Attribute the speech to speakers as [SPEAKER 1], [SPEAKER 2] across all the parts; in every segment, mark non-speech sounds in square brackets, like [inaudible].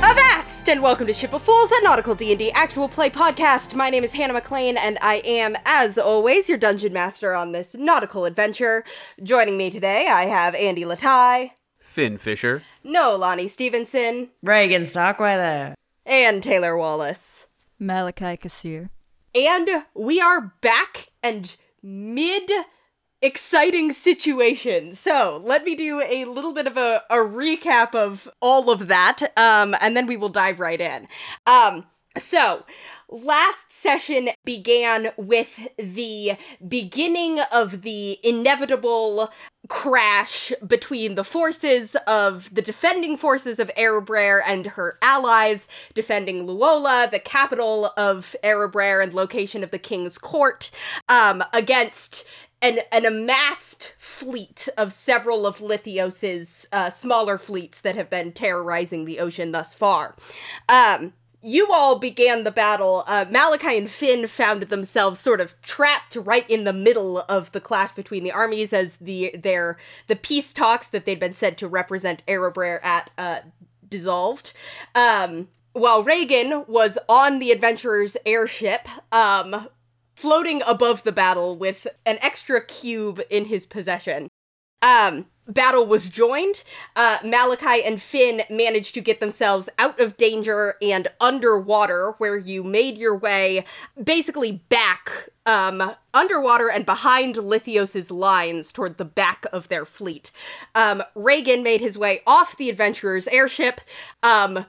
[SPEAKER 1] First, and welcome to Ship of Fools, a nautical D&D actual play podcast. My name is Hannah McLean, and I am, as always, your dungeon master on this nautical adventure. Joining me today, I have Andy Latai,
[SPEAKER 2] Finn Fisher.
[SPEAKER 1] No Lonnie Stevenson,
[SPEAKER 3] Reagan Stockweather.
[SPEAKER 1] and Taylor Wallace.
[SPEAKER 4] Malachi Kassir.
[SPEAKER 1] And we are back and mid exciting situation. So let me do a little bit of a, a recap of all of that, um, and then we will dive right in. Um, so last session began with the beginning of the inevitable crash between the forces of the defending forces of Erebraer and her allies defending Luola, the capital of Erebraer and location of the king's court, um, against an, an amassed fleet of several of Lithios's uh, smaller fleets that have been terrorizing the ocean thus far. Um, you all began the battle. Uh, Malachi and Finn found themselves sort of trapped right in the middle of the clash between the armies as the their the peace talks that they'd been sent to represent Erebrer at uh, dissolved. Um, while Reagan was on the adventurer's airship, um, floating above the battle with an extra cube in his possession. Um, battle was joined. Uh, Malachi and Finn managed to get themselves out of danger and underwater, where you made your way basically back um, underwater and behind Lithios's lines toward the back of their fleet. Um, Reagan made his way off the adventurer's airship. Um,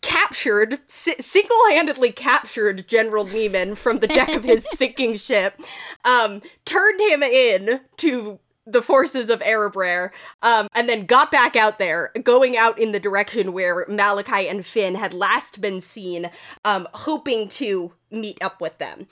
[SPEAKER 1] captured, si- single handedly captured General Neiman from the deck of his sinking ship, um, turned him in to the forces of Erebraer, um, and then got back out there, going out in the direction where Malachi and Finn had last been seen, um, hoping to meet up with them.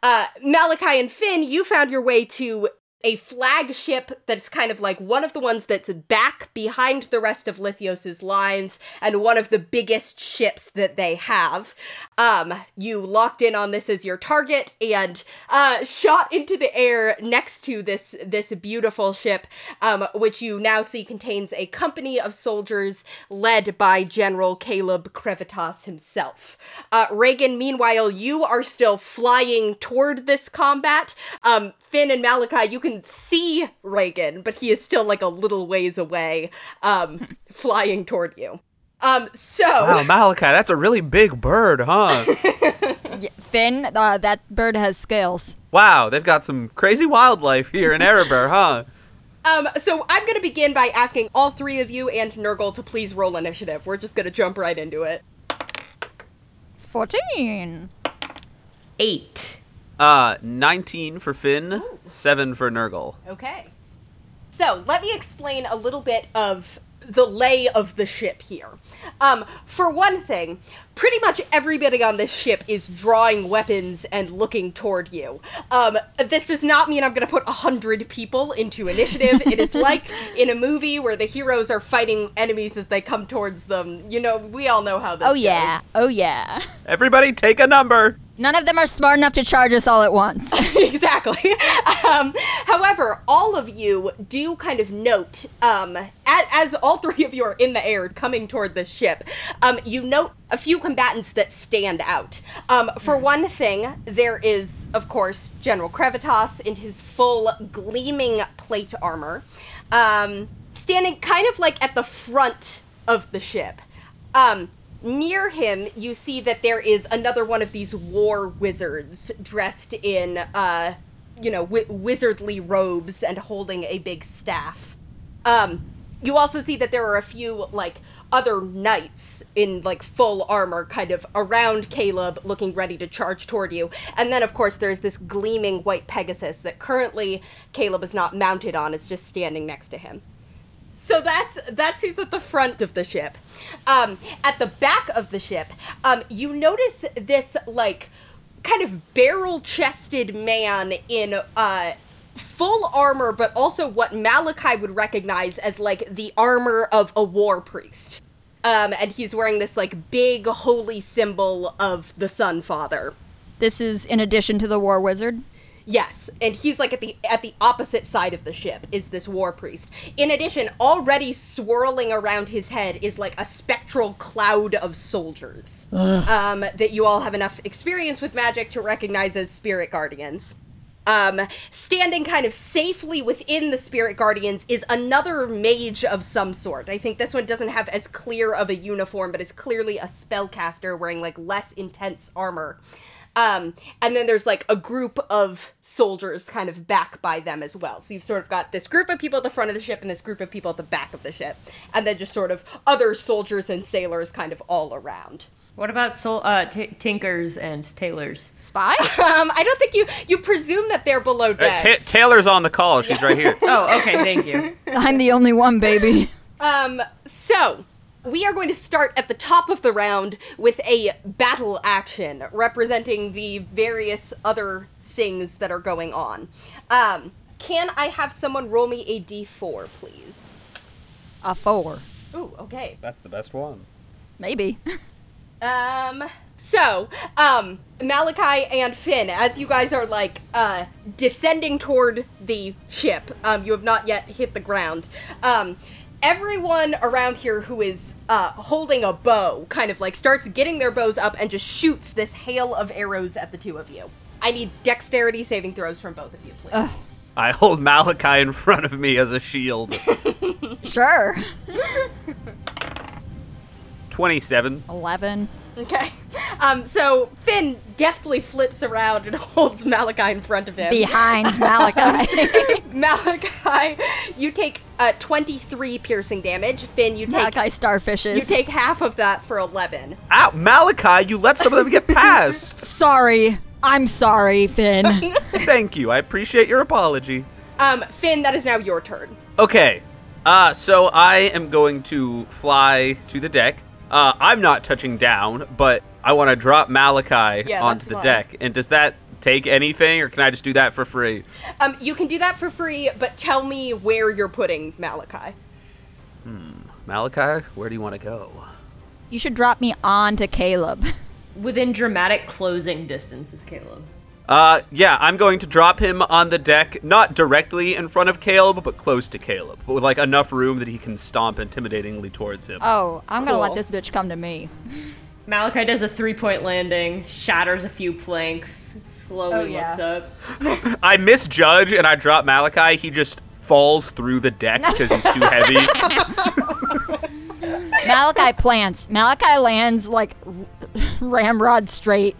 [SPEAKER 1] Uh, Malachi and Finn, you found your way to a flagship that's kind of like one of the ones that's back behind the rest of Lithios's lines and one of the biggest ships that they have. Um, you locked in on this as your target and uh, shot into the air next to this this beautiful ship, um, which you now see contains a company of soldiers led by General Caleb Crevitas himself. Uh, Reagan, meanwhile, you are still flying toward this combat. Um, Finn and Malachi, you can see Reagan, but he is still like a little ways away, um, [laughs] flying toward you. Um, so
[SPEAKER 2] Wow, Malachi, that's a really big bird, huh?
[SPEAKER 4] Finn, uh, that bird has scales.
[SPEAKER 2] wow, they've got some crazy wildlife here in Erebor, huh?
[SPEAKER 1] Um, so I'm gonna begin by asking all three of you and Nurgle to please roll initiative. We're just gonna jump right into it.
[SPEAKER 4] 14.
[SPEAKER 3] Eight.
[SPEAKER 2] Uh, 19 for Finn, 7 for Nurgle.
[SPEAKER 1] Okay. So let me explain a little bit of the lay of the ship here. Um, for one thing, pretty much everybody on this ship is drawing weapons and looking toward you. Um, this does not mean I'm going to put a hundred people into initiative. it
[SPEAKER 4] [laughs]
[SPEAKER 1] is like in a movie where the heroes are fighting enemies as they come towards them. You know, we all know how this.
[SPEAKER 4] Oh,
[SPEAKER 1] goes.
[SPEAKER 4] yeah. Oh, yeah.
[SPEAKER 2] Everybody take a number.
[SPEAKER 4] None of them are smart enough to charge us all at once.
[SPEAKER 1] [laughs]
[SPEAKER 4] [laughs]
[SPEAKER 1] exactly. Um, however, all of you do kind of note, um, as, as all three of you are in the air coming toward this ship, um, you note a few combatants that stand out. Um, for one thing, there is, of course, General Crevitas in his full gleaming plate armor, um, standing kind of like at the front of the ship. Um, near him, you see that there is another one of these war wizards dressed in, uh, you know, wi- wizardly robes and holding a big staff. Um, you also see that there are a few, like, other knights in, like, full armor kind of around Caleb looking ready to charge toward you. And then, of course, there's this gleaming white Pegasus that currently Caleb is not mounted on, it's just standing next to him. So that's that's who's at the front of the ship. Um, at the back of the ship, um, you notice this like kind of barrel-chested man in uh, full armor, but also what Malachi would recognize as like the armor of a war priest. Um, and he's wearing this like big holy symbol of the Sun Father.
[SPEAKER 4] this is in addition to the War Wizard.
[SPEAKER 1] Yes, and he's like at the at the opposite side of the ship is this war priest. In addition, already swirling around his head is like a spectral cloud of soldiers um, that you all have enough experience with magic to recognize as spirit guardians. Um, standing kind of safely within the spirit guardians is another mage of some sort. I think this one doesn't have as clear of a uniform, but is clearly a spellcaster wearing like less intense armor. Um, and then there's like a group of soldiers kind of back by them as well. So you've sort of got this group of people at the front of the ship and this group of people at the back of the ship, and then just sort of other soldiers and sailors kind of all around.
[SPEAKER 3] What about soul, uh, t- tinkers and [laughs] tailors?
[SPEAKER 4] Spy?
[SPEAKER 1] [laughs] Um, I don't think you you presume that they're below
[SPEAKER 2] Uh,
[SPEAKER 1] decks.
[SPEAKER 2] Ta- Taylor's on the call. She's right here.
[SPEAKER 3] Oh, okay, thank you.
[SPEAKER 4] [laughs] I'm the only one, baby.
[SPEAKER 1] Um, so we are going to start at the top of the round with a battle action representing the various other things that are going on. Um, can I have someone roll me a d4, please?
[SPEAKER 4] A four.
[SPEAKER 1] Ooh, okay.
[SPEAKER 2] That's the best one.
[SPEAKER 4] Maybe.
[SPEAKER 1] Um. So, um, Malachi and Finn, as you guys are like uh descending toward the ship, um, you have not yet hit the ground. Um, everyone around here who is uh holding a bow kind of like starts getting their bows up and just shoots this hail of arrows at the two of you. I need dexterity saving throws from both of you, please.
[SPEAKER 2] I hold Malachi in front of me as a shield.
[SPEAKER 4] [laughs] Sure.
[SPEAKER 2] Twenty-seven.
[SPEAKER 4] Eleven.
[SPEAKER 1] Okay. [laughs] Um, so Finn deftly flips around and [laughs] holds Malachi in front of him.
[SPEAKER 4] Behind [laughs] Malachi.
[SPEAKER 1] Malachi, you take uh, 23 piercing damage. Finn, you take
[SPEAKER 4] [laughs] Malachi starfishes.
[SPEAKER 1] you take half of that for 11.
[SPEAKER 2] Ow, Malachi! You let some of them get past.
[SPEAKER 4] Sorry. I'm sorry, [laughs] Finn.
[SPEAKER 2] Thank you. I appreciate your apology.
[SPEAKER 1] Um, Finn, that is now your turn.
[SPEAKER 2] Okay. Uh, so I am going to fly to the deck. Uh, I'm not touching down, but I want to drop Malachi
[SPEAKER 1] Yeah, that's
[SPEAKER 2] onto the
[SPEAKER 1] fine.
[SPEAKER 2] deck. And does that take anything, or can I just do that for free?
[SPEAKER 1] Um, you can do that for free, but tell me where you're putting Malachi.
[SPEAKER 2] Malachi, where do you want to go?
[SPEAKER 4] you should drop me on to Caleb.
[SPEAKER 3] Within dramatic closing distance of Caleb.
[SPEAKER 2] Uh, yeah, I'm going to drop him on the deck, not directly in front of Caleb, but close to Caleb, but with like enough room that he can stomp intimidatingly towards
[SPEAKER 1] Uh.
[SPEAKER 2] him.
[SPEAKER 4] Oh, I'm gonna let
[SPEAKER 1] Cool.
[SPEAKER 4] this bitch come to me.
[SPEAKER 3] Malachi does a three point landing, shatters a few planks, slowly
[SPEAKER 1] Oh, yeah.
[SPEAKER 3] looks up.
[SPEAKER 2] I misjudge and I drop Malachi. He just falls through
[SPEAKER 1] [laughs]
[SPEAKER 2] the deck because he's too heavy.
[SPEAKER 4] Malachi plants. Malachi lands like [laughs] r- ramrod straight.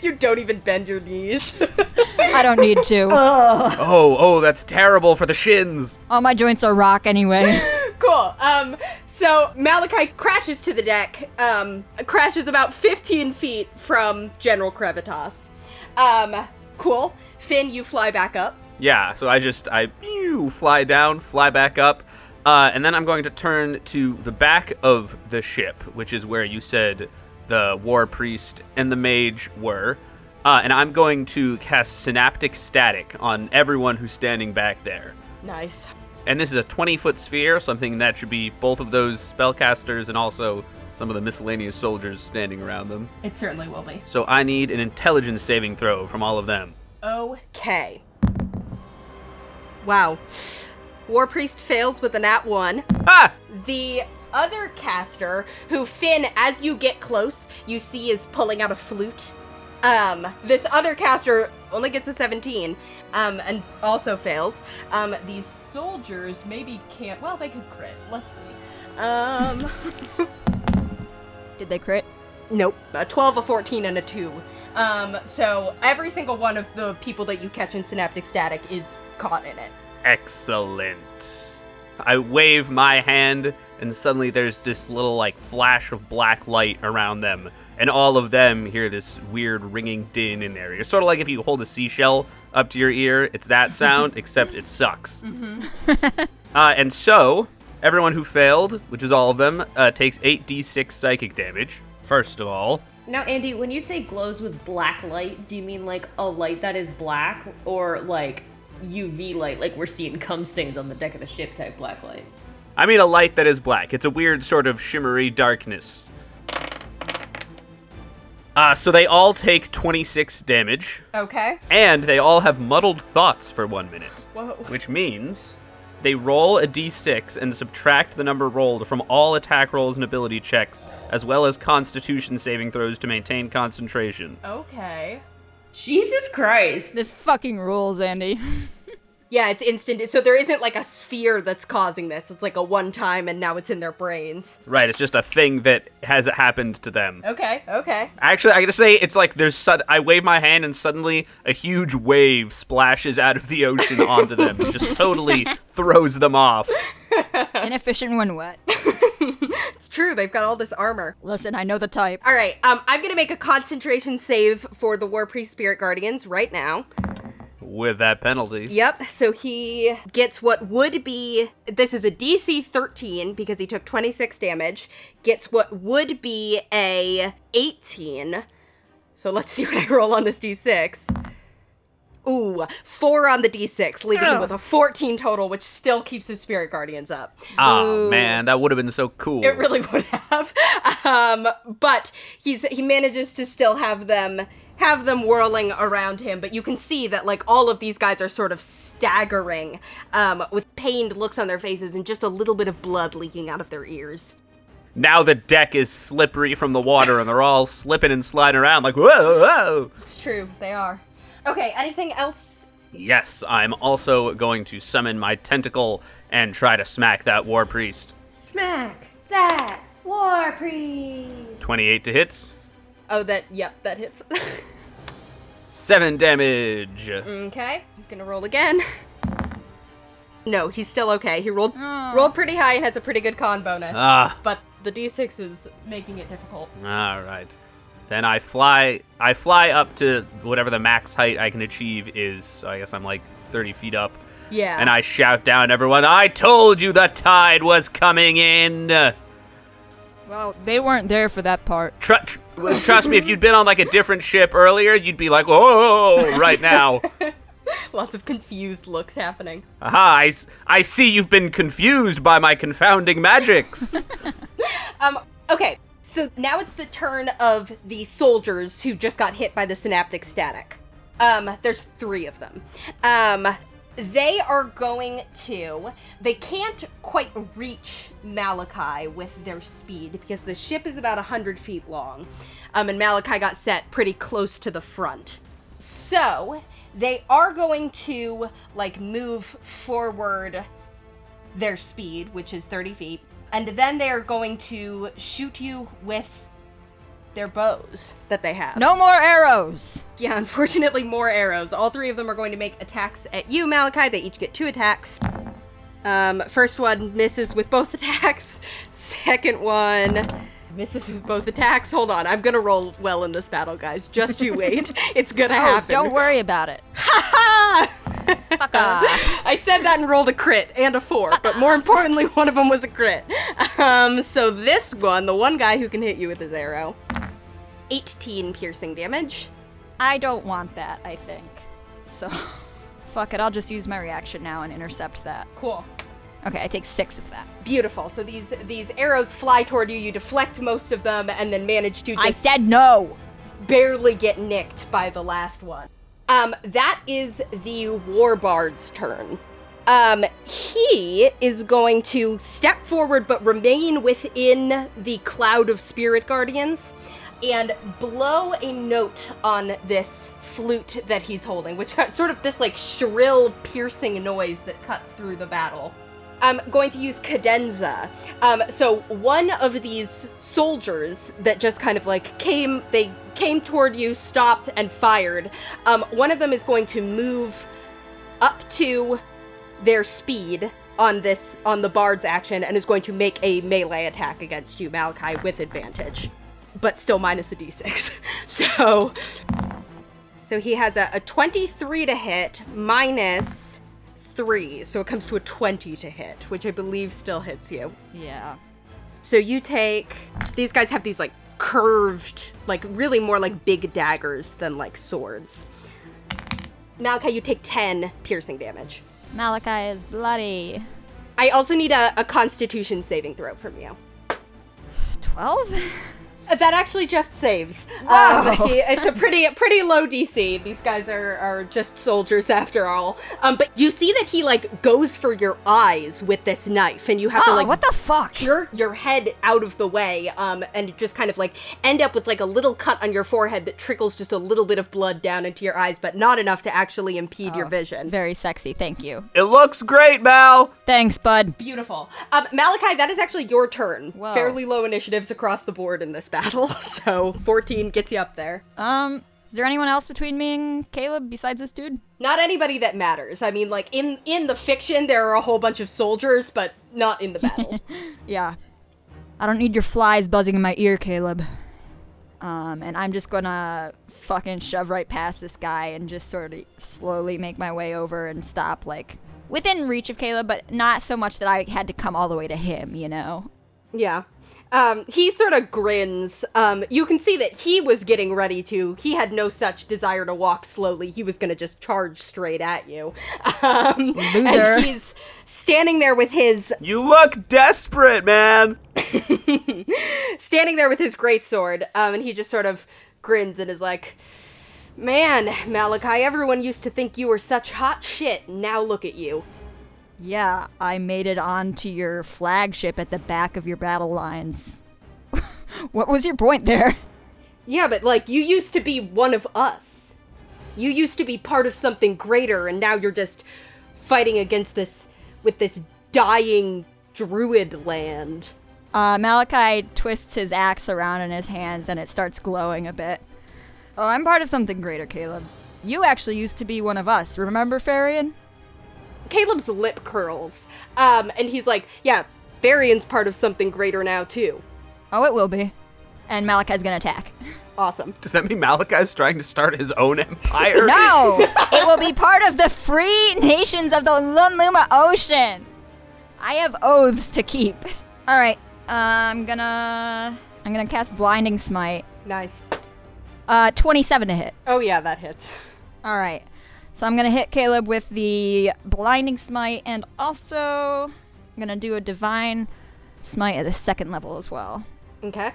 [SPEAKER 1] You don't even bend your knees. [laughs]
[SPEAKER 4] I don't need to.
[SPEAKER 2] oh, oh, that's terrible for the shins.
[SPEAKER 4] All my joints are rock anyway.
[SPEAKER 1] cool. Um, so Malachi crashes to the deck, um, crashes about 15 feet from General Crevitas. Um, cool. Finn, you fly back up.
[SPEAKER 2] Yeah, so I just I pew, fly down, fly back up, uh, and then I'm going to turn to the back of the ship, which is where you said the war priest and the mage were, uh, and I'm going to cast synaptic static on everyone who's standing back there.
[SPEAKER 1] Nice.
[SPEAKER 2] And this is a 20 foot sphere, something that should be both of those spellcasters and also some of the miscellaneous soldiers standing around them.
[SPEAKER 1] It certainly will be.
[SPEAKER 2] So I need an intelligence saving throw from all of them.
[SPEAKER 1] Okay. Wow. War Priest fails with an at one.
[SPEAKER 2] Ah!
[SPEAKER 1] The other caster, who Finn, as you get close, you see is pulling out a flute. Um, this other caster only gets a 17, um, and also fails. Um, these soldiers maybe can't. Well, they could crit. Let's see. Um, [laughs]
[SPEAKER 4] Did they crit?
[SPEAKER 1] nope. A 12, a 14, and a 2. Um, so every single one of the people that you catch in Synaptic Static is caught in it.
[SPEAKER 2] Excellent. I wave my hand, and suddenly there's this little, like, flash of black light around them, and all of them hear this weird ringing din in their ear. Sort of like if you hold a seashell up to your ear, it's that sound, except it sucks. uh, and so, everyone who failed, which is all of them, uh, takes 8d6 psychic damage, first of all.
[SPEAKER 3] Now, Andy, when you say glows with black light, do you mean like a light that is black or like UV light, like we're seeing cum stains on the deck of the ship type black light?
[SPEAKER 2] I mean, a light that is black. It's a weird sort of shimmery darkness. Uh, so they all take 26 damage,
[SPEAKER 1] Okay.
[SPEAKER 2] and they all have muddled thoughts for one minute,
[SPEAKER 1] Whoa.
[SPEAKER 2] which means they roll a d6 and subtract the number rolled from all attack rolls and ability checks, as well as constitution saving throws to maintain concentration.
[SPEAKER 1] Okay.
[SPEAKER 3] Jesus Christ.
[SPEAKER 4] This fucking rules, [laughs] Andy.
[SPEAKER 1] Yeah, it's instant. So there isn't like a sphere that's causing this. It's like a one time and now it's in their brains.
[SPEAKER 2] Right, it's just a thing that has happened to them.
[SPEAKER 1] Okay, okay.
[SPEAKER 2] Actually, I gotta say, it's like there's sud- I wave my hand and suddenly a huge wave splashes out of the ocean onto them. It just
[SPEAKER 1] [laughs]
[SPEAKER 2] totally throws them off.
[SPEAKER 4] Inefficient when wet.
[SPEAKER 1] It's true. They've got all this armor.
[SPEAKER 4] Listen, I know the type.
[SPEAKER 1] All right, um, I'm going to make a concentration save for the War Priest Spirit Guardians right now.
[SPEAKER 2] With that penalty.
[SPEAKER 1] Yep, so he gets what would be this is a DC 13 because he took 26 damage, gets what would be a 18. So let's see what I roll on this D6. Ooh, four on the D6, leaving him with a 14 total, which still keeps his spirit guardians up.
[SPEAKER 2] Ah, man, that would have been so cool.
[SPEAKER 1] It [laughs] really would have. Um, but he's he manages to still have them have them whirling around him, but you can see that like all of these guys are sort of staggering, um, with pained looks on their faces and just a little bit of blood leaking out of their ears.
[SPEAKER 2] now the deck is slippery from the water and they're all slipping and sliding around like, whoa, whoa.
[SPEAKER 1] It's true, they are. Okay, anything else?
[SPEAKER 2] Yes, I'm also going to summon my tentacle and try to smack that war priest.
[SPEAKER 3] Smack that war priest.
[SPEAKER 2] 28 to hit.
[SPEAKER 1] Oh, that yep, that hits. [laughs]
[SPEAKER 2] 7 damage.
[SPEAKER 1] okay, I'm gonna roll again. No, he's still okay. He rolled rolled pretty high, has a pretty good con bonus,
[SPEAKER 2] Ah.
[SPEAKER 1] but the d6 is making it difficult.
[SPEAKER 2] All right. Then I fly. I fly up to whatever the max height I can achieve is. So I guess I'm like 30 feet up,
[SPEAKER 1] Yeah.
[SPEAKER 2] and I shout down everyone. I told you the tide was coming in.
[SPEAKER 4] Well, they weren't there for that part.
[SPEAKER 2] Tr- tr- trust me, if you'd been on like a different ship earlier, you'd be like, "Oh!" Right now,
[SPEAKER 1] Lots of confused looks happening.
[SPEAKER 2] aha! I, s- I see you've been confused by my confounding magics.
[SPEAKER 1] Um, okay, so now it's the turn of the soldiers who just got hit by the synaptic static. Um, there's three of them. Um, they are going to. They can't quite reach Malachi with their speed because the ship is about 100 feet long. Um, and Malachi got set pretty close to the front. So they are going to, like, move forward their speed, which is 30 feet, and then they are going to shoot you with their bows that they have.
[SPEAKER 4] No more arrows.
[SPEAKER 1] Yeah, unfortunately, more arrows. All three of them are going to make attacks at you, Malachi. They each get two attacks. Um, first one misses with both [laughs] attacks. Second one misses with both attacks. Hold on, I'm gonna roll well in this battle, guys. Just you wait.
[SPEAKER 4] [laughs]
[SPEAKER 1] it's gonna
[SPEAKER 4] Oh,
[SPEAKER 1] happen.
[SPEAKER 4] don't worry about it. Fuck off.
[SPEAKER 1] Uh, I said that and rolled a crit and a four, but more importantly, one of them was a crit. Um, so this one, the one guy who can hit you with his arrow, 18 piercing damage.
[SPEAKER 4] I don't want that, I think. So, [laughs] fuck it. I'll just use my reaction now and intercept that.
[SPEAKER 1] Cool.
[SPEAKER 4] Okay, I take six of that.
[SPEAKER 1] Beautiful. So these these arrows fly toward you. You deflect most of them, and then manage to
[SPEAKER 4] I
[SPEAKER 1] just
[SPEAKER 4] said no.
[SPEAKER 1] barely get nicked by the last one. Um, that is the Warbard's turn. Um, he is going to step forward but remain within the cloud of spirit guardians and blow a note on this flute that he's holding, which got sort of this like shrill, piercing noise that cuts through the battle. I'm going to use cadenza. Um, so one of these soldiers that just kind of like came, they came toward you, stopped, and fired. Um, one of them is going to move up to their speed on this on the bard's action and is going to make a melee attack against you, Malachi, with advantage, but still minus a d6. [laughs] so, so he has a, a 23 to hit minus three, so it comes to a 20 to hit, which I believe still hits you.
[SPEAKER 4] Yeah.
[SPEAKER 1] So you take. These guys have these like curved, like really more like big daggers than like swords. Malachi, you take 10 piercing damage.
[SPEAKER 4] Malachi is bloody. [laughs]
[SPEAKER 1] I also need a, a constitution saving throw from you.
[SPEAKER 4] 12?
[SPEAKER 1] Uh, That actually just saves.
[SPEAKER 4] Wow.
[SPEAKER 1] Um, [laughs] he- it's a pretty pretty low DC. These guys are, are just soldiers after all. Um, but you see that he like goes for your eyes with this knife, and you have to
[SPEAKER 4] Oh,
[SPEAKER 1] like
[SPEAKER 4] what the fuck?
[SPEAKER 1] jerk your head out of the way, um, and just kind of like end up with like a little cut on your forehead that trickles just a little bit of blood down into your eyes, but not enough to actually impede your vision.
[SPEAKER 4] Oh. Very sexy, thank you.
[SPEAKER 2] It looks great, Mal.
[SPEAKER 4] Thanks, bud.
[SPEAKER 1] Beautiful. Um, Malachi, that is actually your turn.
[SPEAKER 4] Whoa.
[SPEAKER 1] Fairly low initiatives across the board in this battle, [laughs] so 14 gets you up there.
[SPEAKER 4] Um, is there anyone else between me and Caleb besides this dude?
[SPEAKER 1] Not anybody that matters. I mean, like in in the fiction, there are a whole bunch of soldiers, but not in the battle.
[SPEAKER 4] Yeah. I don't need your flies buzzing in my ear, Caleb. Um, and I'm just gonna fucking shove right past this guy and just sort of slowly make my way over and stop, like, within reach of Caleb, but not so much that I had to come all the way to him, you know?
[SPEAKER 1] yeah. Um, he sort of grins. Um, you can see that he was getting ready to. He had no such desire to walk slowly. He was going to just charge straight at you. [laughs] Um,
[SPEAKER 4] Loser.
[SPEAKER 1] And he's standing there with his
[SPEAKER 2] You look desperate, man.
[SPEAKER 1] standing there with his great sword, um, and he just sort of grins and is like, "Man, Malachi, everyone used to think you were such hot shit. Now look at you."
[SPEAKER 4] Yeah, I made it onto your flagship at the back of your battle lines. [laughs] what was your point there?
[SPEAKER 1] Yeah, but like you used to be one of us. You used to be part of something greater, and now you're just fighting against this with this dying druid land.
[SPEAKER 4] Uh, Malachi twists his axe around in his hands and it starts glowing a bit. Oh, I'm part of something greater, Caleb. You actually used to be one of us, remember, Farian?
[SPEAKER 1] Caleb's lip curls, um, and he's like, "Yeah, Varian's part of something greater now too."
[SPEAKER 4] Oh, it will be. And Malachi's gonna attack.
[SPEAKER 1] Awesome.
[SPEAKER 2] Does that mean Malachi's trying to start his own empire?
[SPEAKER 4] [laughs] No! it will be part of the free nations of the Lunluma Ocean! I have oaths to keep. Alright, uh, I'm gonna. I'm gonna cast Blinding Smite.
[SPEAKER 1] Nice.
[SPEAKER 4] Uh, 27 to hit.
[SPEAKER 1] Oh yeah, that hits. [laughs]
[SPEAKER 4] All right. So I'm going to hit Caleb with the blinding smite and also I'm going to do a divine smite at a second level as well.
[SPEAKER 1] Okay.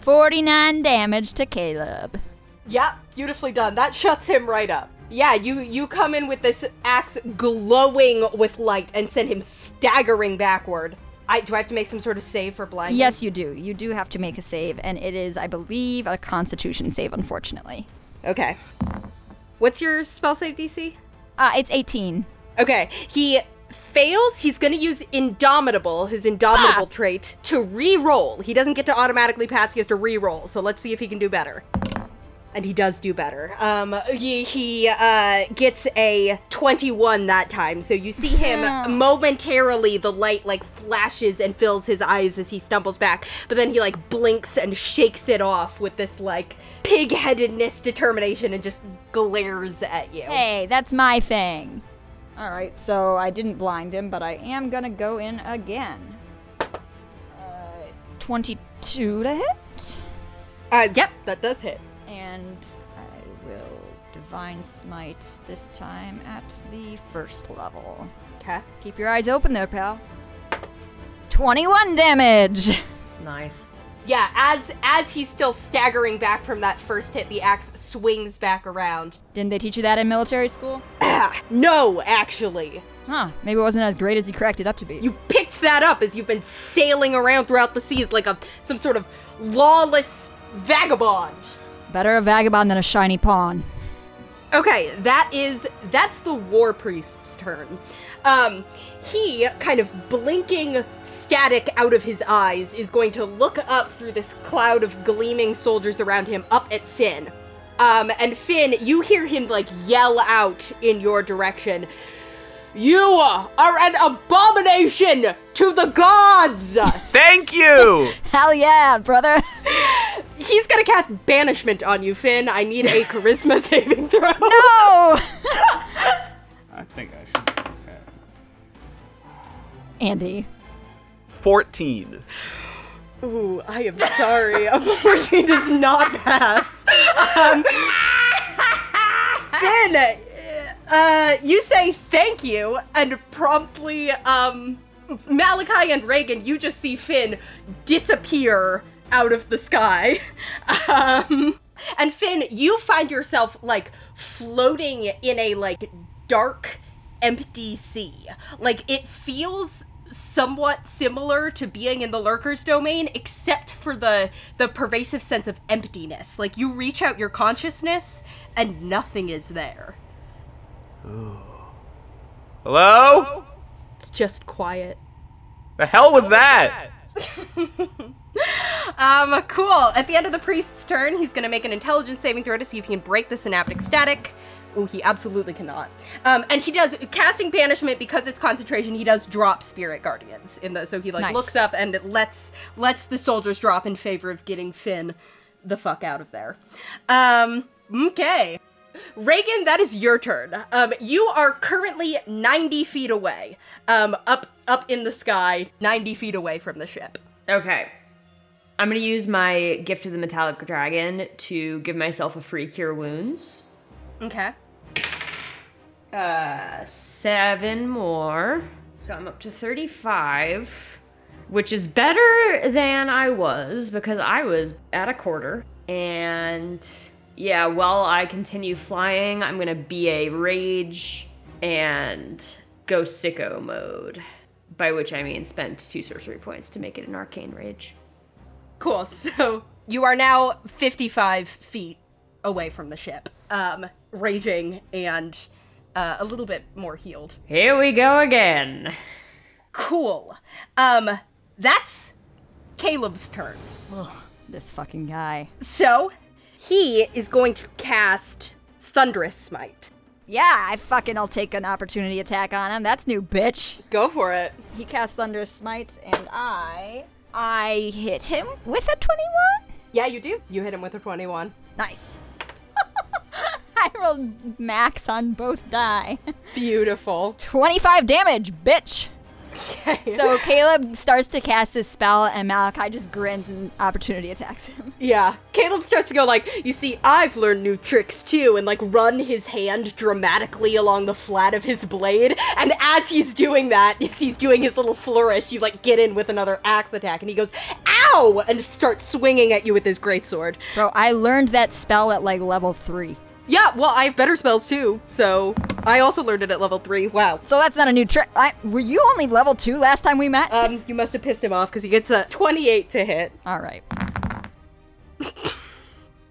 [SPEAKER 4] 49 damage to Caleb.
[SPEAKER 1] Yep, beautifully done. That shuts him right up. Yeah, you you come in with this axe glowing with light and send him staggering backward. I do I have to make some sort of save for blind?
[SPEAKER 4] Yes, you do. You do have to make a save and it is I believe a constitution save unfortunately.
[SPEAKER 1] Okay. What's your spell save DC?
[SPEAKER 4] Uh it's 18.
[SPEAKER 1] Okay. He fails. He's going to use indomitable, his indomitable trait to re-roll. He doesn't get to automatically pass, he has to re-roll. So let's see if he can do better. And he does do better. Um, he he uh, gets a 21 that time. So you see him momentarily, the light like flashes and fills his eyes as he stumbles back. But then he like blinks and shakes it off with this like pig headedness determination and just glares at you.
[SPEAKER 4] Hey, that's my thing. All right. So I didn't blind him, but I am going to go in again. Uh 22 to hit.
[SPEAKER 1] Uh, yep, that does hit.
[SPEAKER 4] And I will Divine Smite this time at the first level.
[SPEAKER 1] Okay.
[SPEAKER 4] Keep your eyes open there, pal. 21 damage!
[SPEAKER 3] Nice.
[SPEAKER 1] Yeah, as as he's still staggering back from that first hit, the axe swings back around.
[SPEAKER 4] Didn't they teach you that in military school?
[SPEAKER 1] No, actually.
[SPEAKER 4] Huh, maybe it wasn't as great as you cracked it up to be.
[SPEAKER 1] You picked that up as you've been sailing around throughout the seas like a some sort of lawless vagabond.
[SPEAKER 4] Better a vagabond than a shiny pawn. [laughs]
[SPEAKER 1] Okay, that is that's the war priest's turn. Um, he kind of blinking static out of his eyes is going to look up through this cloud of gleaming soldiers around him up at Finn. Um, and Finn, you hear him like yell out in your direction. You are an abomination to the gods.
[SPEAKER 2] Thank you.
[SPEAKER 4] Hell yeah, brother! [laughs]
[SPEAKER 1] He's gonna cast banishment on you, Finn. I need a charisma saving throw.
[SPEAKER 4] oh!
[SPEAKER 2] I think I should.
[SPEAKER 4] [laughs] Andy.
[SPEAKER 2] 14.
[SPEAKER 1] Ooh, I am sorry. A 14 does not pass. Um, then, uh, you say thank you and promptly um, Malachi and Reagan, you just see Finn disappear out of the sky. Um, and Finn, you find yourself like floating in a like dark, empty sea. Like it feels somewhat similar to being in the lurker's domain except for the the pervasive sense of emptiness like you reach out your consciousness and nothing is there
[SPEAKER 2] Hello?
[SPEAKER 1] it's just quiet
[SPEAKER 2] The hell was that?
[SPEAKER 1] Um, cool. At the end of the priest's turn, he's gonna make an intelligence saving throw to see if he can break the synaptic static. Ooh, he absolutely cannot. Um, and he does casting banishment because it's concentration. He does drop spirit guardians in the so he like
[SPEAKER 4] Nice.
[SPEAKER 1] looks up and it lets lets the soldiers drop in favor of getting Finn the fuck out of there. Um, okay. Reagan, that is your turn. Um, you are currently 90 feet away, um, up up in the sky, 90 feet away from the ship.
[SPEAKER 3] Okay. I'm going to use my gift of the metallic dragon to give myself a free cure wounds.
[SPEAKER 1] Okay.
[SPEAKER 3] Uh, seven more. So I'm up to 35, which is better than I was because I was at a quarter. And yeah, while I continue flying, I'm going to be a rage and go sicko mode. By which I mean spend two sorcery points to make it an arcane rage.
[SPEAKER 1] Cool. [laughs] So you are now 55 feet away from the ship, um, raging and uh, a little bit more healed.
[SPEAKER 3] Here we go again.
[SPEAKER 1] Cool. Um, that's Caleb's turn.
[SPEAKER 4] This fucking guy.
[SPEAKER 1] So he is going to cast Thunderous Smite.
[SPEAKER 4] Yeah, I fucking I'll take an opportunity attack on him. That's new, bitch.
[SPEAKER 1] Go for it.
[SPEAKER 4] He casts Thunderous Smite, and I I hit him with a twenty-one.
[SPEAKER 1] Yeah, you do. You hit him with a 21.
[SPEAKER 4] Nice. [laughs] I rolled max on both die. [laughs]
[SPEAKER 1] [laughs] Beautiful.
[SPEAKER 4] Twenty-five damage, bitch. So Caleb starts to cast his spell, and Malachi just grins and opportunity attacks him. [laughs]
[SPEAKER 1] Yeah. Caleb starts to go like, you see, I've learned new tricks too, and like run his hand dramatically along the flat of his blade. And as he's doing that, [laughs] as he's doing his little flourish, you like get in with another axe attack, and he goes, ow! And starts swinging at you with his greatsword.
[SPEAKER 4] Bro, I learned that spell at like level three.
[SPEAKER 1] Yeah, well, I have better spells too, so I also learned it at level three. Wow.
[SPEAKER 4] So that's not a new trick. I, were you only level two last time we met?
[SPEAKER 1] Um, you must have pissed him off because he gets a 28 to hit.
[SPEAKER 4] All right.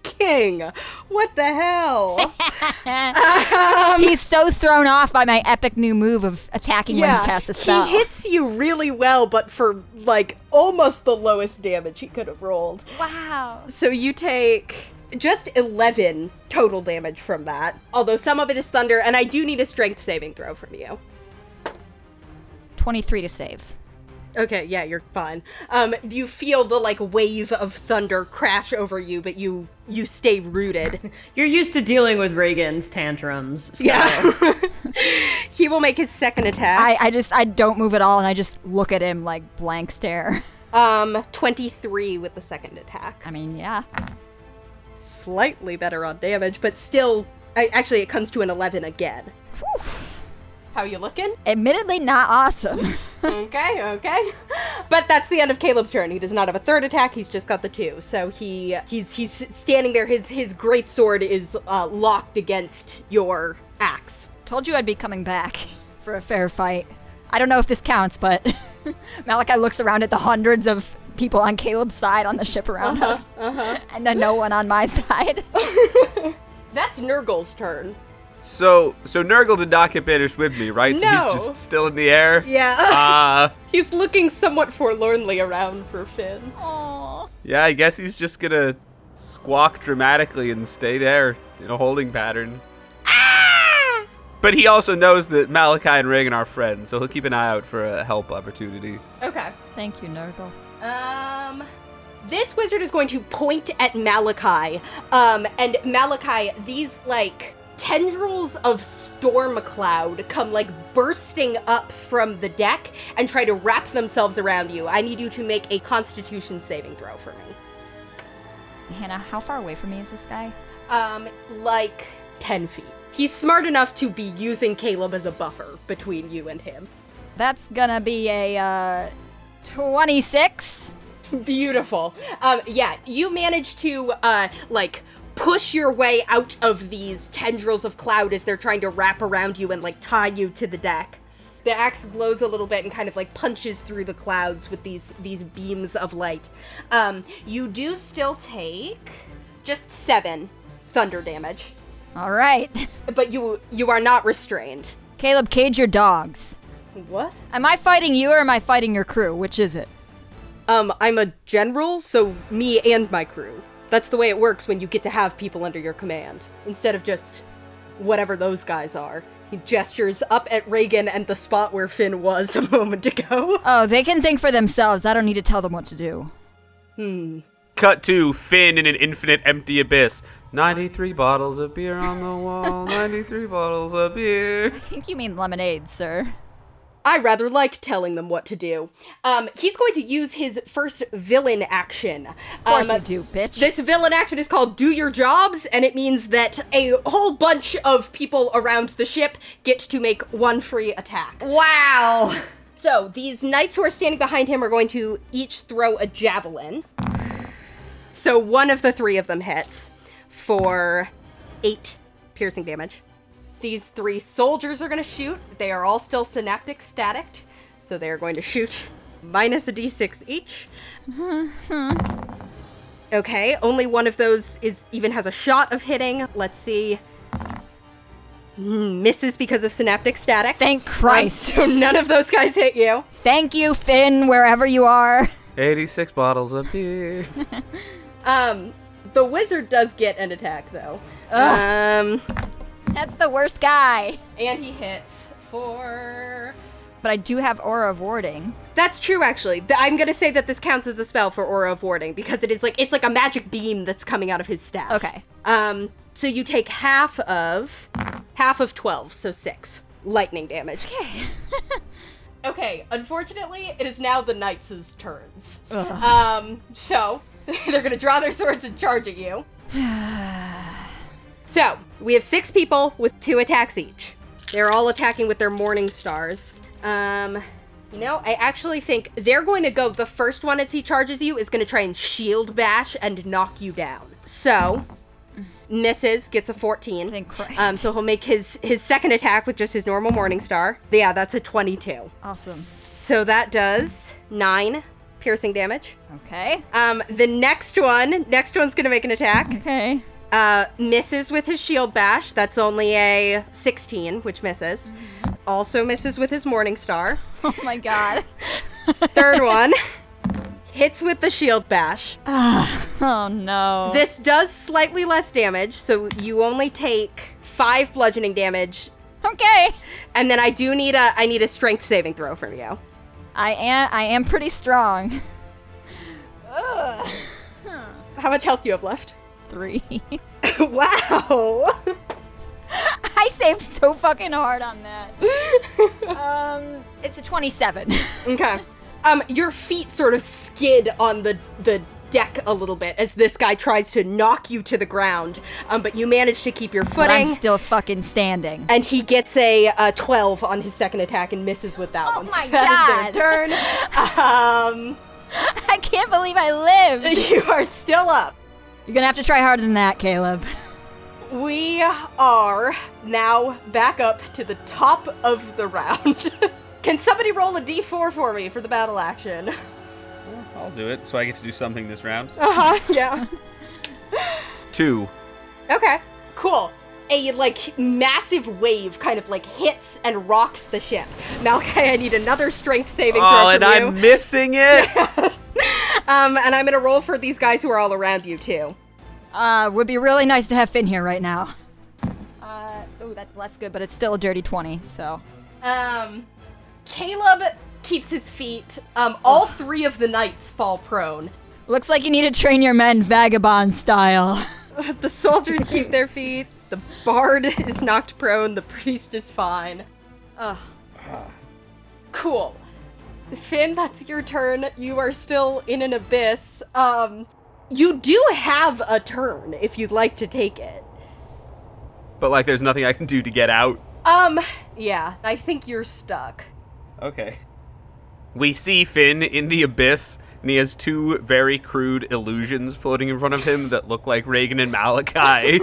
[SPEAKER 1] King! What the hell? [laughs]
[SPEAKER 4] He's so thrown off by my epic new move of attacking when he casts a spell.
[SPEAKER 1] He hits you really well, but for like almost the lowest damage he could have rolled.
[SPEAKER 4] [laughs] wow.
[SPEAKER 1] So you take just 11 total damage from that, although some of it is thunder, and I do need a strength saving throw from you.
[SPEAKER 4] 23 to save.
[SPEAKER 1] Okay, yeah, you're fine. Um, you feel the like wave of thunder crash over you, but you you stay [laughs] rooted.
[SPEAKER 3] You're used to dealing with Reagan's tantrums. So.
[SPEAKER 1] Yeah. [laughs] he will make his second attack.
[SPEAKER 4] I, I just, I don't move at all and I just look at him like blank stare.
[SPEAKER 1] um, 23 with the second attack.
[SPEAKER 4] I mean, yeah.
[SPEAKER 1] slightly better on damage, but still, I, actually, it comes to an 11 again. How you looking?
[SPEAKER 4] Admittedly, not [laughs] awesome.
[SPEAKER 1] okay, okay. [laughs] But that's the end of Caleb's turn. He does not have a third attack. He's just got the two. So he he's he's standing there. His his great sword is uh, locked against your axe.
[SPEAKER 4] Told you I'd be coming back [laughs] for a fair fight. I don't know if this counts, but [laughs] Malachi looks around at the hundreds of people on Caleb's side on the ship around us, and then no one on my [laughs] side.
[SPEAKER 1] That's Nurgle's turn.
[SPEAKER 2] So, so Nurgle did not get banished with me, right? So
[SPEAKER 1] No.
[SPEAKER 2] he's just still in the air.
[SPEAKER 1] Yeah.
[SPEAKER 2] Uh,
[SPEAKER 1] [laughs] he's looking somewhat forlornly around for Finn.
[SPEAKER 2] yeah. I guess he's just gonna squawk dramatically and stay there in a holding pattern.
[SPEAKER 1] Ah!
[SPEAKER 2] But he also knows that Malachi and Reagan are friends, so he'll keep an eye out for a help opportunity.
[SPEAKER 1] Okay.
[SPEAKER 4] [laughs] Thank you, Nurgle.
[SPEAKER 1] Um, this wizard is going to point at Malachi. Um, and Malachi, these like tendrils of storm cloud come like bursting up from the deck and try to wrap themselves around you. I need you to make a Constitution saving throw for me.
[SPEAKER 4] Hannah, how far away from me is this guy?
[SPEAKER 1] Um, like ten feet. He's smart enough to be using Caleb as a buffer between you and him.
[SPEAKER 4] That's gonna be a uh, 26.
[SPEAKER 1] Beautiful. Um, yeah, you manage to uh, like push your way out of these tendrils of cloud as they're trying to wrap around you and like tie you to the deck. The axe glows a little bit and kind of like punches through the clouds with these these beams of light. Um, you do still take just seven thunder damage,
[SPEAKER 4] All right. [laughs]
[SPEAKER 1] but you you are not restrained.
[SPEAKER 4] Caleb, cage your dogs.
[SPEAKER 1] What?
[SPEAKER 4] Am I fighting you or am I fighting your crew? Which is it?
[SPEAKER 1] Um, I'm a general, so me and my crew. That's the way it works when you get to have people under your command, instead of just whatever those guys are. He gestures up at Reagan and the spot where Finn was [laughs] a moment ago.
[SPEAKER 4] Oh, they can think for themselves. I don't need to tell them what to do.
[SPEAKER 2] Cut to Finn in an infinite empty abyss. 93 bottles of beer on the [laughs] wall, 93 bottles of beer.
[SPEAKER 4] I think you mean lemonade, sir.
[SPEAKER 1] I rather like telling them what to do. Um, he's going to use his first villain action.
[SPEAKER 4] Of course
[SPEAKER 1] Um,
[SPEAKER 4] you do, bitch.
[SPEAKER 1] This villain action is called Do Your Jobs, and it means that a whole bunch of people around the ship get to make one free attack.
[SPEAKER 3] Wow.
[SPEAKER 1] So these knights who are standing behind him are going to each throw a javelin. So one of the three of them hits for eight piercing damage. These three soldiers are going to shoot. They are all still synaptic static, so they are going to shoot [laughs] minus a d6 each. okay, only one of those is even has a shot of hitting. Let's see. Hmm, Misses because of synaptic static.
[SPEAKER 4] Thank Christ.
[SPEAKER 1] [laughs] So none of those guys hit you.
[SPEAKER 4] Thank you, Finn, wherever you are.
[SPEAKER 2] 86 bottles of beer.
[SPEAKER 1] Um, the wizard does get an attack though. Um,
[SPEAKER 4] [laughs] That's the worst guy.
[SPEAKER 1] and he hits for.
[SPEAKER 4] But I do have aura of warding.
[SPEAKER 1] That's true, actually. Th- I'm gonna say that this counts as a spell for aura of warding because it is like it's like a magic beam that's coming out of his staff.
[SPEAKER 4] Okay.
[SPEAKER 1] Um, so you take half of half of twelve, so six lightning damage. Okay. [laughs] okay. Unfortunately, it is now the knights' turns. Um, so [laughs] they're gonna draw their swords and charge at you. [sighs] so we have six people with two attacks each. They're all attacking with their morning stars. Um. You know, I actually think they're going to go. The first one as he charges you is going to try and shield bash and knock you down. So, misses, gets a 14.
[SPEAKER 4] Thank Christ.
[SPEAKER 1] Um, so he'll make his his second attack with just his normal morning star. Yeah, that's a 22.
[SPEAKER 4] Oh. Awesome.
[SPEAKER 1] So that does 9 piercing damage.
[SPEAKER 4] Okay.
[SPEAKER 1] Um, the next one, next one's going to make an
[SPEAKER 4] Mm-hmm.
[SPEAKER 1] attack.
[SPEAKER 4] Okay.
[SPEAKER 1] Uh, misses with his shield bash. That's only a 16, which misses. Also misses with his morning star.
[SPEAKER 4] [laughs] Oh my god.
[SPEAKER 1] Third one hits with the shield bash.
[SPEAKER 4] [laughs] Oh no.
[SPEAKER 1] This does slightly less damage, so you only take 5 bludgeoning damage
[SPEAKER 4] okay.
[SPEAKER 1] And then I do need a I need a strength saving throw from you.
[SPEAKER 4] I am I am pretty strong. [laughs]
[SPEAKER 1] How much health you have left? [laughs]
[SPEAKER 4] 3.
[SPEAKER 1] wow.
[SPEAKER 4] [laughs] I saved so fucking hard on [laughs] that. um it's a 27.
[SPEAKER 1] okay. Um your feet sort of skid on the the deck a little bit as this guy tries to knock you to the ground. Um but you manage to keep your
[SPEAKER 4] but I'm
[SPEAKER 1] footing.
[SPEAKER 4] still fucking standing.
[SPEAKER 1] and he gets a, uh 12 on his second attack and misses with that
[SPEAKER 4] Oh
[SPEAKER 1] one. [laughs]
[SPEAKER 4] [laughs] my
[SPEAKER 1] that is
[SPEAKER 4] [laughs] I can't believe I lived.
[SPEAKER 1] their turn. [laughs] you are still up.
[SPEAKER 4] You're going to have to try harder than that, Caleb.
[SPEAKER 1] We are now back up to the top of the round. [laughs] Can somebody roll a d4 for me for the battle action? [laughs]
[SPEAKER 2] I'll do it, so I get to do something this round.
[SPEAKER 1] Uh huh, yeah.
[SPEAKER 2] Two.
[SPEAKER 1] Okay, cool. A like massive wave kind of like hits and rocks the ship. Malachi, I need another strength saving throw
[SPEAKER 2] Oh,
[SPEAKER 1] from
[SPEAKER 2] and
[SPEAKER 1] you.
[SPEAKER 2] I'm missing it!
[SPEAKER 1] [laughs] Um, and I'm gonna roll for these guys who are all around you too.
[SPEAKER 4] Uh would be really nice to have Finn here right now. Uh ooh, that's less good, but it's still a dirty 20. So,
[SPEAKER 1] Um, Caleb keeps his feet. Um, all three of the knights fall prone.
[SPEAKER 4] looks like you need to train your men vagabond style. [laughs]
[SPEAKER 1] The soldiers keep their feet. The bard [laughs] is knocked prone. The priest is fine. Ugh. Cool. Finn, that's your turn. You are still in an abyss. Um, you do have a turn if you'd like to take it.
[SPEAKER 2] But, like, there's nothing I can do to get out.
[SPEAKER 1] Um, yeah, I think you're stuck.
[SPEAKER 2] Okay. We see Finn in the abyss, and he has two very crude illusions floating in front of him that look like Reagan and Malachi.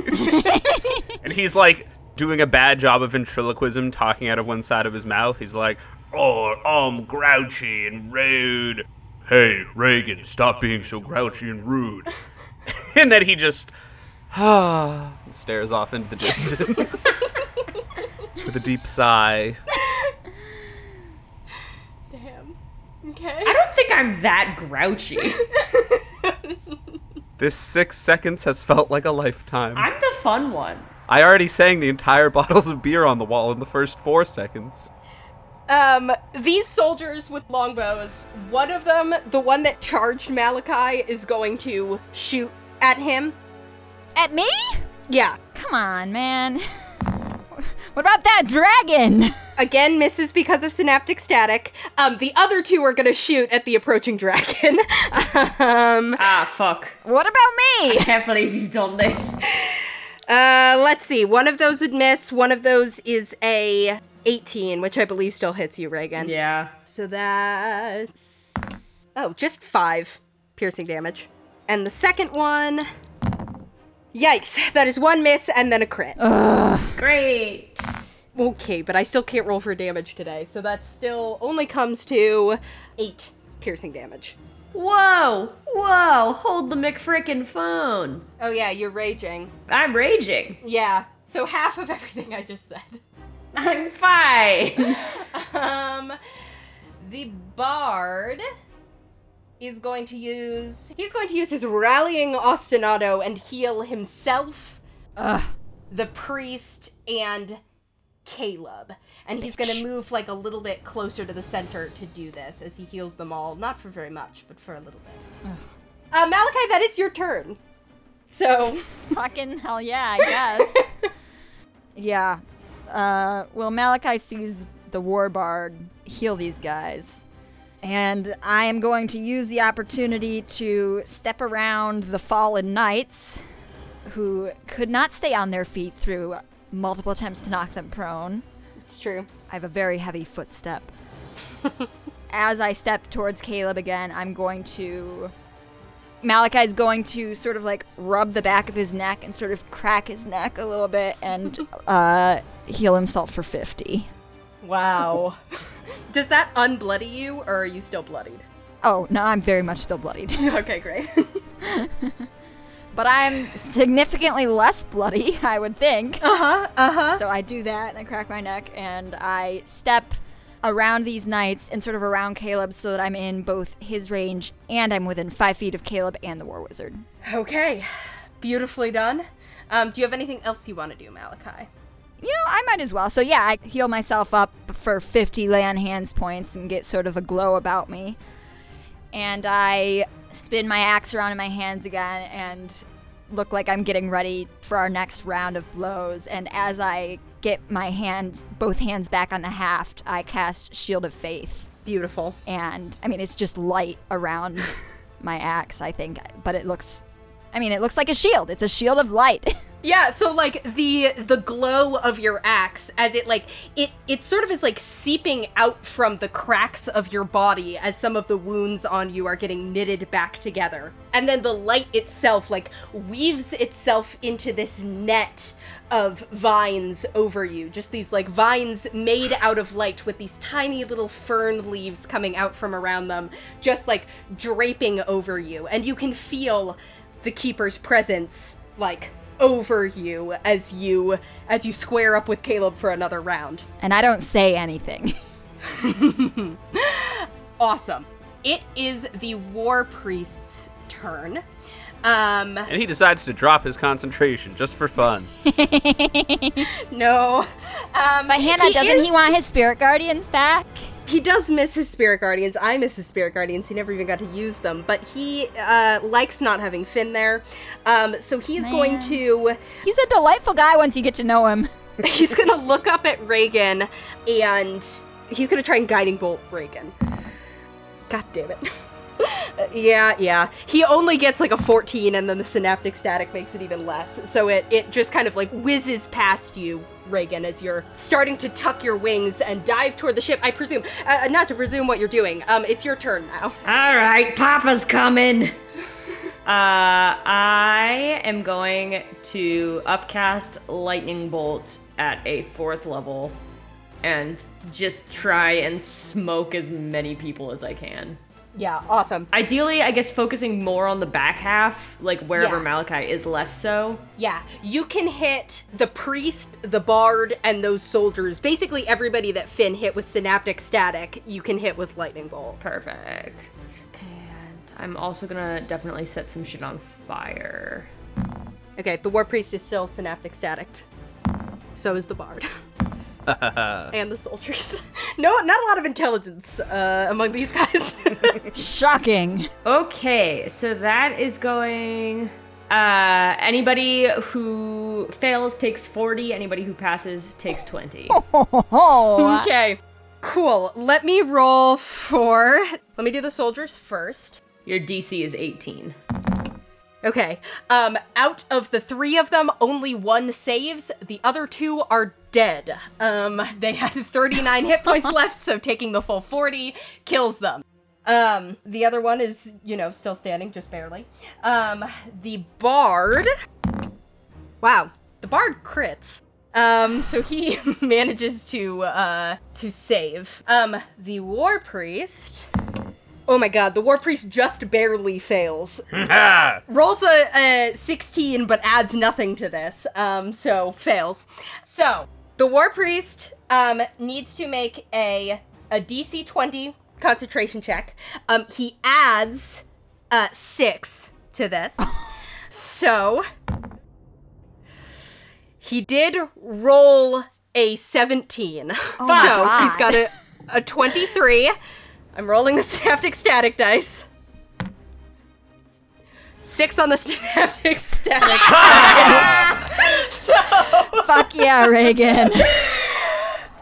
[SPEAKER 2] and he's like doing a bad job of ventriloquism, talking out of one side of his mouth. He's like, Oh, I'm grouchy and rude. Hey, Reagan, stop being so grouchy and rude. and then he just [sighs] stares off into the distance with a deep sigh.
[SPEAKER 1] Damn. Okay.
[SPEAKER 3] I don't think I'm that [laughs] grouchy.
[SPEAKER 2] This six seconds has felt like a lifetime.
[SPEAKER 3] I'm the fun one.
[SPEAKER 2] I already sang the entire [laughs] bottles of beer on the wall in the first four seconds.
[SPEAKER 1] Um, these soldiers with longbows, one of them, the one that charged Malachi, is going to shoot at him.
[SPEAKER 4] At me?
[SPEAKER 1] Yeah.
[SPEAKER 4] Come on, man. What about that dragon?
[SPEAKER 1] Again, misses because of synaptic static. Um, the other two are gonna shoot at the approaching dragon. [laughs] um,
[SPEAKER 3] Ah, fuck.
[SPEAKER 4] What about me?
[SPEAKER 3] Can't believe you've done this.
[SPEAKER 1] uh, let's see. One of those would miss. One of those is a 18, which I believe still hits you, Reagan.
[SPEAKER 3] Yeah.
[SPEAKER 1] So that's. Oh, just five piercing damage. And the second one. Yikes, [laughs] that is one miss and then a crit.
[SPEAKER 3] Great.
[SPEAKER 1] Okay, but I still can't roll for damage today, so that still only comes to eight piercing damage.
[SPEAKER 3] Whoa. Whoa. Hold the McFrickin' phone.
[SPEAKER 1] Oh, yeah, you're raging.
[SPEAKER 3] I'm raging.
[SPEAKER 1] Yeah, so half of [laughs] everything I just said.
[SPEAKER 3] I'm fine.
[SPEAKER 1] Um, the bard is going to use he's going to use his rallying ostinato and heal himself,
[SPEAKER 4] [laughs] Ugh.
[SPEAKER 1] the priest, and Caleb. And he's going to move like a little bit closer to the center to do this as he heals them all, not for very much, but for a little bit. Uh, Malachi, that is your turn. So,
[SPEAKER 4] Fucking hell yeah, I guess. [laughs] yeah. Uh, well, Malachi sees the war bard heal these guys. And I am going to use the opportunity to step around the fallen knights who could not stay on their feet through multiple attempts to knock them prone.
[SPEAKER 1] [laughs] it's true.
[SPEAKER 4] I have a very heavy footstep. As I step towards Caleb again, I'm going to. Malachi's going to sort of like rub the back of his neck and sort of crack his neck a little bit and uh, heal himself for 50.
[SPEAKER 1] Wow. [laughs] Does that unbloody you, or are you still bloodied?
[SPEAKER 4] Oh, no, I'm very much still bloodied.
[SPEAKER 1] Okay, great. [laughs]
[SPEAKER 4] but I'm significantly less bloody, [laughs] I would think. Uh huh, uh huh. So I do that and I crack my neck and I step around these knights and sort of around Caleb so that I'm in both his range and I'm within five feet of Caleb and the War Wizard.
[SPEAKER 1] Okay, beautifully done. Um, do you have anything else you want to do, Malachi?
[SPEAKER 4] You know, I might as well. So yeah, I heal myself up for 50 lay on hands points and get sort of a glow about me. And I spin my axe around in my hands again and look like I'm getting ready for our next round of blows. And as I get my hands, both hands back on the haft, I cast Shield of Faith.
[SPEAKER 1] Beautiful.
[SPEAKER 4] And I mean, it's just light around my axe, I think, but it looks. I mean, it looks like a shield. It's a shield of light. [laughs]
[SPEAKER 1] Yeah, so like the the glow of your axe as it like it it sort of is like seeping out from the cracks of your body as some of the wounds on you are getting knitted back together. And then the light itself like weaves itself into this net of vines over you. Just these like vines made out of light with these tiny little fern leaves coming out from around them, just like draping over you. And you can feel the keeper's presence like over you as you as you square up with Caleb for another round.
[SPEAKER 4] and I don't say anything.
[SPEAKER 1] Awesome. It is the war priest's turn. Um
[SPEAKER 2] And he decides to drop his concentration just for fun.
[SPEAKER 1] no. Um
[SPEAKER 4] But Hannah, doesn't he want his spirit guardians back?
[SPEAKER 1] he does miss his spirit guardians. I miss his spirit guardians. He never even got to use them, but he uh likes not having Finn there. Um so he's going
[SPEAKER 4] Man.
[SPEAKER 1] to
[SPEAKER 4] He's a delightful guy once you get to know him.
[SPEAKER 1] [laughs] he's going to look up at Reagan and he's going to try and guiding bolt Reagan. God damn it. [laughs] Uh, yeah, yeah. He only gets like a 14 and then the synaptic static makes it even less. So it it just kind of like whizzes past you Reagan, as you're starting to tuck your wings and dive toward the ship. I presume, uh, not to presume what you're doing. Um, it's your turn now.
[SPEAKER 3] All right, Papa's coming. Uh, I am going to upcast lightning bolt at a fourth level, and just try and smoke as many people as I can.
[SPEAKER 1] Yeah, awesome.
[SPEAKER 3] Ideally, I guess focusing more on the back half, like wherever
[SPEAKER 1] Yeah.
[SPEAKER 3] Malachi is, less so.
[SPEAKER 1] Yeah, you can hit the priest, the bard, and those soldiers. Basically, everybody that Finn hit with synaptic static, you can hit with lightning bolt.
[SPEAKER 3] Perfect. And I'm also gonna definitely set some shit on fire.
[SPEAKER 1] Okay, the war priest is still synaptic static. So is the bard. and the soldiers. [laughs] no, not a lot of intelligence uh, among these guys.
[SPEAKER 4] Shocking.
[SPEAKER 3] Okay, so that is going. Uh, anybody who fails takes 40, anybody who passes takes 20.
[SPEAKER 4] Oh,
[SPEAKER 1] okay, cool. Let me roll for. Let me do the soldiers first.
[SPEAKER 3] Your DC is 18.
[SPEAKER 1] Okay. Um, out of the three of them, only one saves. The other two are dead. Um, they had [laughs] 39 hit points left, so taking the full 40 kills them. Um, the other one is, you know, still standing, just barely. Um, the bard. Wow, the bard crits. Um, so he [laughs] manages to uh to save. Um, the war priest. Oh my god, the war priest just barely fails
[SPEAKER 2] Ah!
[SPEAKER 1] rolls a, a 16 uh, but adds nothing to this um so fails so the war priest um needs to make a a dc 20 concentration check um he adds uh six to this
[SPEAKER 4] [laughs]
[SPEAKER 1] so he did roll a 17
[SPEAKER 4] Oh my
[SPEAKER 1] [laughs] so
[SPEAKER 4] God.
[SPEAKER 1] he's got a a 23 i'm rolling the [laughs] synaptic static dice six on the [laughs] synaptic
[SPEAKER 4] [laughs]
[SPEAKER 1] static
[SPEAKER 4] [laughs]
[SPEAKER 1] [laughs]
[SPEAKER 4] fuck yeah, [laughs] Reagan.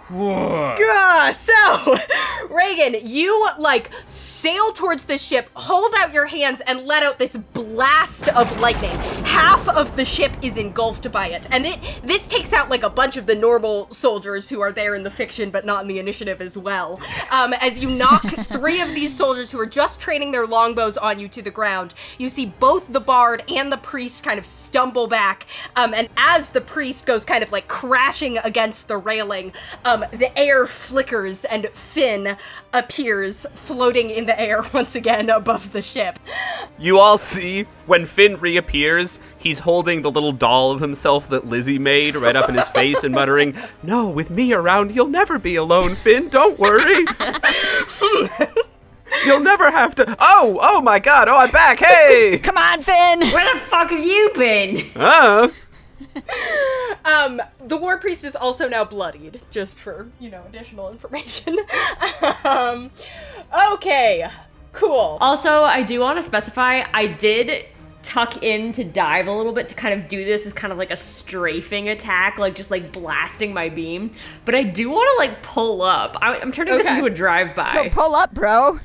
[SPEAKER 1] Uh, so, [laughs] Reagan, you like sail towards the ship, hold out your hands, and let out this blast of lightning. Half of the ship is engulfed by it, and it this takes out like a bunch of the normal soldiers who are there in the fiction but not in the initiative as well. Um, as you knock three of these soldiers who are just training their longbows on you to the ground, you see both the bard and the priest kind of stumble back. Um, and as the priest goes kind of like crashing against the railing, um, the air flickers and Finn appears floating in the air [laughs] once again above the ship.
[SPEAKER 2] You all see when Finn reappears, he's holding the little doll of himself that Lizzie made right up in his face and [laughs] muttering, No, with me around, you'll never be alone, Finn, don't [laughs] worry. you'll never have to. Oh, oh my god, oh, I'm back, [laughs] hey!
[SPEAKER 4] Come on, Finn.
[SPEAKER 3] Where the fuck have you been?
[SPEAKER 2] Oh.
[SPEAKER 1] Um, the war priest is also now bloodied, just for, you know, additional information. [laughs] um, okay, cool.
[SPEAKER 3] Also, I do want to specify I did tuck in to dive a little bit to kind of do this as kind of like a strafing attack, like just like blasting my beam. But I do want to like pull up. I, I'm turning this
[SPEAKER 1] Okay.
[SPEAKER 3] into a drive
[SPEAKER 4] Yo,
[SPEAKER 3] by.
[SPEAKER 4] pull up, bro.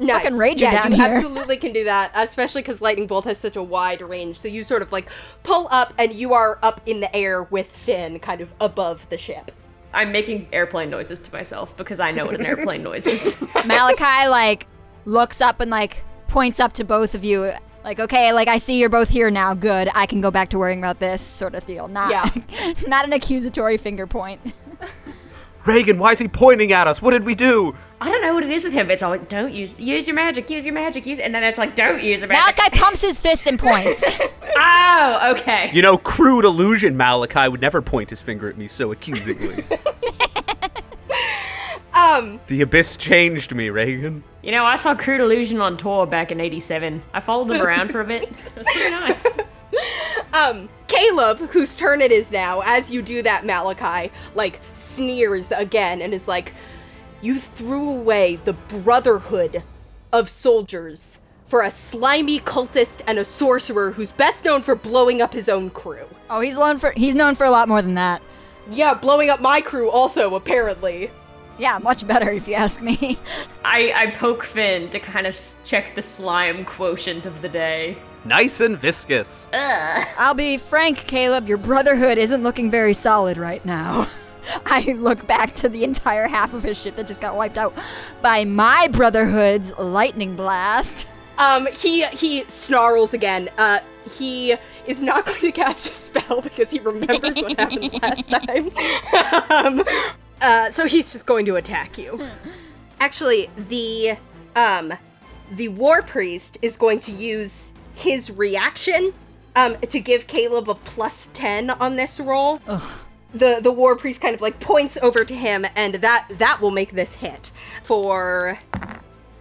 [SPEAKER 1] Nice.
[SPEAKER 4] Fucking rager
[SPEAKER 1] yeah,
[SPEAKER 4] down
[SPEAKER 1] you
[SPEAKER 4] here. [laughs]
[SPEAKER 1] absolutely can do that, especially because lightning bolt has such a wide range. So you sort of like pull up, and you are up in the air with Finn, kind of above the ship.
[SPEAKER 3] I'm making airplane noises to myself because I know what an airplane noise is.
[SPEAKER 4] Malachi like looks up and like points up to both of you. Like, okay, like I see you're both here now. Good. I can go back to worrying about this sort of deal. Not [laughs] not an accusatory finger point.
[SPEAKER 2] Reagan, why is he pointing at us? What did we do?
[SPEAKER 3] I don't know what it is with him. It's all like, don't use use your magic, use your magic, use and then it's like, don't use your magic.
[SPEAKER 4] [laughs] Malachi pumps his fist and points.
[SPEAKER 3] Oh, okay.
[SPEAKER 2] You know, crude illusion Malachi would never point his finger at me so accusingly.
[SPEAKER 1] Um,
[SPEAKER 2] the abyss changed me, Reagan.
[SPEAKER 3] You know, I saw Crude Illusion on tour back in '87. I followed them around for a bit. It was pretty nice.
[SPEAKER 1] um, Caleb, whose turn it is now, as you do that, Malachi like sneers again and is like, "You threw away the brotherhood of soldiers." For a slimy cultist and a sorcerer who's best known for blowing up his own crew.
[SPEAKER 4] [laughs] oh, he's known for he's known for a lot more than that.
[SPEAKER 1] Yeah, blowing up my crew also, apparently.
[SPEAKER 4] Yeah, much better if you ask me.
[SPEAKER 3] I, I poke Finn to kind of s- check the slime quotient of the day.
[SPEAKER 2] Nice and viscous.
[SPEAKER 4] I'll be frank, Caleb, your brotherhood isn't looking very solid right now. [laughs] I look back to the entire half of his ship that just got wiped out by my brotherhood's lightning blast.
[SPEAKER 1] Um, he he snarls again. Uh, he is not going to cast a spell because he remembers what happened last time. um, uh, so he's just going to attack you. Actually, the um, the war priest is going to use his reaction um, to give Caleb a plus ten on this roll. The the war priest kind of like points over to him, and that that will make this hit for.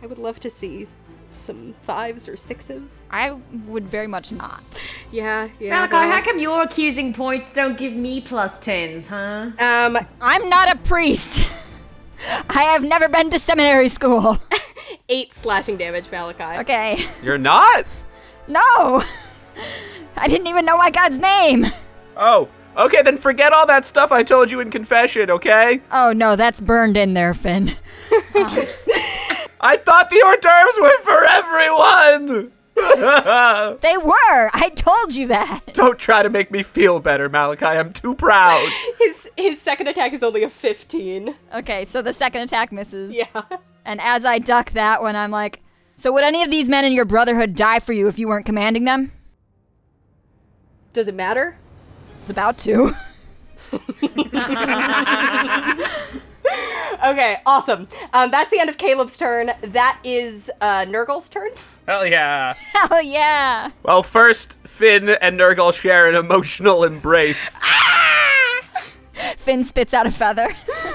[SPEAKER 1] I would love to see some fives or sixes.
[SPEAKER 4] I would very much not.
[SPEAKER 1] Yeah, yeah.
[SPEAKER 3] Malachi, how come your accusing points don't give me plus tens, huh?
[SPEAKER 1] Um,
[SPEAKER 4] I'm not a priest. [laughs] I have never been to seminary school. [laughs]
[SPEAKER 1] eight slashing damage, Malachi.
[SPEAKER 4] Okay.
[SPEAKER 2] You're not?
[SPEAKER 4] No! [laughs] I didn't even know my god's name!
[SPEAKER 2] Oh, okay, then forget all that stuff I told you in confession, okay?
[SPEAKER 4] Oh no, that's burned in there, Finn.
[SPEAKER 2] I thought the hors d'oeuvres were for everyone! [laughs]
[SPEAKER 4] They were! I told you that!
[SPEAKER 2] Don't try to make me feel better, Malachi. I'm too proud.
[SPEAKER 1] His his second attack is only a fifteen.
[SPEAKER 4] Okay, so the second attack misses.
[SPEAKER 1] [laughs] Yeah.
[SPEAKER 4] And as I duck that one, I'm like, so would any of these men in your brotherhood die for you if you weren't commanding them?
[SPEAKER 1] Does it matter?
[SPEAKER 4] It's about to. [laughs]
[SPEAKER 1] Okay, awesome. Um, that's the end of Caleb's turn. That is uh, Nurgle's turn.
[SPEAKER 2] Hell yeah.
[SPEAKER 4] Hell yeah!
[SPEAKER 2] Well, first, Finn and Nurgle share an emotional embrace.
[SPEAKER 4] Finn spits out a feather.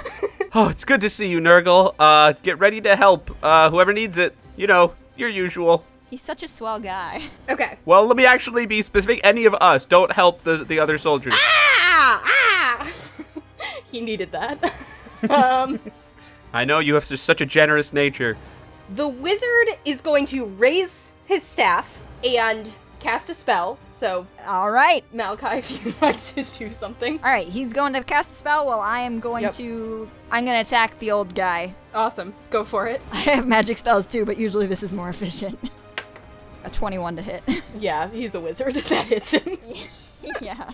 [SPEAKER 4] [laughs]
[SPEAKER 2] oh, it's good to see you, Nurgle. Uh, get ready to help uh, whoever needs it. You know, your usual.
[SPEAKER 4] He's such a swell guy.
[SPEAKER 1] Okay.
[SPEAKER 2] Well, let me actually be specific. Any of us don't help the, the other soldiers.
[SPEAKER 1] Ah, ah. [laughs] he needed that. [laughs] um,
[SPEAKER 2] I know you have just such a generous nature.
[SPEAKER 1] the wizard is going to raise his staff and cast a spell. So,
[SPEAKER 4] Alright.
[SPEAKER 1] Malachi, [laughs] if you'd like to do something,
[SPEAKER 4] Alright, he's going to cast a spell while I am going
[SPEAKER 1] Yep.
[SPEAKER 4] to. I'm going to attack the old guy. [laughs]
[SPEAKER 1] awesome. Go for it.
[SPEAKER 4] I have magic spells too, but usually this is more efficient. [laughs] A 21 to hit. [laughs]
[SPEAKER 1] Yeah, he's a wizard. [laughs] that hits him.
[SPEAKER 4] yeah.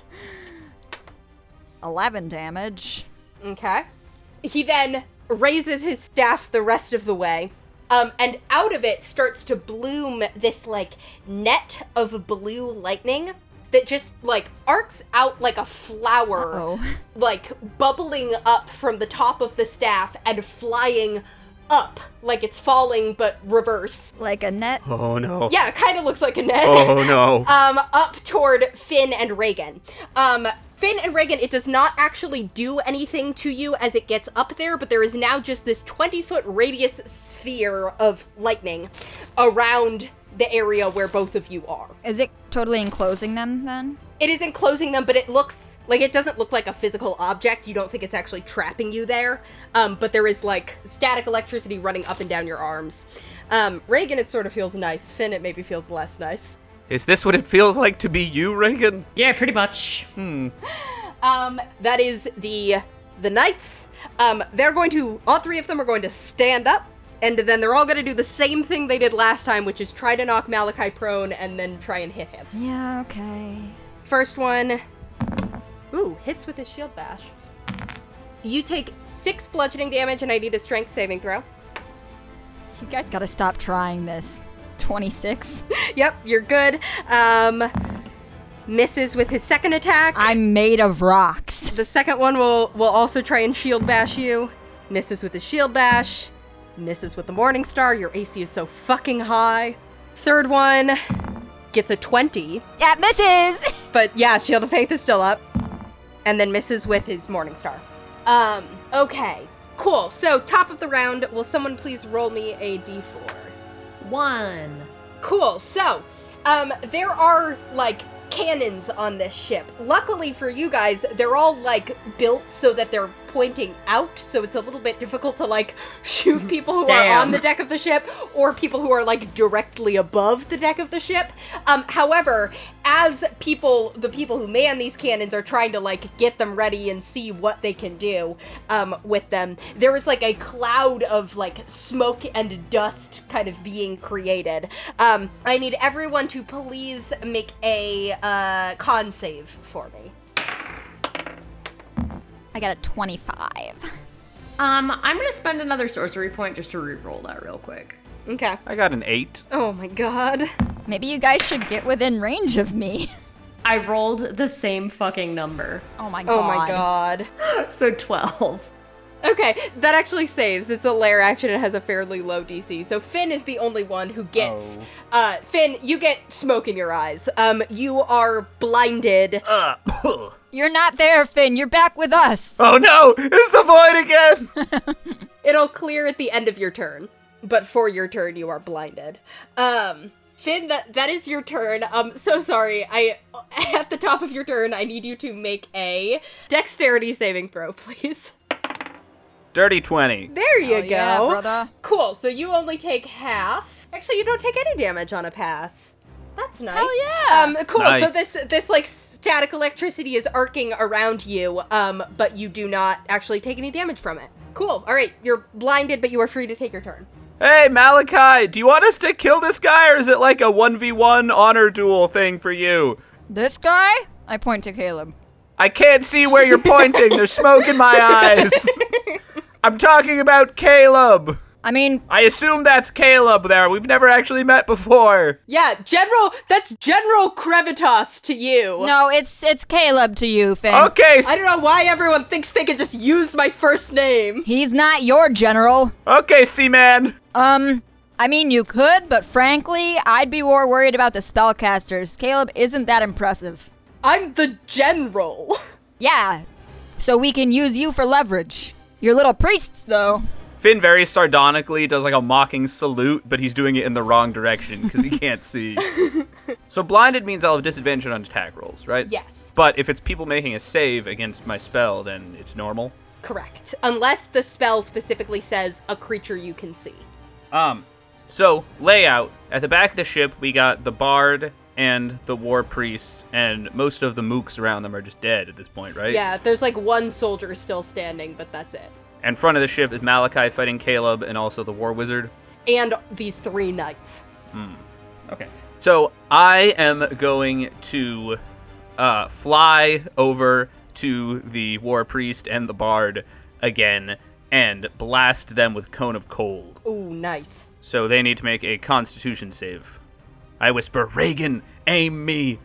[SPEAKER 4] 11 damage.
[SPEAKER 1] Okay. He then raises his staff the rest of the way. Um, and out of it starts to bloom this like net of blue lightning that just like arcs out like a flower, [laughs]
[SPEAKER 4] Uh-oh.
[SPEAKER 1] like bubbling up from the top of the staff and flying up like it's falling but reverse.
[SPEAKER 4] Like a net.
[SPEAKER 2] Oh, no.
[SPEAKER 1] Yeah, it kind of looks like a net.
[SPEAKER 2] Oh, no.
[SPEAKER 1] um, up toward Finn and Reagan. Um, Finn and Reagan, it does not actually do anything to you as it gets up there, but there is now just this 20 foot radius sphere of lightning around the area where both of you are.
[SPEAKER 4] Is it totally enclosing them then?
[SPEAKER 1] It is enclosing them, but it looks like it doesn't look like a physical object. You don't think it's actually trapping you there. Um, but there is like static electricity running up and down your arms. Um, Reagan, it sort of feels nice. Finn, it maybe feels less nice.
[SPEAKER 2] Is this what it feels like to be you, Reagan?
[SPEAKER 3] yeah, pretty much.
[SPEAKER 1] Um, that is the the knights. Um, they're going to all three of them are going to stand up, and then they're all going to do the same thing they did last time, which is try to knock Malachi prone and then try and hit him.
[SPEAKER 4] Yeah, okay.
[SPEAKER 1] First one, ooh, hits with his shield bash. You take six bludgeoning damage, and I need a strength saving throw.
[SPEAKER 4] You guys gotta stop trying this. 26.
[SPEAKER 1] Yep, you're good. Um, misses with his second attack.
[SPEAKER 4] I'm made of rocks.
[SPEAKER 1] The second one will will also try and shield bash you. Misses with the shield bash. Misses with the morning star. Your AC is so fucking high. Third one gets a 20.
[SPEAKER 4] That misses!
[SPEAKER 1] But yeah, Shield of Faith is still up. And then misses with his morning star. Um, okay. Cool. So top of the round, will someone please roll me a D4?
[SPEAKER 3] One.
[SPEAKER 1] Cool. So, um, there are like cannons on this ship. Luckily for you guys, they're all like built so that they're pointing out, so it's a little bit difficult to like [laughs] shoot people who are
[SPEAKER 3] Damn.
[SPEAKER 1] on the deck of the ship or people who are like directly above the deck of the ship. Um, however, as people, the people who man these cannons are trying to like get them ready and see what they can do um, with them, there is like a cloud of like smoke and dust kind of being created. Um, I need everyone to please make a uh, con save for me.
[SPEAKER 4] I got a 25.
[SPEAKER 3] Um, I'm gonna spend another sorcery point just to re-roll that real quick.
[SPEAKER 1] Okay.
[SPEAKER 2] I got an eight.
[SPEAKER 1] Oh my god.
[SPEAKER 4] Maybe you guys should get within range of me.
[SPEAKER 3] I rolled the same fucking number,
[SPEAKER 4] Oh my god.
[SPEAKER 1] Oh my god.
[SPEAKER 3] so 12.
[SPEAKER 1] Okay, that actually saves. It's a lair action. It has a fairly low DC. So Finn is the only one who gets. Uh, Finn, you get smoke in your eyes. Um, you are blinded.
[SPEAKER 2] Uh,
[SPEAKER 4] You're not there, Finn. You're back with us.
[SPEAKER 2] oh no! It's the void again!
[SPEAKER 1] It'll clear at the end of your turn, but for your turn, you are blinded. Um, Finn, that that is your turn. Um, so sorry. I [laughs] at the top of your turn, I need you to make a dexterity saving throw, [laughs] please.
[SPEAKER 2] Dirty 20.
[SPEAKER 1] There you
[SPEAKER 4] Hell
[SPEAKER 1] go.
[SPEAKER 4] yeah, brother.
[SPEAKER 1] Cool. So you only take half. Actually, you don't take any damage on a pass. That's nice.
[SPEAKER 4] Hell yeah.
[SPEAKER 1] Um, cool. So
[SPEAKER 2] Nice.
[SPEAKER 1] this this like static electricity is arcing around you, um, but you do not actually take any damage from it. Cool. All right, you're blinded, but you are free to take your turn.
[SPEAKER 2] Hey, Malachi, do you want us to kill this guy or is it like a 1v1 honor duel thing for you?
[SPEAKER 4] This guy? I point to Caleb.
[SPEAKER 2] I can't see where you're pointing. There's smoke in my eyes. I'm talking about Caleb.
[SPEAKER 4] I mean,
[SPEAKER 2] I assume that's Caleb there. We've never actually met before.
[SPEAKER 1] Yeah, General. That's General Crevitas to you.
[SPEAKER 4] no, it's it's Caleb to you, Finn.
[SPEAKER 2] Okay, s-
[SPEAKER 1] I don't know why everyone thinks they can just use my first name.
[SPEAKER 4] He's not your general.
[SPEAKER 2] okay, Seaman.
[SPEAKER 4] Um, I mean, you could, but frankly, I'd be more worried about the spellcasters. Caleb isn't that impressive.
[SPEAKER 1] I'm the General. [laughs]
[SPEAKER 4] Yeah, so we can use you for leverage. Your little priests, though.
[SPEAKER 2] Finn very sardonically does like a mocking salute, but he's doing it in the wrong direction because
[SPEAKER 1] [laughs]
[SPEAKER 2] he can't see. so blinded means I'll have disadvantage on attack rolls, right?
[SPEAKER 1] Yes.
[SPEAKER 2] But if it's people making a save against my spell, then it's normal.
[SPEAKER 1] Correct. Unless the spell specifically says a creature you can see.
[SPEAKER 2] Um, so layout at the back of the ship, we got the bard and the war priest, and most of the mooks around them are just dead at this point, right?
[SPEAKER 1] Yeah, there's like one soldier still standing, but that's it.
[SPEAKER 2] And front of the ship is Malachi fighting Caleb and also the war wizard.
[SPEAKER 1] And these three knights.
[SPEAKER 2] Okay. So I am going to uh, fly over to the war priest and the bard again and blast them with cone of cold.
[SPEAKER 1] Ooh, nice.
[SPEAKER 2] So they need to make a constitution save. I whisper, Reagan, aim me.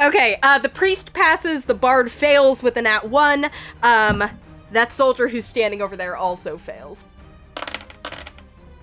[SPEAKER 1] Okay, uh, the priest passes, the bard fails with an at one. Um, that soldier who's standing over there also fails.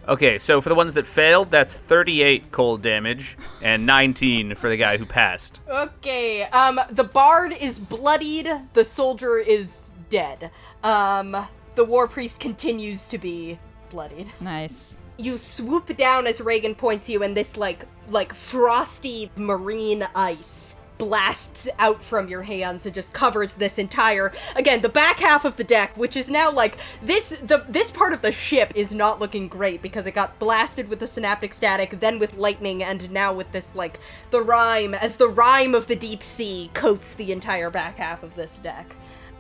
[SPEAKER 2] Okay, so for the ones that failed, that's 38 cold damage and 19 for the guy who passed.
[SPEAKER 1] Okay, um, the bard is bloodied, the soldier is dead. Um, the war priest continues to be bloodied.
[SPEAKER 4] Nice.
[SPEAKER 1] you swoop down as Reagan points you, and this like like frosty marine ice blasts out from your hands and just covers this entire again the back half of the deck which is now like this the this part of the ship is not looking great because it got blasted with the synaptic static then with lightning and now with this like the rime as the rime of the deep sea coats the entire back half of this deck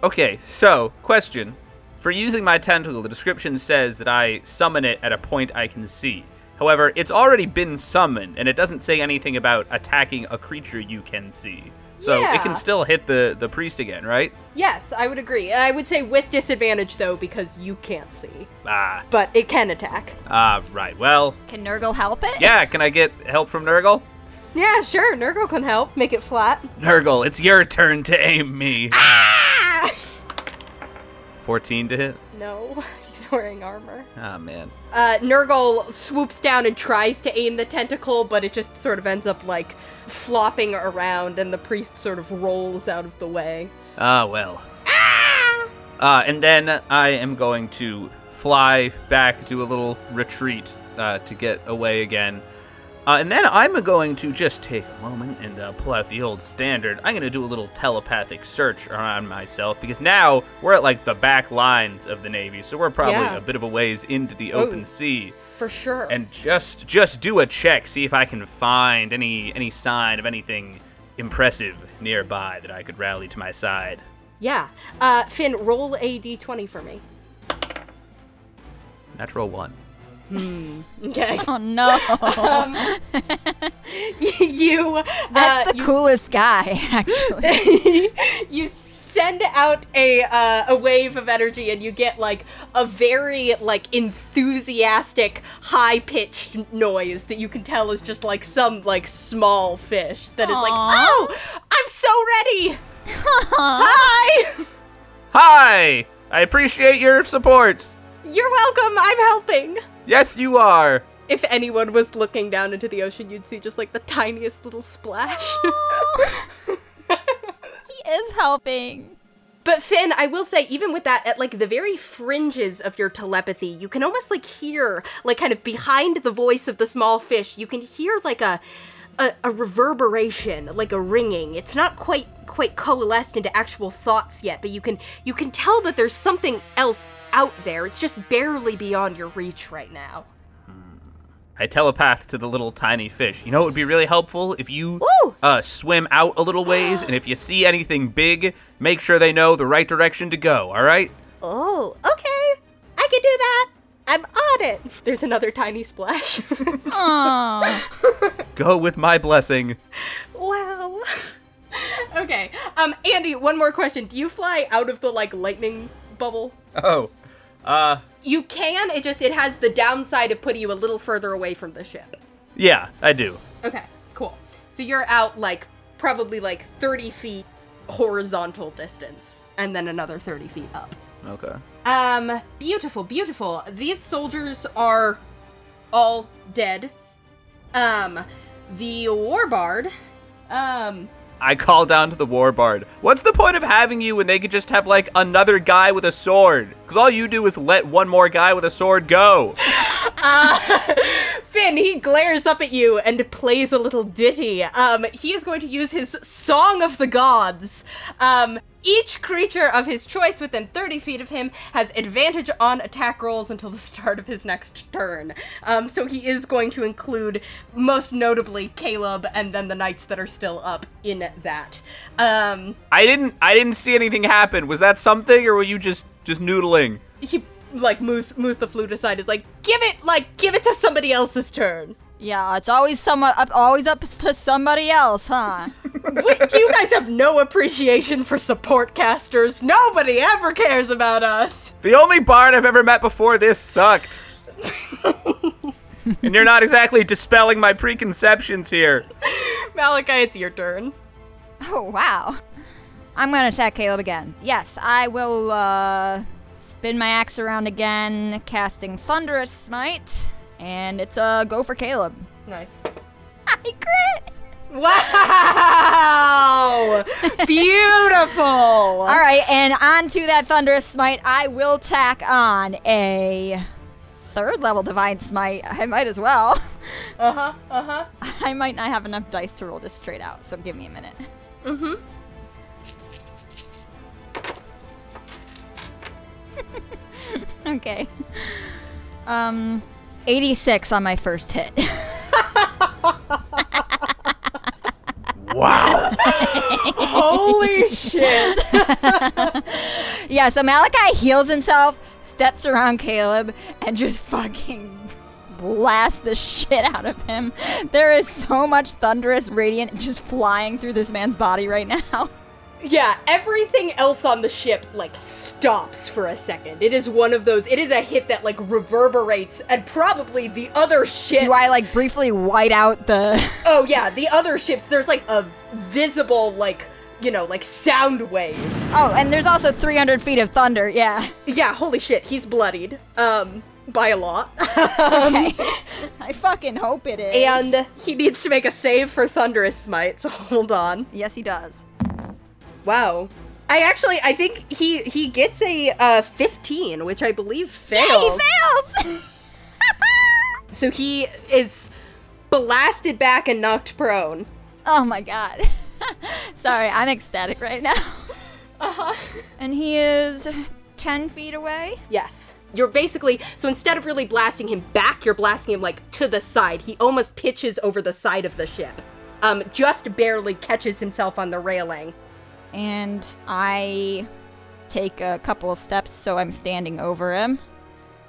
[SPEAKER 2] Okay, so, question. For using my tentacle, the description says that I summon it at a point I can see. However, it's already been summoned, and it doesn't say anything about attacking a creature you can see. So
[SPEAKER 1] Yeah.
[SPEAKER 2] it can still hit the, the priest again, right?
[SPEAKER 1] yes i would agree i would say with disadvantage though because you can't see
[SPEAKER 2] Ah,
[SPEAKER 1] but it can attack
[SPEAKER 2] ah, right. Well,
[SPEAKER 4] Can Nurgle help it?
[SPEAKER 2] yeah, can I get help from Nurgle?
[SPEAKER 1] Yeah, sure. Nurgle can help. Make it flat.
[SPEAKER 2] Nurgle, it's your turn to aim me. 14 to hit.
[SPEAKER 1] No, [laughs] he's wearing armor.
[SPEAKER 2] Ah, man.
[SPEAKER 1] Uh, Nurgle swoops down and tries to aim the tentacle, but it just sort of ends up like flopping around, and the priest sort of rolls out of the way.
[SPEAKER 2] Ah, well. Ah! Uh, and then I am going to fly back, do a little retreat uh, to get away again. Uh, and then I'm going to just take a moment and uh, pull out the old standard. I'm going to do a little telepathic search around myself because now we're at like the back lines of the Navy, so we're probably
[SPEAKER 1] Yeah.
[SPEAKER 2] a bit of a ways into the
[SPEAKER 1] Oh.
[SPEAKER 2] open sea.
[SPEAKER 1] For sure.
[SPEAKER 2] And just just do a check, see if I can find any any sign of anything impressive nearby that I could rally to my side.
[SPEAKER 1] yeah. Uh, Finn, roll a d20 for me.
[SPEAKER 2] Natural one.
[SPEAKER 1] Okay.
[SPEAKER 4] [laughs] Oh [laughs] no.
[SPEAKER 1] [laughs] you.
[SPEAKER 4] That's
[SPEAKER 1] uh,
[SPEAKER 4] the
[SPEAKER 1] you
[SPEAKER 4] coolest guy, [laughs] actually.
[SPEAKER 1] [laughs] you send out a uh, a wave of energy and you get like a very like enthusiastic high pitched noise that you can tell is just like some like small fish that is like
[SPEAKER 4] Aw.
[SPEAKER 1] oh I'm so ready hi [laughs]
[SPEAKER 2] Hi! I appreciate your support.
[SPEAKER 1] you're welcome I'm helping
[SPEAKER 2] Yes, you are.
[SPEAKER 1] if anyone was looking down into the ocean you'd see just like the tiniest little splash
[SPEAKER 4] he is [laughs] helping.
[SPEAKER 1] But Finn, I will say, even with that, at like the very fringes of your telepathy, you can almost like hear, like kind of behind the voice of the small fish, you can hear like a a, a reverberation, like a ringing. It's not quite quite coalesced into actual thoughts yet, but you can you can tell that there's something else out there. It's just barely beyond your reach right now.
[SPEAKER 2] I telepath to the little tiny fish. You know it would be really helpful if you
[SPEAKER 1] Ooh.
[SPEAKER 2] uh, swim out a little ways, and if you see anything big, make sure they know the right direction to go. All right?
[SPEAKER 1] Oh, okay. I can do that. I'm on it. There's another tiny splash. [laughs]
[SPEAKER 4] Aw.
[SPEAKER 2] Go with my blessing.
[SPEAKER 1] Wow. [laughs] okay. Um, Andy, one more question. Do you fly out of the like lightning bubble?
[SPEAKER 2] Oh, uh,
[SPEAKER 1] You can. It just it has the downside of putting you a little further away from the ship.
[SPEAKER 2] yeah, I do.
[SPEAKER 1] Okay. Cool. So you're out like probably like 30 feet horizontal distance, and then another 30 feet up.
[SPEAKER 2] Okay.
[SPEAKER 1] Um, beautiful, beautiful. These soldiers are all dead. Um, the war bard. Um.
[SPEAKER 2] I call down to the war bard. What's the point of having you when they could just have like another guy with a sword? Cause all you do is let one more guy with a sword go.
[SPEAKER 1] Finn, he glares up at you and plays a little ditty. Um, he is going to use his Song of the Gods. Um, each creature of his choice within 30 feet of him has advantage on attack rolls until the [laughs] start of his next turn. Um, so he is going to include, most notably, Caleb and then the knights that are still up in that. Um,
[SPEAKER 2] I didn't. I didn't see anything happen. Was that something, or were you just just noodling?
[SPEAKER 1] he, like, moves, moves the flute aside, is like, give it, like, give it to somebody else's turn.
[SPEAKER 4] yeah, it's always someone up, always up to somebody else, [laughs] huh?
[SPEAKER 1] Wait, you guys have no appreciation for support casters. Nobody ever cares about us.
[SPEAKER 2] The only bard I've ever met before this sucked. and you're not exactly dispelling my preconceptions here.
[SPEAKER 1] Malachi, it's your turn.
[SPEAKER 4] Oh wow. I'm gonna attack Caleb again. Yes, I will uh spin my axe around again, casting Thunderous Smite, and it's a go for Caleb. [laughs]
[SPEAKER 1] Nice.
[SPEAKER 4] I crit!
[SPEAKER 1] Wow! [laughs] Beautiful.
[SPEAKER 4] Alright, and on to that Thunderous Smite, I will tack on a third level divine smite. I might as well.
[SPEAKER 1] Uh huh. Uh huh.
[SPEAKER 4] I might not have enough dice to roll this straight out, so give me a minute. Mm-hmm. [laughs] okay. Um, 86 on my first hit.
[SPEAKER 2] Wow.
[SPEAKER 1] Holy shit!
[SPEAKER 4] yeah, so Malachi heals himself, steps around Caleb, and just [laughs] fucking blast the shit out of him. There is so much thunderous radiant just flying through this man's body right now. [laughs]
[SPEAKER 1] Yeah, everything else on the ship like stops for a second. It is one of those. It is a hit that like reverberates, and probably the other ship.
[SPEAKER 4] Do I like briefly white out the
[SPEAKER 1] Oh yeah, the other ships. There's like a visible like you know like sound wave.
[SPEAKER 4] [laughs] Oh, and there's also 300 feet of thunder. [laughs] Yeah.
[SPEAKER 1] Yeah, holy shit, he's bloodied. Um, by a lot. [laughs]
[SPEAKER 4] Okay. [laughs] I fucking hope it is.
[SPEAKER 1] and he needs to make a save for Thunderous Smite, so [laughs] hold on.
[SPEAKER 4] yes, he does.
[SPEAKER 1] Wow. I actually, I think he he gets a uh, 15, which I
[SPEAKER 4] Oh.
[SPEAKER 1] believe fails.
[SPEAKER 4] He fails.
[SPEAKER 1] so he is blasted back and knocked prone.
[SPEAKER 4] [laughs] Oh my god. [laughs] Sorry, I'm ecstatic right [laughs] now. Uh-huh. And he is 10 feet away?
[SPEAKER 1] Yes. You're basically so instead of really blasting him back, you're blasting him like to the side. He almost pitches over the side of the ship. Um, just barely catches himself on the railing.
[SPEAKER 4] And I take a couple of steps so I'm standing over him.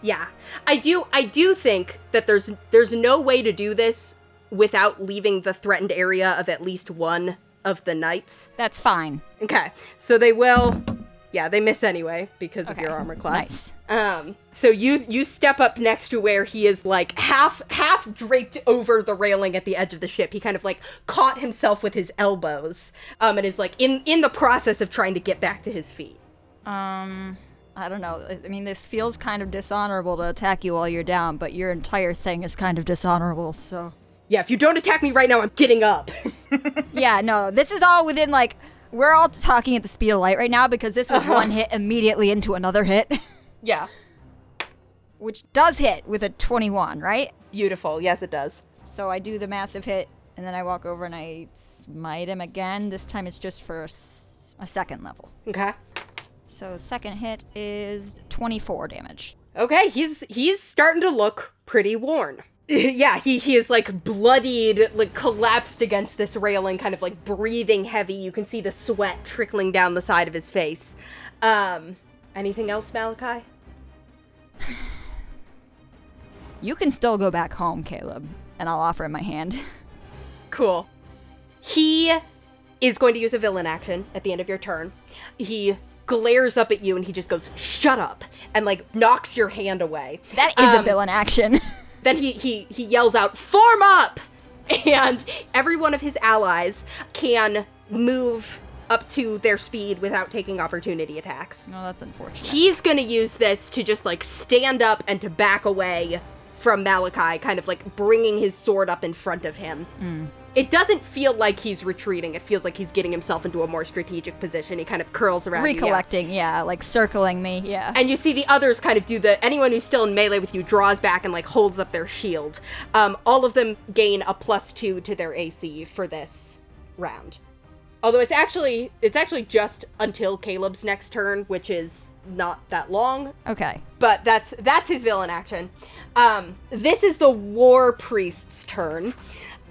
[SPEAKER 1] Yeah. I do I do think that there's there's no way to do this without leaving the threatened area of at least one of the knights.
[SPEAKER 4] That's fine.
[SPEAKER 1] Okay. So they will Yeah, they miss anyway because of
[SPEAKER 4] Okay,
[SPEAKER 1] your armor class. Um so you you step up next to where he is like half half draped over the railing at the edge of the ship. He kind of like caught himself with his elbows um and is like in in the process of trying to get back to his feet.
[SPEAKER 4] Um, I don't know. I- I mean, this feels kind of dishonorable to attack you while you're down, but your entire thing is kind of dishonorable, so.
[SPEAKER 1] Yeah, if you don't attack me right now, I'm getting up. [laughs]
[SPEAKER 4] yeah, no, this is all within like. We're all talking at the speed of light right now because this was one hit immediately into another hit, [laughs]
[SPEAKER 1] yeah.
[SPEAKER 4] which does hit with a 21, right?
[SPEAKER 1] Beautiful. Yes, it does.
[SPEAKER 4] So I do the massive hit, and then I walk over and I smite him again. This time it's just for a, s- a second level.
[SPEAKER 1] Okay.
[SPEAKER 4] So second hit is 24 damage.
[SPEAKER 1] Okay, he's he's starting to look pretty worn. [laughs] yeah, he he is like bloodied, like collapsed against this railing, kind of like breathing heavy. You can see the sweat trickling down the side of his face. Um, anything else, Malachi?
[SPEAKER 4] You can still go back home, Caleb, and I'll offer him my [laughs] hand.
[SPEAKER 1] Cool. He is going to use a villain action at the end of your turn. He glares up at you and he just goes, "Shut up!" and like knocks your hand away.
[SPEAKER 4] That is a
[SPEAKER 1] Um,
[SPEAKER 4] villain [laughs] action.
[SPEAKER 1] Then he he he yells out, "Form up!" And every one of his allies can move up to their speed without taking opportunity attacks.
[SPEAKER 4] no, that's unfortunate.
[SPEAKER 1] He's going to use this to just like stand up and to back away from Malachi, kind of like bringing his sword up in front of him. It doesn't feel like he's retreating. It feels like he's getting himself into a more strategic position. He kind of curls around. you. Yeah.
[SPEAKER 4] Recollecting, yeah. like circling me, yeah.
[SPEAKER 1] And you see the others kind of do the anyone who's still in melee with you draws back and like holds up their shield. Um, all of them gain a plus two to their AC for this round. Although it's actually it's actually just until Caleb's next turn, which is not that long.
[SPEAKER 4] okay.
[SPEAKER 1] But that's that's his villain action. Um, this is the war priest's turn.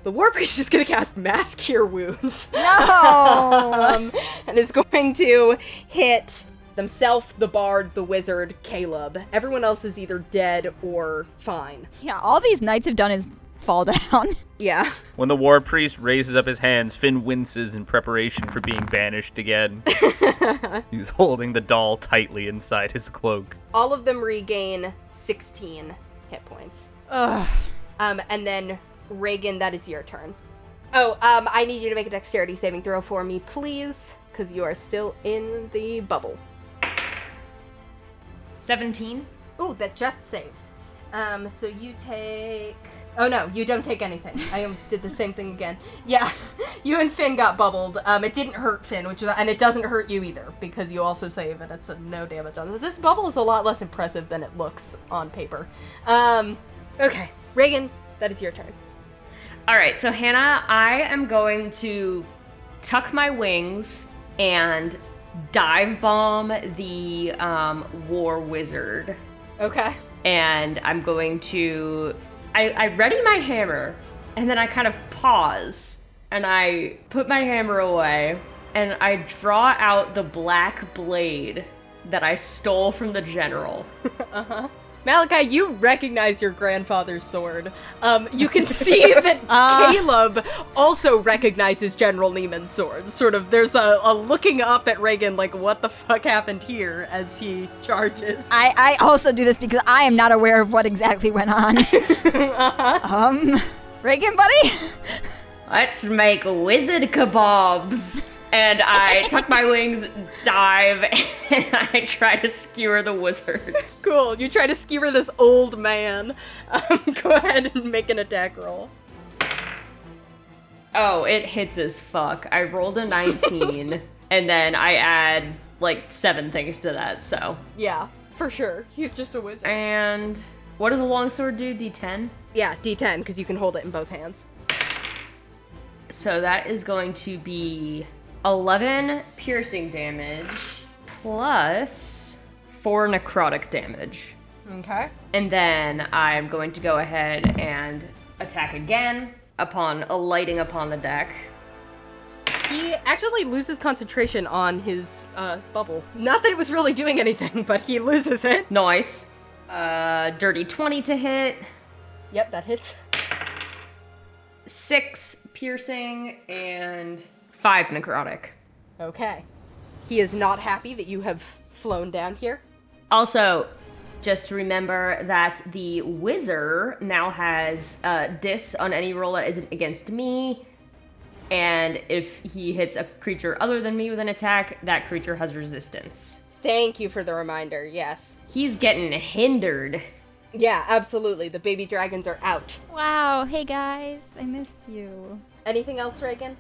[SPEAKER 1] The war priest is gonna cast mass cure wounds
[SPEAKER 4] No!
[SPEAKER 1] um, and is going to hit themselves, the bard, the wizard, Caleb. Everyone else is either dead or fine.
[SPEAKER 4] [laughs] yeah, all these knights have done is fall down.
[SPEAKER 1] Yeah.
[SPEAKER 2] When the war priest raises up his hands, Finn winces in preparation for being banished again. He's holding the doll tightly inside his cloak.
[SPEAKER 1] All of them regain 16 hit points.
[SPEAKER 4] Ugh.
[SPEAKER 1] Um, and then Reagan, that is your turn. Oh, um, I need you to make a dexterity saving throw for me, please, because you are still in the bubble.
[SPEAKER 3] 17.
[SPEAKER 1] Ooh, that just saves. Um, so you take. Oh no, you don't take anything. I am, did the same thing again. Yeah, [laughs] you and Finn got bubbled. Um, it didn't hurt Finn, which is, and it doesn't hurt you either because you also save and it's a no damage on this. This bubble is a lot less impressive than it looks on paper. Um, okay, Reagan, that is your turn.
[SPEAKER 3] All right, so Hannah, I am going to tuck my wings and dive bomb the um, war wizard.
[SPEAKER 1] Okay.
[SPEAKER 3] and I'm going to. I, I ready my hammer, and then I kind of pause, and I put my hammer away, and I draw out the black blade that I stole from the general.
[SPEAKER 1] Malachi, you recognize your grandfather's sword. Um, you can see that Caleb also recognizes General Neiman's sword. Sort of, there's a, a looking up at Reagan, like, what the fuck happened here as he charges.
[SPEAKER 4] [laughs] I, I also do this because I am not aware of what exactly went on. [laughs] um, Reagan, buddy?
[SPEAKER 3] Let's make wizard kebabs. And I tuck my wings, dive, [laughs] and I try to skewer the wizard.
[SPEAKER 1] Cool. You try to skewer this old man. [laughs] Um, go ahead and make an attack roll.
[SPEAKER 3] Oh, it hits as fuck. I rolled a 19, and then I add like seven things to that, so
[SPEAKER 1] Yeah, for sure. He's just a wizard.
[SPEAKER 3] and What does a longsword do? D10.
[SPEAKER 1] Yeah, D10 because you can hold it in both hands.
[SPEAKER 3] So that is going to be 11 piercing damage plus 4 necrotic damage.
[SPEAKER 1] Okay.
[SPEAKER 3] And then I'm going to go ahead and attack again upon alighting upon the deck.
[SPEAKER 1] He actually loses concentration on his uh, bubble. Not that it was really doing anything, [laughs] but he loses it.
[SPEAKER 3] Nice. Uh, dirty 20 to hit.
[SPEAKER 1] Yep, that hits.
[SPEAKER 3] 6 piercing and 5 necrotic.
[SPEAKER 1] Okay. He is not happy that you have flown down here.
[SPEAKER 3] Also, just remember that the wizard now has uh, dis on any roll that isn't against me, and if he hits a creature other than me with an attack, that creature has resistance.
[SPEAKER 1] Thank you for the reminder, yes.
[SPEAKER 3] He's getting hindered.
[SPEAKER 1] Yeah, absolutely. The baby dragons are out.
[SPEAKER 4] Wow, hey guys, I missed you.
[SPEAKER 1] Anything else, Reagan?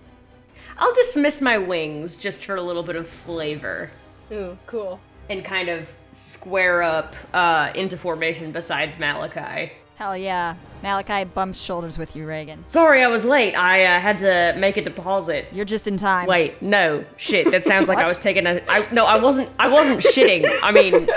[SPEAKER 3] I'll dismiss my wings just for a little bit of flavor
[SPEAKER 1] Ooh, cool.
[SPEAKER 3] and kind of square up uh, into formation besides Malachi.
[SPEAKER 4] Hell yeah. Malachi bumps shoulders with you, Reagan.
[SPEAKER 3] Sorry, I was late. I uh, had to make a deposit.
[SPEAKER 4] You're just in time.
[SPEAKER 3] Wait, no, shit. That sounds like I was taking a. I, no, I wasn't. I wasn't shitting. I mean,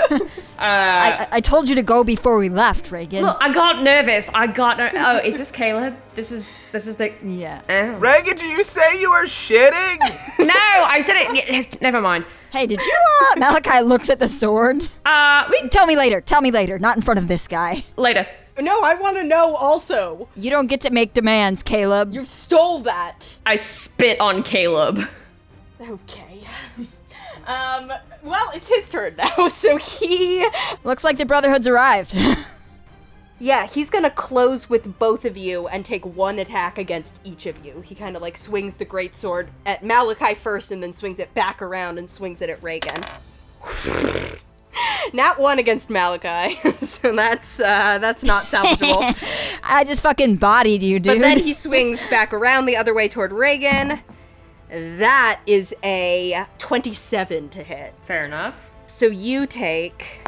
[SPEAKER 4] I, I, I told you to go before we left, Reagan.
[SPEAKER 3] look, I got nervous. I got. ner- oh, is this Caleb? This is. This is the.
[SPEAKER 4] Yeah.
[SPEAKER 3] Oh.
[SPEAKER 2] Reagan, did you say you were shitting?
[SPEAKER 3] No, I said it. yeah, Never mind.
[SPEAKER 4] Hey, did you? Uh, [laughs] Malachi looks at the sword.
[SPEAKER 3] Uh, we
[SPEAKER 4] Tell me later. Tell me later. Not in front of this guy.
[SPEAKER 3] later.
[SPEAKER 1] No, I want to know also.
[SPEAKER 4] You don't get to make demands, Caleb.
[SPEAKER 1] You stole that.
[SPEAKER 3] I spit on Caleb.
[SPEAKER 1] Okay. [laughs] Um, well, it's his turn now, [laughs] so he.
[SPEAKER 4] Looks like the Brotherhood's arrived. [laughs]
[SPEAKER 1] Yeah, he's gonna close with both of you and take one attack against each of you. He kind of like swings the great sword at Malachi first and then swings it back around and swings it at Reagan. [laughs] Not one against Malachi, [laughs] so that's uh, that's not salvageable.
[SPEAKER 4] I just fucking bodied you, dude.
[SPEAKER 1] But then he swings back around the other way toward Reagan. That is a 27 to hit.
[SPEAKER 3] Fair enough.
[SPEAKER 1] So you take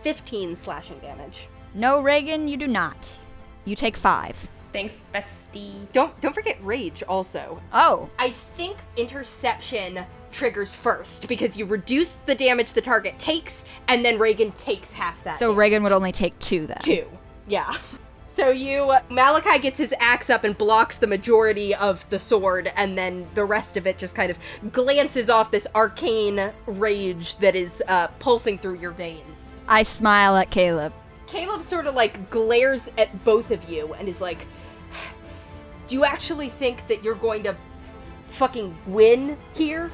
[SPEAKER 1] 15 slashing damage.
[SPEAKER 4] no, Reagan, you do not. You take five.
[SPEAKER 3] Thanks, bestie.
[SPEAKER 1] Don't don't forget rage also.
[SPEAKER 4] Oh,
[SPEAKER 1] I think interception triggers first because you reduce the damage the target takes and then Reagan takes half that.
[SPEAKER 4] so
[SPEAKER 1] damage.
[SPEAKER 4] Reagan would only take two then.
[SPEAKER 1] two. Yeah. [laughs] So you Malachi gets his axe up and blocks the majority of the sword and then the rest of it just kind of glances off this arcane rage that is uh, pulsing through your veins.
[SPEAKER 4] I smile at Caleb.
[SPEAKER 1] Caleb sort of like glares at both of you and is like, "Do you actually think that you're going to fucking win here?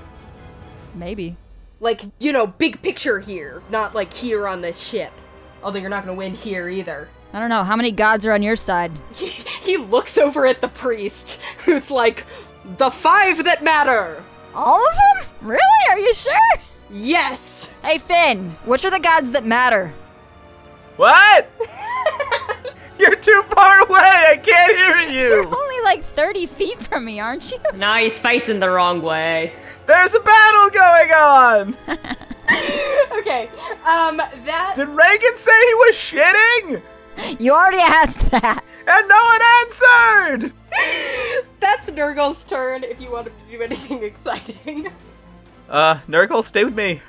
[SPEAKER 4] Maybe.
[SPEAKER 1] Like, you know, big picture here, not like here on this ship. Although Oh, you're not going to win here either."
[SPEAKER 4] I don't know. How many gods are on your side?
[SPEAKER 1] he, he looks over at the priest, who's like, the five that matter.
[SPEAKER 4] All of them? Really? Are you sure?
[SPEAKER 1] Yes. [laughs]
[SPEAKER 4] Hey, Finn, which are the gods that matter?
[SPEAKER 2] what? You're too far away. I can't hear you.
[SPEAKER 4] [laughs] Only like 30 feet from me, aren't you?
[SPEAKER 3] Now he's facing the wrong way.
[SPEAKER 2] There's a battle going on.
[SPEAKER 1] Okay. Um. That.
[SPEAKER 2] Did Reagan say he was shitting?
[SPEAKER 4] [laughs] You already asked that.
[SPEAKER 2] And no one answered.
[SPEAKER 1] That's Nurgle's turn. If you want him to do anything [laughs] exciting,
[SPEAKER 2] Uh, Nurgle, stay with me.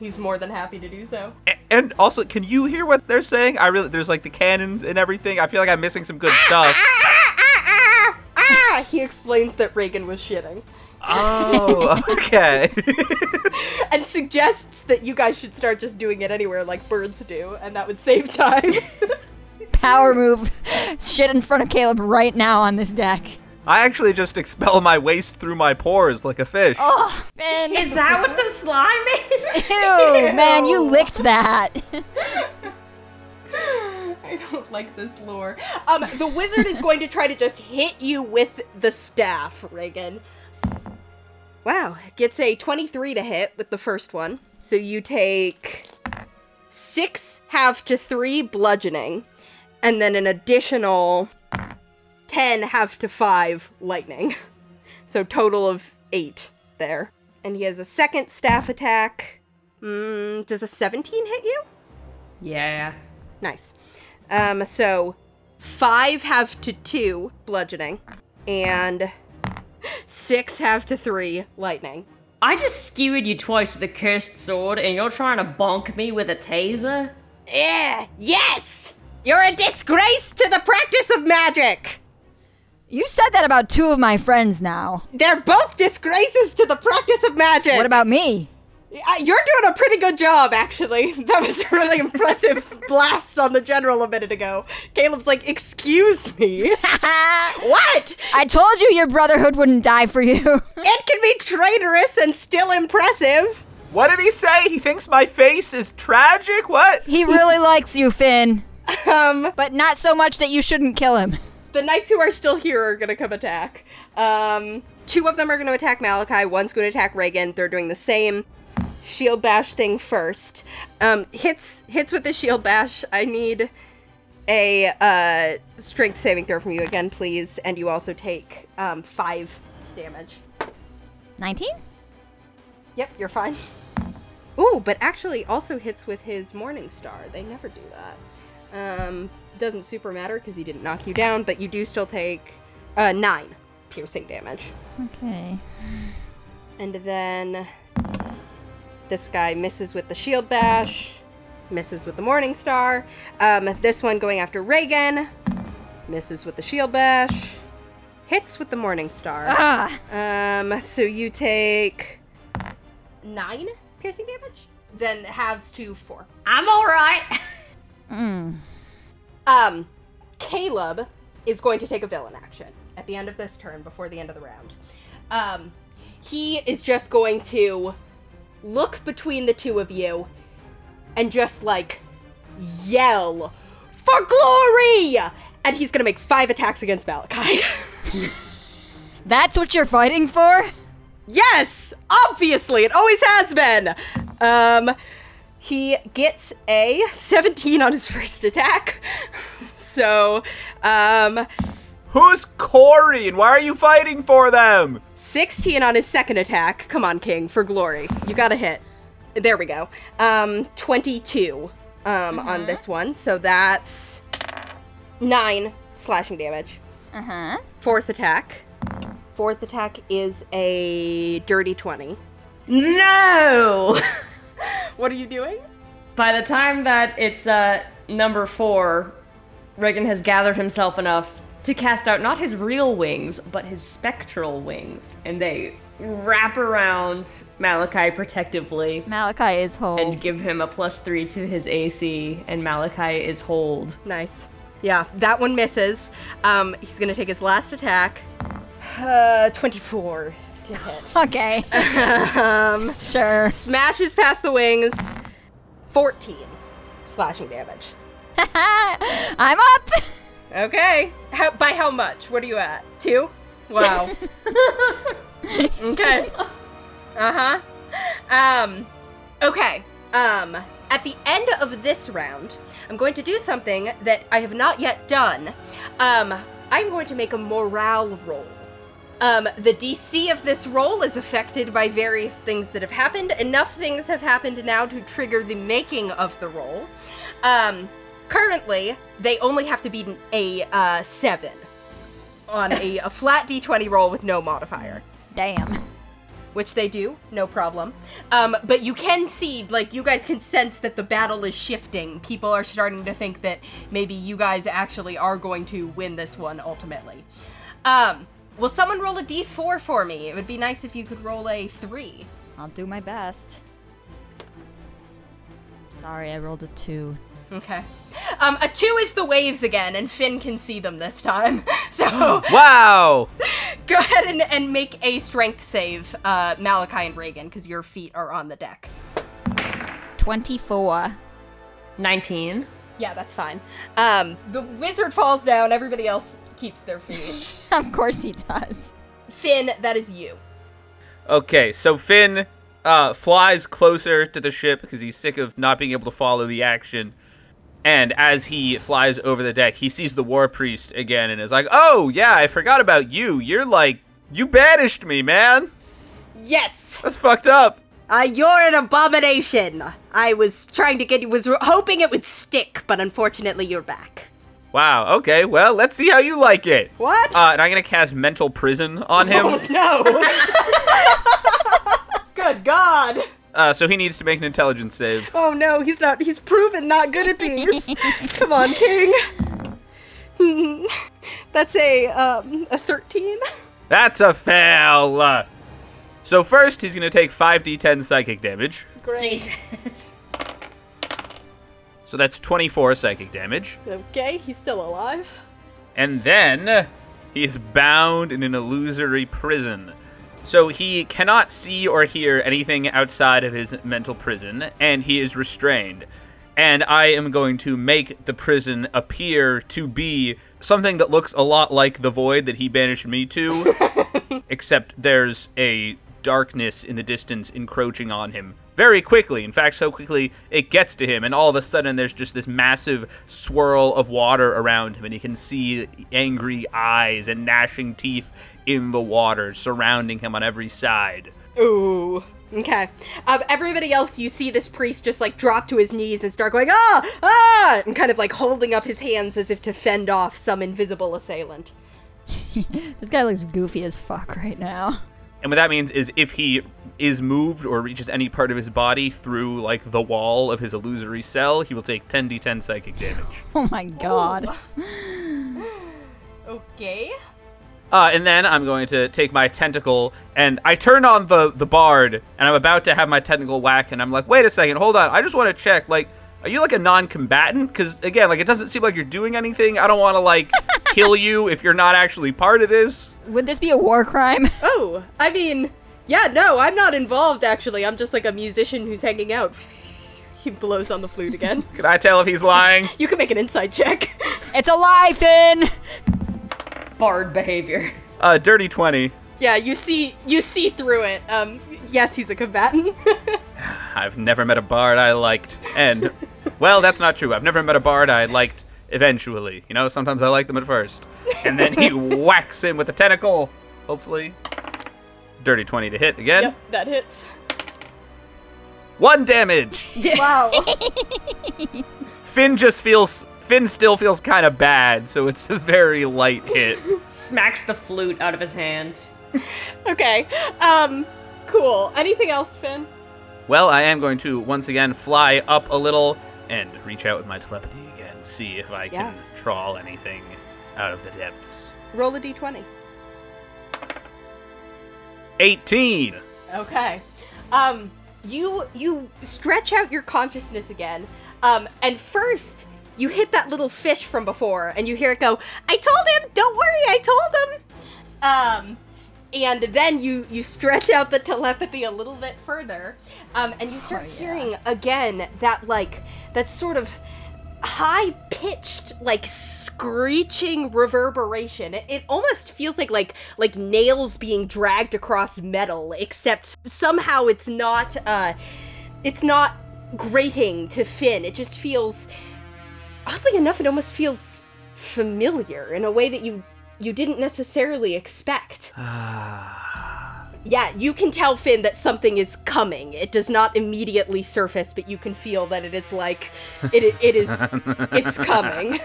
[SPEAKER 1] he's more than happy to do so.
[SPEAKER 2] A- And also, can you hear what they're saying? I really there's like the cannons and everything. I feel like I'm missing some good stuff.
[SPEAKER 1] Ah! He explains that Reagan was shitting
[SPEAKER 2] Oh, okay. [laughs]
[SPEAKER 1] and suggests that you guys should start just doing it anywhere like birds do, and that would save time. [laughs]
[SPEAKER 4] Power move. Shit in front of Caleb right now on this deck.
[SPEAKER 2] I actually just expel my waste through my pores like a fish.
[SPEAKER 4] Oh, [laughs] Finn.
[SPEAKER 3] Is that what the slime is?
[SPEAKER 4] Ew, man, you licked that.
[SPEAKER 1] [laughs] I don't like this lore. Um, the wizard is going to try to just hit you with the staff, Reagan. Wow, gets a 23 to hit with the first one. So you take six half to three bludgeoning, and then an additional 10 half to five lightning. [laughs] So total of eight there. And he has a Hmm, second staff attack. Mm, does a 17 hit you?
[SPEAKER 3] yeah.
[SPEAKER 1] Nice. Um, so five have to two bludgeoning, and six have to three lightning.
[SPEAKER 3] I just skewered you twice with a cursed sword, and you're trying to bonk me with a taser?
[SPEAKER 1] Eh, yes! You're a disgrace to the practice of magic!
[SPEAKER 4] You said that about two of my friends now.
[SPEAKER 1] They're both disgraces to the practice of magic!
[SPEAKER 4] What about me?
[SPEAKER 1] Uh, you're doing a pretty good job, actually. [laughs] That was a really [laughs] impressive blast on the general a minute ago. Caleb's like, Excuse [laughs] me.
[SPEAKER 4] Uh,
[SPEAKER 1] what?
[SPEAKER 4] I told you your brotherhood wouldn't die for you. [laughs]
[SPEAKER 1] It can be traitorous and still impressive.
[SPEAKER 2] What did he say? He thinks my face is tragic? What?
[SPEAKER 4] he [laughs] really likes you, Finn,
[SPEAKER 1] Um,
[SPEAKER 4] but not so much that you shouldn't kill him.
[SPEAKER 1] the knights who are still here are gonna come attack. Um, two of them are gonna attack Malachi, one's gonna attack Reagan, they're doing the same. Shield bash thing first. Um, hits hits with the shield bash. I need a uh, strength saving throw from you again, please, and you also take um, five damage.
[SPEAKER 4] 19?
[SPEAKER 1] Yep, you're fine. Ooh, but actually also hits with his Morning Star. They never do that. Um, doesn't super matter because he didn't knock you down, but you do still take uh, nine piercing damage.
[SPEAKER 4] Okay.
[SPEAKER 1] And then this guy misses with the shield bash, misses with the Morning Star. Um, this one going after Reagan, misses with the shield bash, hits with the Morning Star.
[SPEAKER 4] Ah,
[SPEAKER 1] Um, so you take nine piercing damage, then halves to four.
[SPEAKER 3] I'm alright.
[SPEAKER 1] Um, Caleb is going to take a villain action at the end of this turn before the end of the round. Um, he is just going to look between the two of you and just like yell for glory! And he's gonna make five attacks against Malachi. [laughs]
[SPEAKER 4] that's what you're fighting for?
[SPEAKER 1] Yes, obviously, it always has been. Um, he gets a 17 on his first attack. [laughs] so, um,
[SPEAKER 2] Who's Corey and why are you fighting for them?
[SPEAKER 1] 16 on his second attack. Come on, King, for glory. You got to hit. There we go. Um, 22 um, on this one. So that's nine slashing damage.
[SPEAKER 4] Uh huh.
[SPEAKER 1] Fourth attack. Fourth attack is a dirty 20.
[SPEAKER 3] No!
[SPEAKER 1] [laughs] What are you doing?
[SPEAKER 3] By the time that it's uh, number four, Regan has gathered himself enough to cast out not his real wings, but his spectral wings. And they wrap around Malachi protectively
[SPEAKER 4] Malachi is whole.
[SPEAKER 3] and give him a plus three to his AC, and Malachi is hold.
[SPEAKER 1] Nice. Yeah, that one misses. Um, he's gonna take his last attack. Uh, 24 to hit.
[SPEAKER 4] [laughs] okay.
[SPEAKER 1] um,
[SPEAKER 4] sure.
[SPEAKER 1] smashes past the wings. 14 slashing damage.
[SPEAKER 4] [laughs] I'm up.
[SPEAKER 1] Okay. How, by how much? What are you at? Two? Wow. okay. Uh huh. Um, okay. Um, at the end of this round, I'm going to do something that I have not yet done. Um, I'm going to make a morale roll. Um, the DC of this roll is affected by various things that have happened. Enough things have happened now to trigger the making of the roll. Um, currently, they only have to beat an, a uh, seven on a, a flat D20 roll with no modifier
[SPEAKER 4] Damn.
[SPEAKER 1] which they do, no problem. Um, but you can see, like, you guys can sense that the battle is shifting. People are starting to think that maybe you guys actually are going to win this one ultimately. Um, will someone roll a d4 for me? It would be nice if you could roll a 3.
[SPEAKER 4] I'll do my best. Sorry, I rolled a two.
[SPEAKER 1] Okay. Um, a 2 is the waves again, and Finn can see them this time. [laughs]
[SPEAKER 2] Oh.
[SPEAKER 1] So
[SPEAKER 2] Wow!
[SPEAKER 1] go ahead and, and make a strength save, uh, Malachi and Reagan, because your feet are on the deck.
[SPEAKER 4] 24.
[SPEAKER 3] 19.
[SPEAKER 1] Yeah, that's fine. Um, the wizard falls down. Everybody else keeps their feet.
[SPEAKER 4] [laughs] of course he does.
[SPEAKER 1] [laughs] Finn, that is you.
[SPEAKER 2] Okay, so Finn uh, flies closer to the ship because he's sick of not being able to follow the action. And as he flies over the deck, he sees the war priest again and is like, "Oh yeah, I forgot about you. You're like, you banished me, man.
[SPEAKER 1] Yes.
[SPEAKER 2] That's fucked up."
[SPEAKER 1] Uh, you're an abomination. I was trying to get you, was hoping it would stick, but unfortunately you're back.
[SPEAKER 2] Wow. Okay. Well, let's see how you like it.
[SPEAKER 1] What?
[SPEAKER 2] Uh, and I'm gonna cast mental prison on him.
[SPEAKER 1] [laughs] no! [laughs] Good God!
[SPEAKER 2] Uh, so he needs to make an intelligence save.
[SPEAKER 1] Oh no, he's not. He's proven not good at [laughs] these. Come on, King. [laughs] Hmm. That's a um, a thirteen. [laughs]
[SPEAKER 2] That's a fail. So first, he's gonna take five d10 psychic damage.
[SPEAKER 1] Great.
[SPEAKER 3] Jesus.
[SPEAKER 2] So that's 24 psychic damage.
[SPEAKER 1] Okay, he's still alive.
[SPEAKER 2] And then he is bound in an illusory prison. So he cannot see or hear anything outside of his mental prison, and he is restrained. And I am going to make the prison appear to be something that looks a lot like the void that he banished me to, except there's a darkness in the distance encroaching on him very quickly. In fact, so quickly it gets to him, and all of a sudden there's just this massive swirl of water around him, and he can see angry eyes and gnashing teeth in the water surrounding him on every side.
[SPEAKER 1] Ooh. Okay. Um, everybody else, you see this priest just like drop to his knees and start going ah ah, and kind of like holding up his hands as if to fend off some invisible assailant.
[SPEAKER 4] This guy looks goofy as fuck right now. [laughs]
[SPEAKER 2] And what that means is if he is moved or reaches any part of his body through like the wall of his illusory cell, he will take 10d10 psychic damage.
[SPEAKER 4] Oh my god.
[SPEAKER 1] Okay.
[SPEAKER 2] Uh, and then I'm going to take my tentacle and I turn on the the bard and I'm about to have my tentacle whack and I'm like, wait a second, hold on, I just want to check, like, are you like a non-combatant? Because again, like it doesn't seem like you're doing anything. I don't want to like kill you if you're not actually part of this.
[SPEAKER 4] Would this be a war crime? [laughs]
[SPEAKER 1] Oh, I mean, yeah, no, I'm not involved actually. I'm just like a musician who's hanging out. [laughs] He blows on the flute [laughs] again.
[SPEAKER 2] Can I tell if he's lying?
[SPEAKER 1] you can make an inside check. [laughs]
[SPEAKER 4] it's a lie, Finn!
[SPEAKER 3] Bard behavior.
[SPEAKER 2] Uh, dirty twenty.
[SPEAKER 1] yeah, you see you see through it. Um yes, he's a combatant. [laughs]
[SPEAKER 2] I've never met a bard I liked. And, well, that's not true. I've never met a bard I liked eventually. You know, sometimes I like them at first. And
[SPEAKER 1] [laughs]
[SPEAKER 2] then he whacks him with a tentacle, hopefully. Dirty 20 to hit again.
[SPEAKER 1] yep, that hits.
[SPEAKER 2] One damage.
[SPEAKER 1] [laughs] Wow.
[SPEAKER 2] Finn just feels. Finn still feels kind of bad, so it's a very light hit.
[SPEAKER 3] Smacks the flute out of his hand.
[SPEAKER 1] [laughs] okay. Um cool. Anything else, Finn?
[SPEAKER 2] Well, I am going to once again fly up a little and reach out with my telepathy again, see if I can
[SPEAKER 1] Yeah.
[SPEAKER 2] trawl anything out of the depths.
[SPEAKER 1] Roll a d twenty.
[SPEAKER 2] 18.
[SPEAKER 1] Okay. Um, you you stretch out your consciousness again. Um, and first you hit that little fish from before, and you hear it go. I told him. Don't worry, I told him. Um, and then you you stretch out the telepathy a little bit further, um, and you start hearing again that like that sort of high pitched like screeching reverberation it, it almost feels like like like nails being dragged across metal except somehow it's not uh it's not grating to finn it just feels oddly enough it almost feels familiar in a way that you you didn't necessarily expect yeah you can tell finn that something is coming it does not immediately surface but you can feel that it is like it, it is it's coming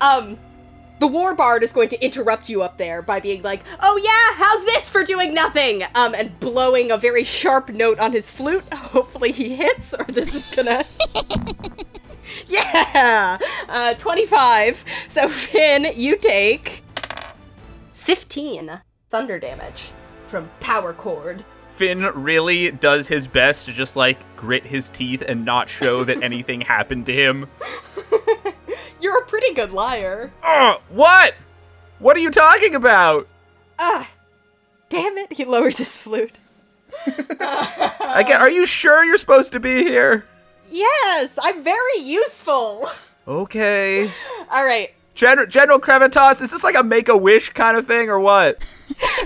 [SPEAKER 1] um the war bard is going to interrupt you up there by being like, "Oh yeah, how's this for doing nothing?" Um, and blowing a very sharp note on his flute. [laughs] Hopefully he hits, or this is gonna. [laughs] yeah, uh, twenty-five. So Finn, you take fifteen thunder damage from power cord.
[SPEAKER 2] Finn really does his best to just like grit his teeth and not show that anything happened to him.
[SPEAKER 1] You're a pretty good liar.
[SPEAKER 2] Ugh, what? What are you talking about?
[SPEAKER 1] Ah, damn it! He lowers his flute.
[SPEAKER 2] Again, are you sure you're supposed to be here?
[SPEAKER 1] Yes, I'm very useful. [laughs]
[SPEAKER 2] Okay.
[SPEAKER 1] All right,
[SPEAKER 2] Gen- General Crevitas, is this like a make a wish kind of thing or what?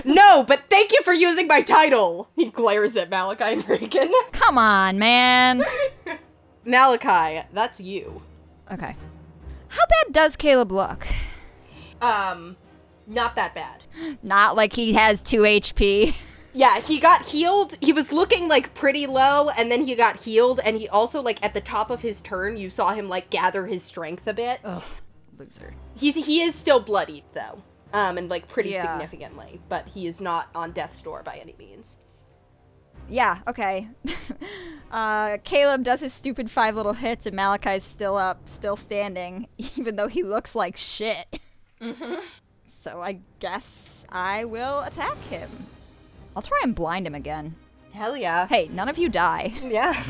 [SPEAKER 1] No, but thank you for using my title. He glares at Malachi and Reagan.
[SPEAKER 4] Come on, man.
[SPEAKER 1] Malachi, that's you.
[SPEAKER 4] Okay. How bad does Caleb look?
[SPEAKER 1] Um, not that bad.
[SPEAKER 4] Not like he has 2 HP.
[SPEAKER 1] Yeah, he got healed. He was looking like pretty low, and then he got healed. And he also like at the top of his turn, you saw him like gather his strength a bit.
[SPEAKER 4] Ugh, loser.
[SPEAKER 1] He's he is still bloodied though, um, and like pretty
[SPEAKER 4] Yeah.
[SPEAKER 1] significantly, but he is not on death's door by any means.
[SPEAKER 4] Yeah, okay. [laughs] uh, Caleb does his stupid five little hits, and Malachi's still up, still standing, [laughs] even though he looks like shit. So I guess I will attack him. I'll try and blind him again.
[SPEAKER 1] Hell yeah,
[SPEAKER 4] Hey, none of you die.
[SPEAKER 1] [laughs] yeah.
[SPEAKER 4] [laughs]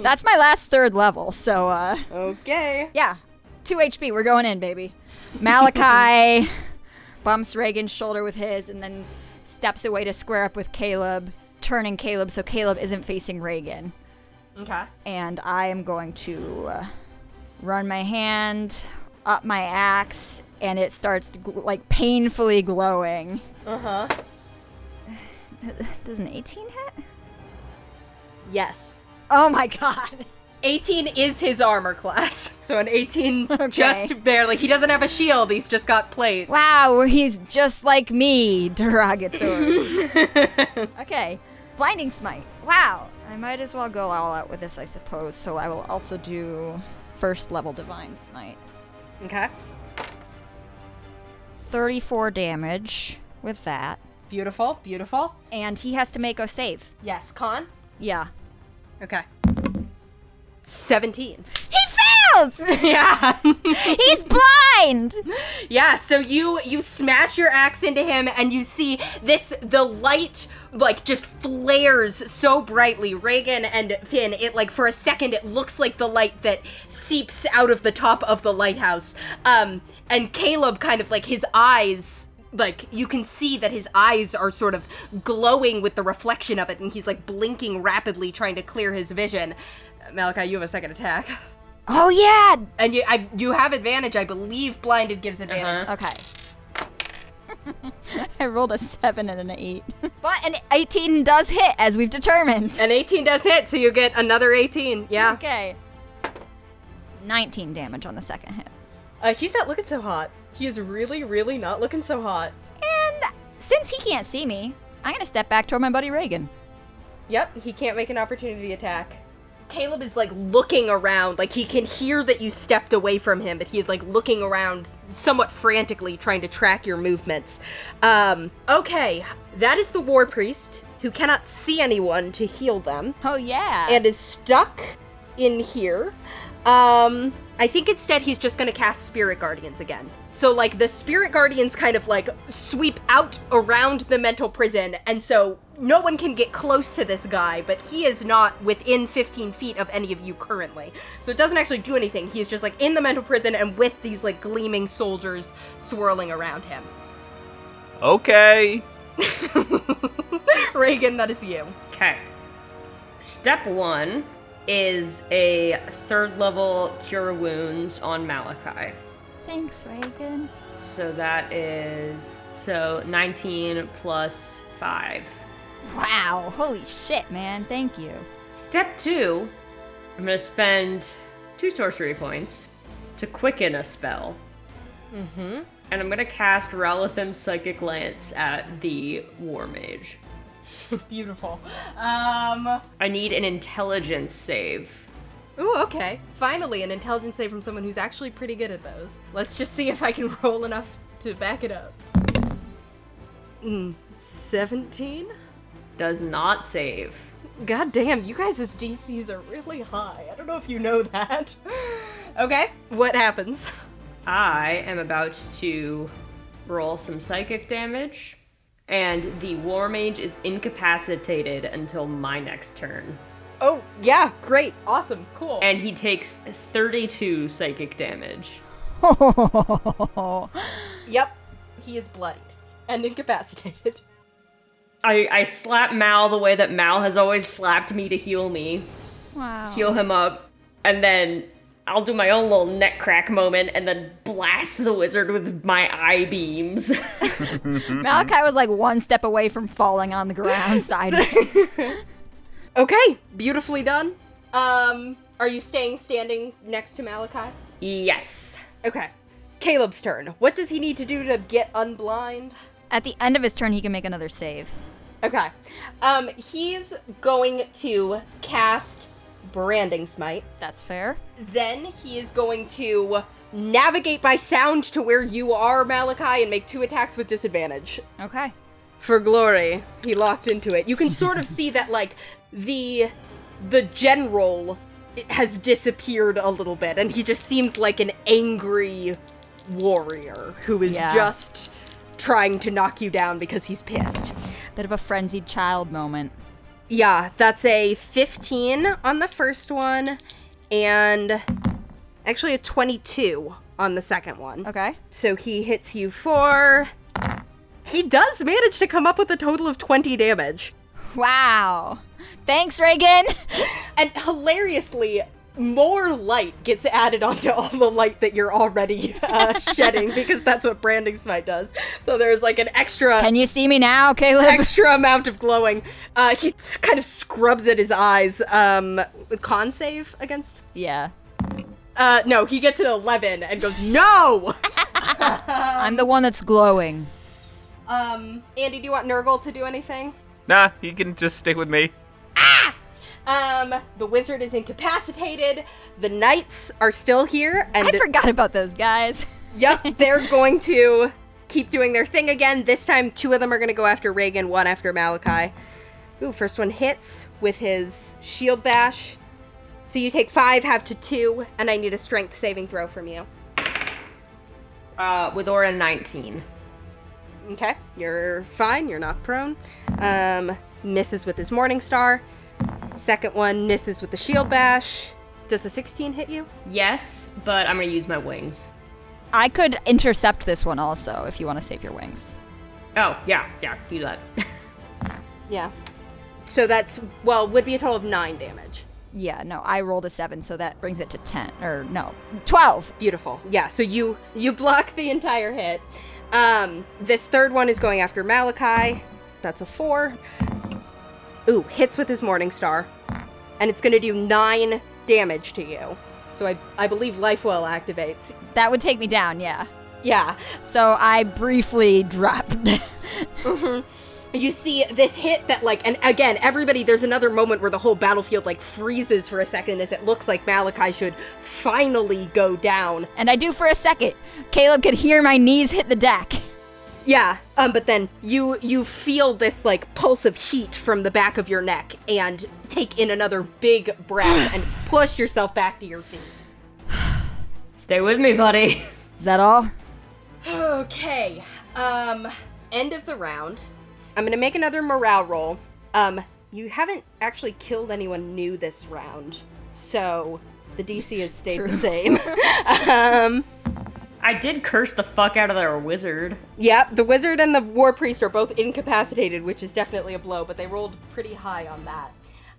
[SPEAKER 4] That's my last third level, so uh,
[SPEAKER 1] okay,
[SPEAKER 4] yeah. 2 HP, we're going in, baby. Malachi [laughs] bumps Reagan's shoulder with his and then steps away to square up with Caleb, turning Caleb so Caleb isn't facing Reagan.
[SPEAKER 1] okay.
[SPEAKER 4] and I am going to uh, run my hand up my axe, and it starts to gl- like painfully glowing.
[SPEAKER 1] Uh
[SPEAKER 4] Uh-huh.
[SPEAKER 1] huh.
[SPEAKER 4] Does an 18 hit?
[SPEAKER 1] Yes,
[SPEAKER 4] Oh my god!
[SPEAKER 1] eighteen is his armor class, [laughs] so an eighteen just barely. He doesn't have a shield. He's just got plate.
[SPEAKER 4] Wow, he's just like me, [laughs] derogatory. okay, blinding smite. Wow, I might as well go all out with this, I suppose. So I will also do first level divine smite.
[SPEAKER 1] Okay,
[SPEAKER 4] 34 damage with that,
[SPEAKER 1] beautiful, beautiful.
[SPEAKER 4] and he has to make a save.
[SPEAKER 1] Yes, con.
[SPEAKER 4] Yeah.
[SPEAKER 1] Okay. 17.
[SPEAKER 4] He
[SPEAKER 1] [laughs]
[SPEAKER 4] fails! [laughs]
[SPEAKER 1] Yeah.
[SPEAKER 4] He's blind!
[SPEAKER 1] yeah, so you you smash your axe into him and you see this the light like just flares so brightly. Reagan and Finn, it like for a second it looks like the light that seeps out of the top of the lighthouse. Um and Caleb kind of like his eyes like you can see that his eyes are sort of glowing with the reflection of it and he's like blinking rapidly trying to clear his vision. Malachi, you have a second attack.
[SPEAKER 4] Oh, yeah!
[SPEAKER 1] And you, I, you have advantage, I believe. Blinded gives advantage.
[SPEAKER 4] Okay. [laughs] I rolled a 7 and an 8. [laughs] But an 18 does hit, as we've determined.
[SPEAKER 1] An 18 does hit, so you get another 18. Yeah.
[SPEAKER 4] Okay. 19 damage on the second hit.
[SPEAKER 1] Uh, he's not looking so hot. He is really, really not looking so hot.
[SPEAKER 4] And since he can't see me, I'm gonna step back toward my buddy Reagan.
[SPEAKER 1] Yep, he can't make an opportunity attack. Caleb is like looking around, like he can hear that you stepped away from him, but he's like looking around somewhat frantically, trying to track your movements. Um, okay, that is the war priest who cannot see anyone to heal them.
[SPEAKER 4] Oh, yeah.
[SPEAKER 1] and is stuck in here. Um, I think instead he's just gonna cast Spirit Guardians again. So like the Spirit Guardians kind of like sweep out around the mental prison, and so no one can get close to this guy, but he is not within 15 feet of any of you currently. So it doesn't actually do anything. He is just like in the mental prison and with these like gleaming soldiers swirling around him. [laughs]
[SPEAKER 2] Okay.
[SPEAKER 1] Reagan, that is you.
[SPEAKER 3] Okay. Step one is a third level cure wounds on Malachi.
[SPEAKER 4] Thanks, Reagan.
[SPEAKER 3] So that is so 19 plus 5.
[SPEAKER 4] Wow, holy shit, man. Thank [laughs] you.
[SPEAKER 3] Step two, I'm going to spend two sorcery points to quicken a spell. Mm-hmm. And I'm going to cast Relithim's Psychic Lance at the War Mage.
[SPEAKER 1] [laughs] Beautiful. Um
[SPEAKER 3] I need an intelligence save.
[SPEAKER 1] Ooh, okay. Finally, an intelligence save from someone who's actually pretty good at those. Let's just see if I can [laughs] roll enough to back it up. Mm, 17?
[SPEAKER 3] Does not save.
[SPEAKER 1] God damn, you guys' DCs are really high. I don't know if you know that. [laughs] okay, what happens? [laughs]
[SPEAKER 3] I am about to roll some psychic damage, and the War Mage is incapacitated until my next turn.
[SPEAKER 1] Oh, yeah, great, awesome, cool.
[SPEAKER 3] And he takes 32 psychic damage.
[SPEAKER 1] yep, he is bloodied and incapacitated. [laughs]
[SPEAKER 3] I, I slap Mal the way that Mal has always slapped me to heal me,
[SPEAKER 4] wow.
[SPEAKER 3] heal him up, and then I'll do my own little neck crack moment and then blast the wizard with my eye beams. [laughs]
[SPEAKER 4] Malachi was like one step away from falling on the [laughs] ground sideways.
[SPEAKER 1] Okay, beautifully done. Um, are you staying standing next to Malachi?
[SPEAKER 3] yes.
[SPEAKER 1] Okay. Caleb's turn. What does he need to do to get unblind?
[SPEAKER 4] At the end of his turn, he can make another save.
[SPEAKER 1] Okay. Um, he's going to cast Branding Smite.
[SPEAKER 4] That's fair.
[SPEAKER 1] Then he is going to navigate by sound to where you are, Malachi, and make two attacks with disadvantage.
[SPEAKER 4] Okay.
[SPEAKER 1] For glory, he locked into it. You can sort of see that, like, the the general has disappeared a little bit, and he just seems like an angry warrior who is
[SPEAKER 4] Yeah.
[SPEAKER 1] just trying to knock you down because he's pissed.
[SPEAKER 4] Bit of a frenzied child moment.
[SPEAKER 1] Yeah, that's a 15 on the first one and actually a 22 on the second one.
[SPEAKER 4] Okay.
[SPEAKER 1] So he hits you for. He does manage to come up with a total of 20 damage.
[SPEAKER 4] Wow. Thanks, Reagan.
[SPEAKER 1] And hilariously, more light gets added onto all the light that you're already
[SPEAKER 4] [laughs]
[SPEAKER 1] uh, shedding because that's what branding smite does. So there's like an extra
[SPEAKER 4] Can you see me now, Caleb?
[SPEAKER 1] extra amount of glowing. Uh, he s- kind of scrubs at his eyes. Um, with con save against.
[SPEAKER 4] yeah.
[SPEAKER 1] Uh, no, he gets an eleven and goes
[SPEAKER 4] [laughs]
[SPEAKER 1] no.
[SPEAKER 4] I'm the one that's glowing.
[SPEAKER 1] um, Andy, do you want Nurgle to do anything? Ah!
[SPEAKER 2] Nah, he can just stick with me.
[SPEAKER 1] Um, the wizard is incapacitated. The knights are still here, and
[SPEAKER 4] I forgot about those guys.
[SPEAKER 1] yep, they're going to keep doing their thing again. This time, two of them are going to go after Reagan, one after Malachi. Ooh, first one hits with his shield bash. So you take five, have to two, and I need a strength saving throw from you.
[SPEAKER 3] Uh, with Aura 19.
[SPEAKER 1] Okay, you're fine. You're not prone. Um, misses with his morning star. Second one misses with the shield bash. Does the 16 hit you?
[SPEAKER 3] Yes, but I'm gonna use my wings.
[SPEAKER 4] I could intercept this one also if you want to save your wings.
[SPEAKER 3] Oh, yeah, yeah, do that. [laughs]
[SPEAKER 1] Yeah. So that's well would be a total of nine damage.
[SPEAKER 4] Yeah, no, I rolled a seven, so that brings it to ten. Or no, twelve.
[SPEAKER 1] Beautiful. Yeah. So you you block the entire hit. Um, this third one is going after Malachi. That's a four. Ooh, hits with his morning star, and it's going to do nine damage to you. So I I believe life well activates.
[SPEAKER 4] That would take me down. Yeah.
[SPEAKER 1] Yeah.
[SPEAKER 4] So I briefly dropped. [laughs]
[SPEAKER 1] You see this hit that like and again everybody there's another moment where the whole battlefield like freezes for a second as it looks like Malachi should finally go down
[SPEAKER 4] and I do for a second. Caleb could hear my knees hit the deck.
[SPEAKER 1] Yeah, um, but then you you feel this like pulse of heat from the back of your neck and take in another big breath and push yourself back to your feet.
[SPEAKER 3] Stay with me, buddy. [laughs]
[SPEAKER 4] Is that all?
[SPEAKER 1] Okay. Um end of the round. I'm gonna make another morale roll. Um, you haven't actually killed anyone new this round, so the DC has stayed the same. um
[SPEAKER 3] I did curse the fuck out of their wizard.
[SPEAKER 1] Yep, the wizard and the war priest are both incapacitated, which is definitely a blow, but they rolled pretty high on that.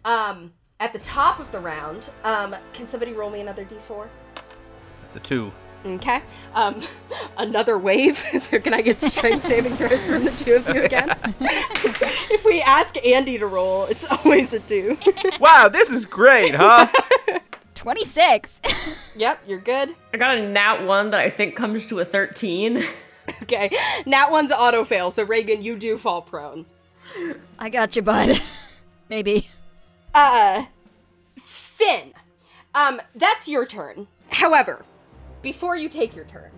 [SPEAKER 1] Um, at the top of the round, um, can somebody roll me another d4?
[SPEAKER 2] It's a two.
[SPEAKER 1] Okay. Um, [laughs] another wave. [laughs] So can I get [laughs] strength saving throws from the two of you [laughs] again? if we ask Andy to roll, it's [laughs] always a two.
[SPEAKER 2] Wow, this is great, huh?
[SPEAKER 4] Twenty-six. [laughs]
[SPEAKER 1] yep, you're good.
[SPEAKER 3] I got a nat one that I think comes to a 13.
[SPEAKER 1] Okay. Nat one's auto fail, so Reagan, you do fall prone.
[SPEAKER 4] I got you, bud. [laughs] Maybe.
[SPEAKER 1] Uh, Finn, um, that's your turn. However, before you take your turn,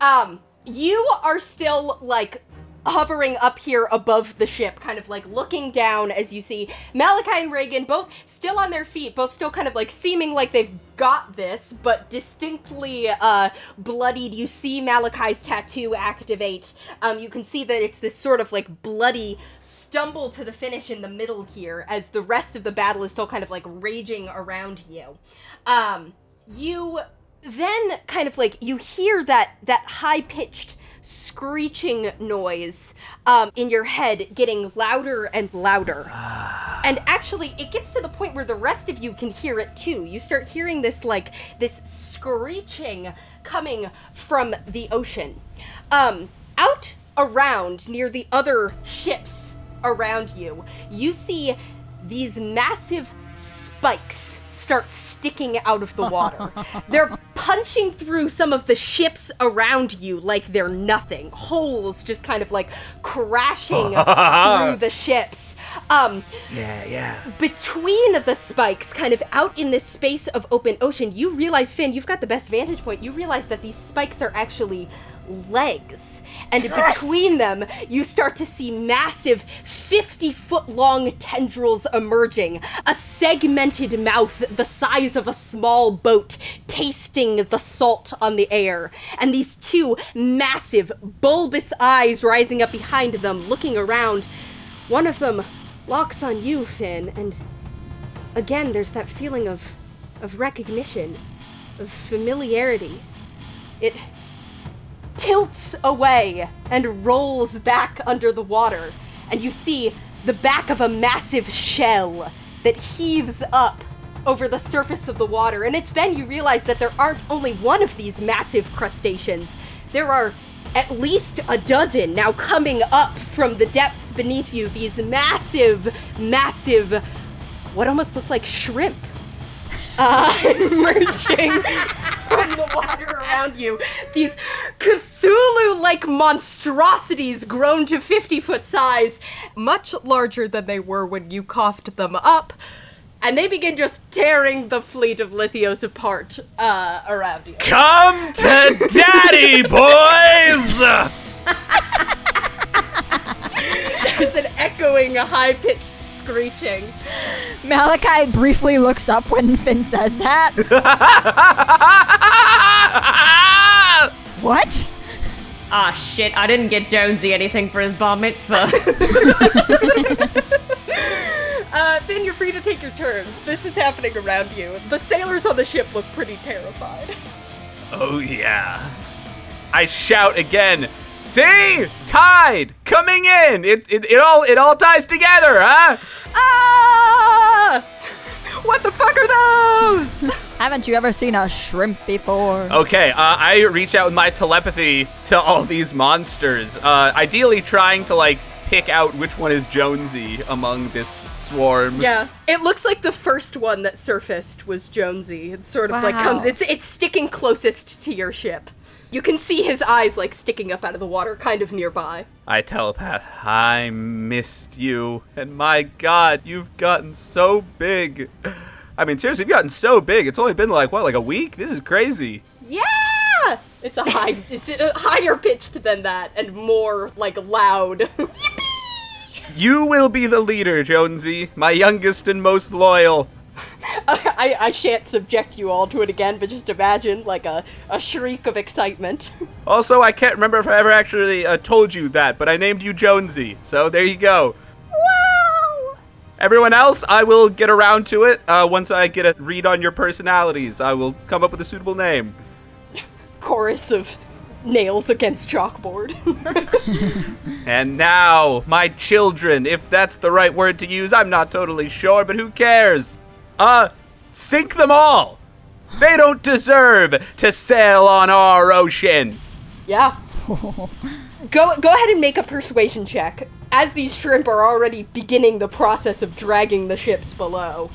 [SPEAKER 1] um, you are still like hovering up here above the ship, kind of like looking down as you see Malachi and Reagan both still on their feet, both still kind of like seeming like they've got this, but distinctly uh, bloodied. You see Malachi's tattoo activate. Um, you can see that it's this sort of like bloody stumble to the finish in the middle here as the rest of the battle is still kind of like raging around you. Um, you then kind of like you hear that that high pitched screeching noise um, in your head getting louder and louder. And actually, it gets to the point where the rest of you can hear it too. You start hearing this like this screeching coming from the ocean. Um, out around near the other ships around you, you see these massive spikes start sticking out of the water. they're punching through some of the ships around you like they're nothing. Holes just kind of like crashing through the ships. Um,
[SPEAKER 2] Yeah, yeah.
[SPEAKER 1] between the spikes, kind of out in this space of open ocean, you realize, Finn, you've got the best vantage point. You realize that these spikes are actually legs. And between them, you start to see massive 50 foot long tendrils emerging, a segmented mouth the size of a small boat tasting the salt on the air, and these two massive, bulbous eyes rising up behind them, looking around. One of them locks on you, Finn, and again there's that feeling of of recognition, of familiarity. It tilts away and rolls back under the water, and you see the back of a massive shell that heaves up over the surface of the water. And it's then you realize that there aren't only one of these massive crustaceans, there are at least a dozen now coming up from the depths beneath you, these massive, massive, what almost look like shrimp. Uh, [laughs] emerging from the water around you. These Cthulhu like monstrosities grown to 50 foot size, much larger than they were when you coughed them up. And they begin just tearing the fleet of Lithios apart uh, around you.
[SPEAKER 2] Come to daddy, [laughs] boys!
[SPEAKER 1] There's an echoing, high pitched screeching.
[SPEAKER 4] Malachi briefly looks up when Finn says
[SPEAKER 1] [laughs]
[SPEAKER 4] that. what?
[SPEAKER 3] [laughs] Ah, shit, I didn't get Jonesy anything for his bar mitzvah. [laughs]
[SPEAKER 1] Uh, Finn, you're free to take your turn. This is happening around you. The sailors on the ship look pretty terrified. [laughs]
[SPEAKER 2] Oh, yeah. I shout again. See? Tide! Coming in! It, it, it all it all ties together, huh?
[SPEAKER 1] Ah! What the fuck are those?
[SPEAKER 4] Haven't you ever seen a shrimp before?
[SPEAKER 1] Oh.
[SPEAKER 2] Okay, uh, I reach out with my telepathy to all these monsters, uh, ideally trying to, like, pick out which one is Jonesy among this swarm.
[SPEAKER 1] yeah, it looks like the first one that surfaced was Jonesy. It sort of like
[SPEAKER 4] Wow.
[SPEAKER 1] comes. It's it's sticking closest to your ship. You can see his eyes like sticking up out of the water, kind of nearby.
[SPEAKER 2] I telepath, I missed you, and my god, you've gotten so big. I mean, seriously, you've gotten so big. It's only been like, what, like a week? This is crazy.
[SPEAKER 1] Yeah, it's a high, it's uh higher pitched than that, and more like loud. [laughs]
[SPEAKER 2] You will be the leader, Jonesy, my youngest and most loyal.
[SPEAKER 1] I, I shan't subject you all to it again, but just imagine like a, a shriek of excitement. [laughs]
[SPEAKER 2] Also, I can't remember if I ever actually uh, told you that, but I named you Jonesy, so there you go.
[SPEAKER 1] Wow!
[SPEAKER 2] Everyone else, I will get around to it uh, once I get a read on your personalities. I will come up with a suitable name.
[SPEAKER 1] Chorus of nails against chalkboard. [laughs]
[SPEAKER 2] And now, my children, if that's the right word to use, I'm not totally sure, but who cares? Uh, sink them all! They don't deserve to sail on our ocean!
[SPEAKER 1] yeah. go go ahead and make a persuasion check. As these shrimp are already beginning the process of dragging the ships below.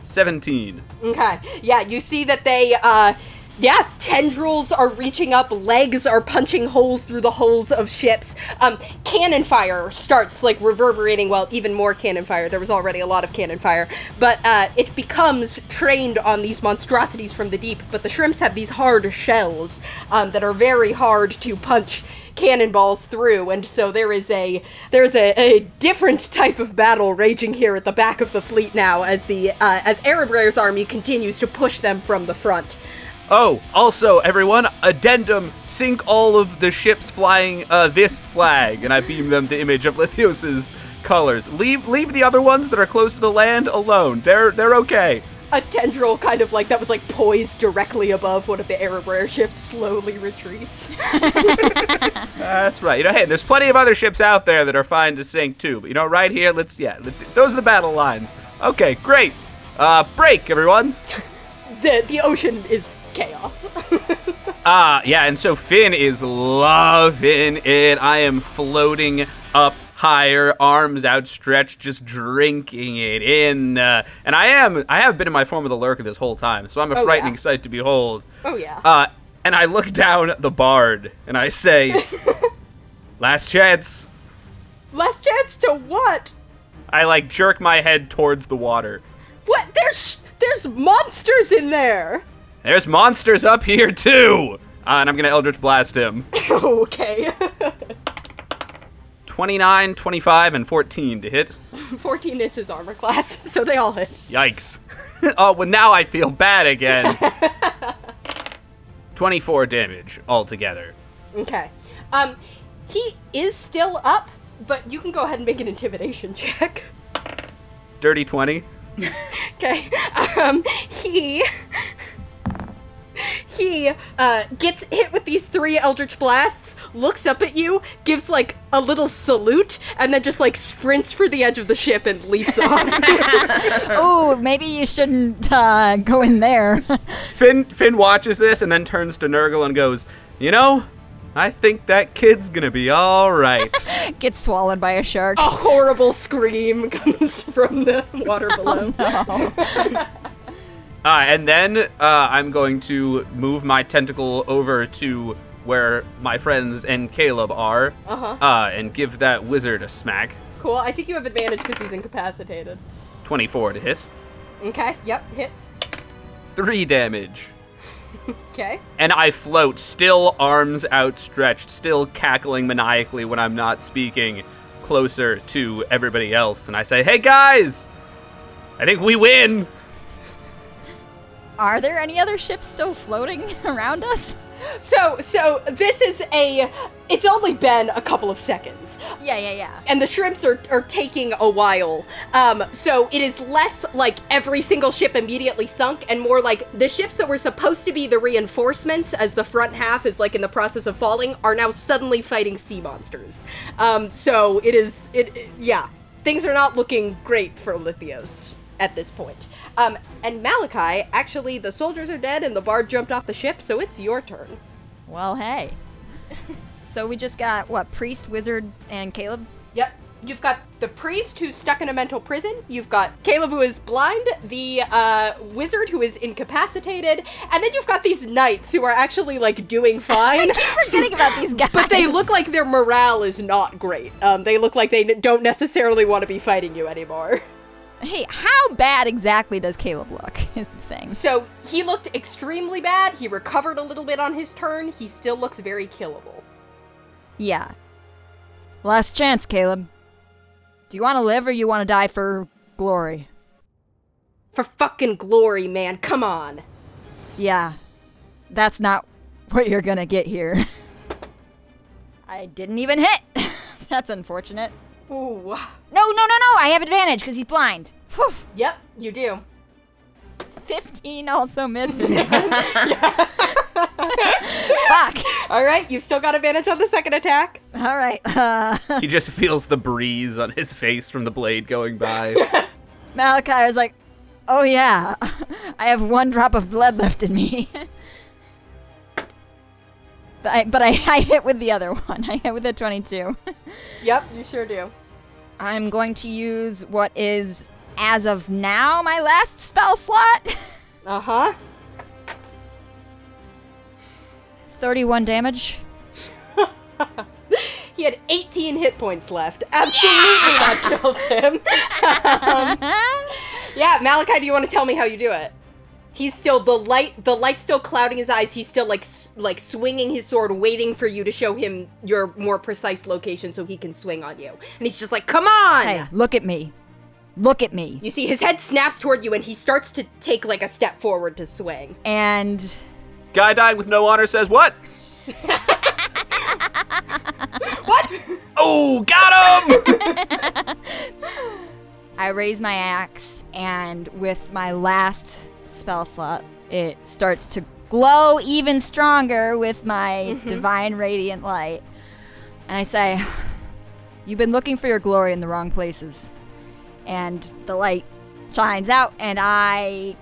[SPEAKER 2] 17.
[SPEAKER 1] Okay. Yeah, you see that they uh yeah, tendrils are reaching up, legs are punching holes through the holes of ships. Um cannon fire starts like reverberating, well, even more cannon fire. There was already a lot of cannon fire, but uh it becomes trained on these monstrosities from the deep, but the shrimps have these hard shells um that are very hard to punch cannonballs through and so there is a there's a, a different type of battle raging here at the back of the fleet now as the uh, as Arab Rare's army continues to push them from the front.
[SPEAKER 2] Oh, also, everyone, addendum sink all of the ships flying uh, this flag, and I beam them the image of Lithios's colors. Leave leave the other ones that are close to the land alone. They're they're okay.
[SPEAKER 1] A tendril kind of like that was like poised directly above one of the Arab Rare ships slowly retreats. [laughs]
[SPEAKER 2] That's right. You know, hey, there's plenty of other ships out there that are fine to sink too. But you know, right here, let's yeah, let those are the battle lines. Okay, great. Uh, break, everyone.
[SPEAKER 1] the the ocean is chaos.
[SPEAKER 2] Uh, Ah, yeah, and so Finn is loving it. I am floating up higher, arms outstretched, just drinking it in. Uh, and I am, I have been in my form of the lurker this whole time, so I'm a
[SPEAKER 1] Oh, yeah.
[SPEAKER 2] frightening sight to behold.
[SPEAKER 1] Oh yeah.
[SPEAKER 2] Uh, and I look down at the bard and
[SPEAKER 1] [laughs]
[SPEAKER 2] I say, "Last chance."
[SPEAKER 1] Last chance to what?
[SPEAKER 2] I like jerk my head towards the water.
[SPEAKER 1] What? There's there's monsters in there.
[SPEAKER 2] There's monsters up here too, uh, and I'm gonna Eldritch
[SPEAKER 1] [laughs]
[SPEAKER 2] Blast him.
[SPEAKER 1] okay.
[SPEAKER 2] 29, 25, and 14 to hit.
[SPEAKER 1] 14 is his armor class, [laughs] so they all hit.
[SPEAKER 2] Yikes. [laughs] oh, well, now I feel bad again. 24 damage altogether.
[SPEAKER 1] Okay. Um he is still up, but you can go ahead and make an intimidation [laughs] check.
[SPEAKER 2] Dirty 20.
[SPEAKER 1] Okay. Um, he [laughs] he uh, gets hit with these three eldritch blasts, looks up at you, gives like a little salute, and then just like sprints for the edge of the ship and leaps off.
[SPEAKER 4] Oh, maybe you shouldn't uh, go in there. [laughs]
[SPEAKER 2] Finn Finn watches this and then turns to Nurgle and goes, "You know, I think that kid's going to be all right."
[SPEAKER 4] [laughs] Get swallowed by a shark. [laughs]
[SPEAKER 1] a horrible scream [laughs] comes from the water below.
[SPEAKER 4] Oh.
[SPEAKER 2] Uh, and then uh, I'm going to move my tentacle over to where my friends and Caleb are uh and give that wizard a smack.
[SPEAKER 1] Cool. I think you have advantage because he's incapacitated.
[SPEAKER 2] 24 to hit.
[SPEAKER 1] Okay. Yep. Hits.
[SPEAKER 2] 3 damage.
[SPEAKER 1] Okay.
[SPEAKER 2] And I float, still arms outstretched, still cackling maniacally when I'm not speaking, closer to everybody else. And I say, hey guys, I think we win.
[SPEAKER 4] Are there any other ships still floating [laughs] around us?
[SPEAKER 1] So so this is a. It's only been a couple of seconds.
[SPEAKER 4] Yeah, yeah, yeah.
[SPEAKER 1] and the shrimps are, are taking a while. Um, so it is less like every single ship immediately sunk and more like the ships that were supposed to be the reinforcements as the front half is like in the process of falling are now suddenly fighting sea monsters. Um, so it is, it, it- yeah, things are not looking great for Lithios at this point. Um, and Malachi, actually, the soldiers are dead and the bard jumped off the ship, so it's your turn.
[SPEAKER 4] Well, hey. So we just got what? Priest, wizard, and Caleb.
[SPEAKER 1] Yep. You've got the priest who's stuck in a mental prison. You've got Caleb who is blind, the uh, wizard who is incapacitated, and then you've got these knights who are actually like
[SPEAKER 4] [laughs]
[SPEAKER 1] doing fine. [laughs]
[SPEAKER 4] Forgetting about these guys.
[SPEAKER 1] But they look like their morale is not great. Um, they look like they n- don't necessarily want to be fighting you anymore. [laughs]
[SPEAKER 4] Hey, how bad exactly does Caleb look? [laughs] Is the thing.
[SPEAKER 1] So he looked extremely bad. He recovered a little bit on his turn. He still looks very killable.
[SPEAKER 4] Yeah. Last chance, Caleb. Do you want to live or you want to die for glory?
[SPEAKER 1] For fucking glory, man. Come on.
[SPEAKER 4] Yeah. That's not what you're gonna get here. [laughs] I didn't even hit. [laughs] That's unfortunate.
[SPEAKER 1] Ooh.
[SPEAKER 4] No, no, no, no. I have advantage because he's blind. Phew.
[SPEAKER 1] Yep, you do.
[SPEAKER 4] 15 also missing. [laughs] Fuck.
[SPEAKER 1] All right, you've still got advantage on the second attack.
[SPEAKER 4] All right. Uh,
[SPEAKER 2] he just feels the breeze on his face from the blade going by.
[SPEAKER 4] Malachi is like, oh yeah, [laughs] I have one drop of blood left in me. [laughs] but I, but I, [laughs] I hit with the other one. [laughs] I hit with a [laughs] 22.
[SPEAKER 1] Yep, you sure do.
[SPEAKER 4] I'm going to use what is, as of now, my last spell slot. [laughs]
[SPEAKER 1] Uh huh.
[SPEAKER 4] 31 damage.
[SPEAKER 1] He had 18 hit points left. Absolutely that kills him. Um, yeah, Malachi, do you want to tell me how you do it? He's still the light. The light's still clouding his eyes. He's still like s- like swinging his sword, waiting for you to show him your more precise location so he can swing on you. And he's just like, "Come on!"
[SPEAKER 4] Hey, look at me. Look at me.
[SPEAKER 1] You see, his head snaps toward you, and he starts to take like a step forward to swing.
[SPEAKER 4] And
[SPEAKER 2] Guy dying with no honor says, what?
[SPEAKER 1] What?
[SPEAKER 2] Oh, got him!
[SPEAKER 4] I raise my axe, and with my last spell slot, it starts to glow even stronger with my divine radiant light. And I say, You've been looking for your glory in the wrong places. And the light shines out, and I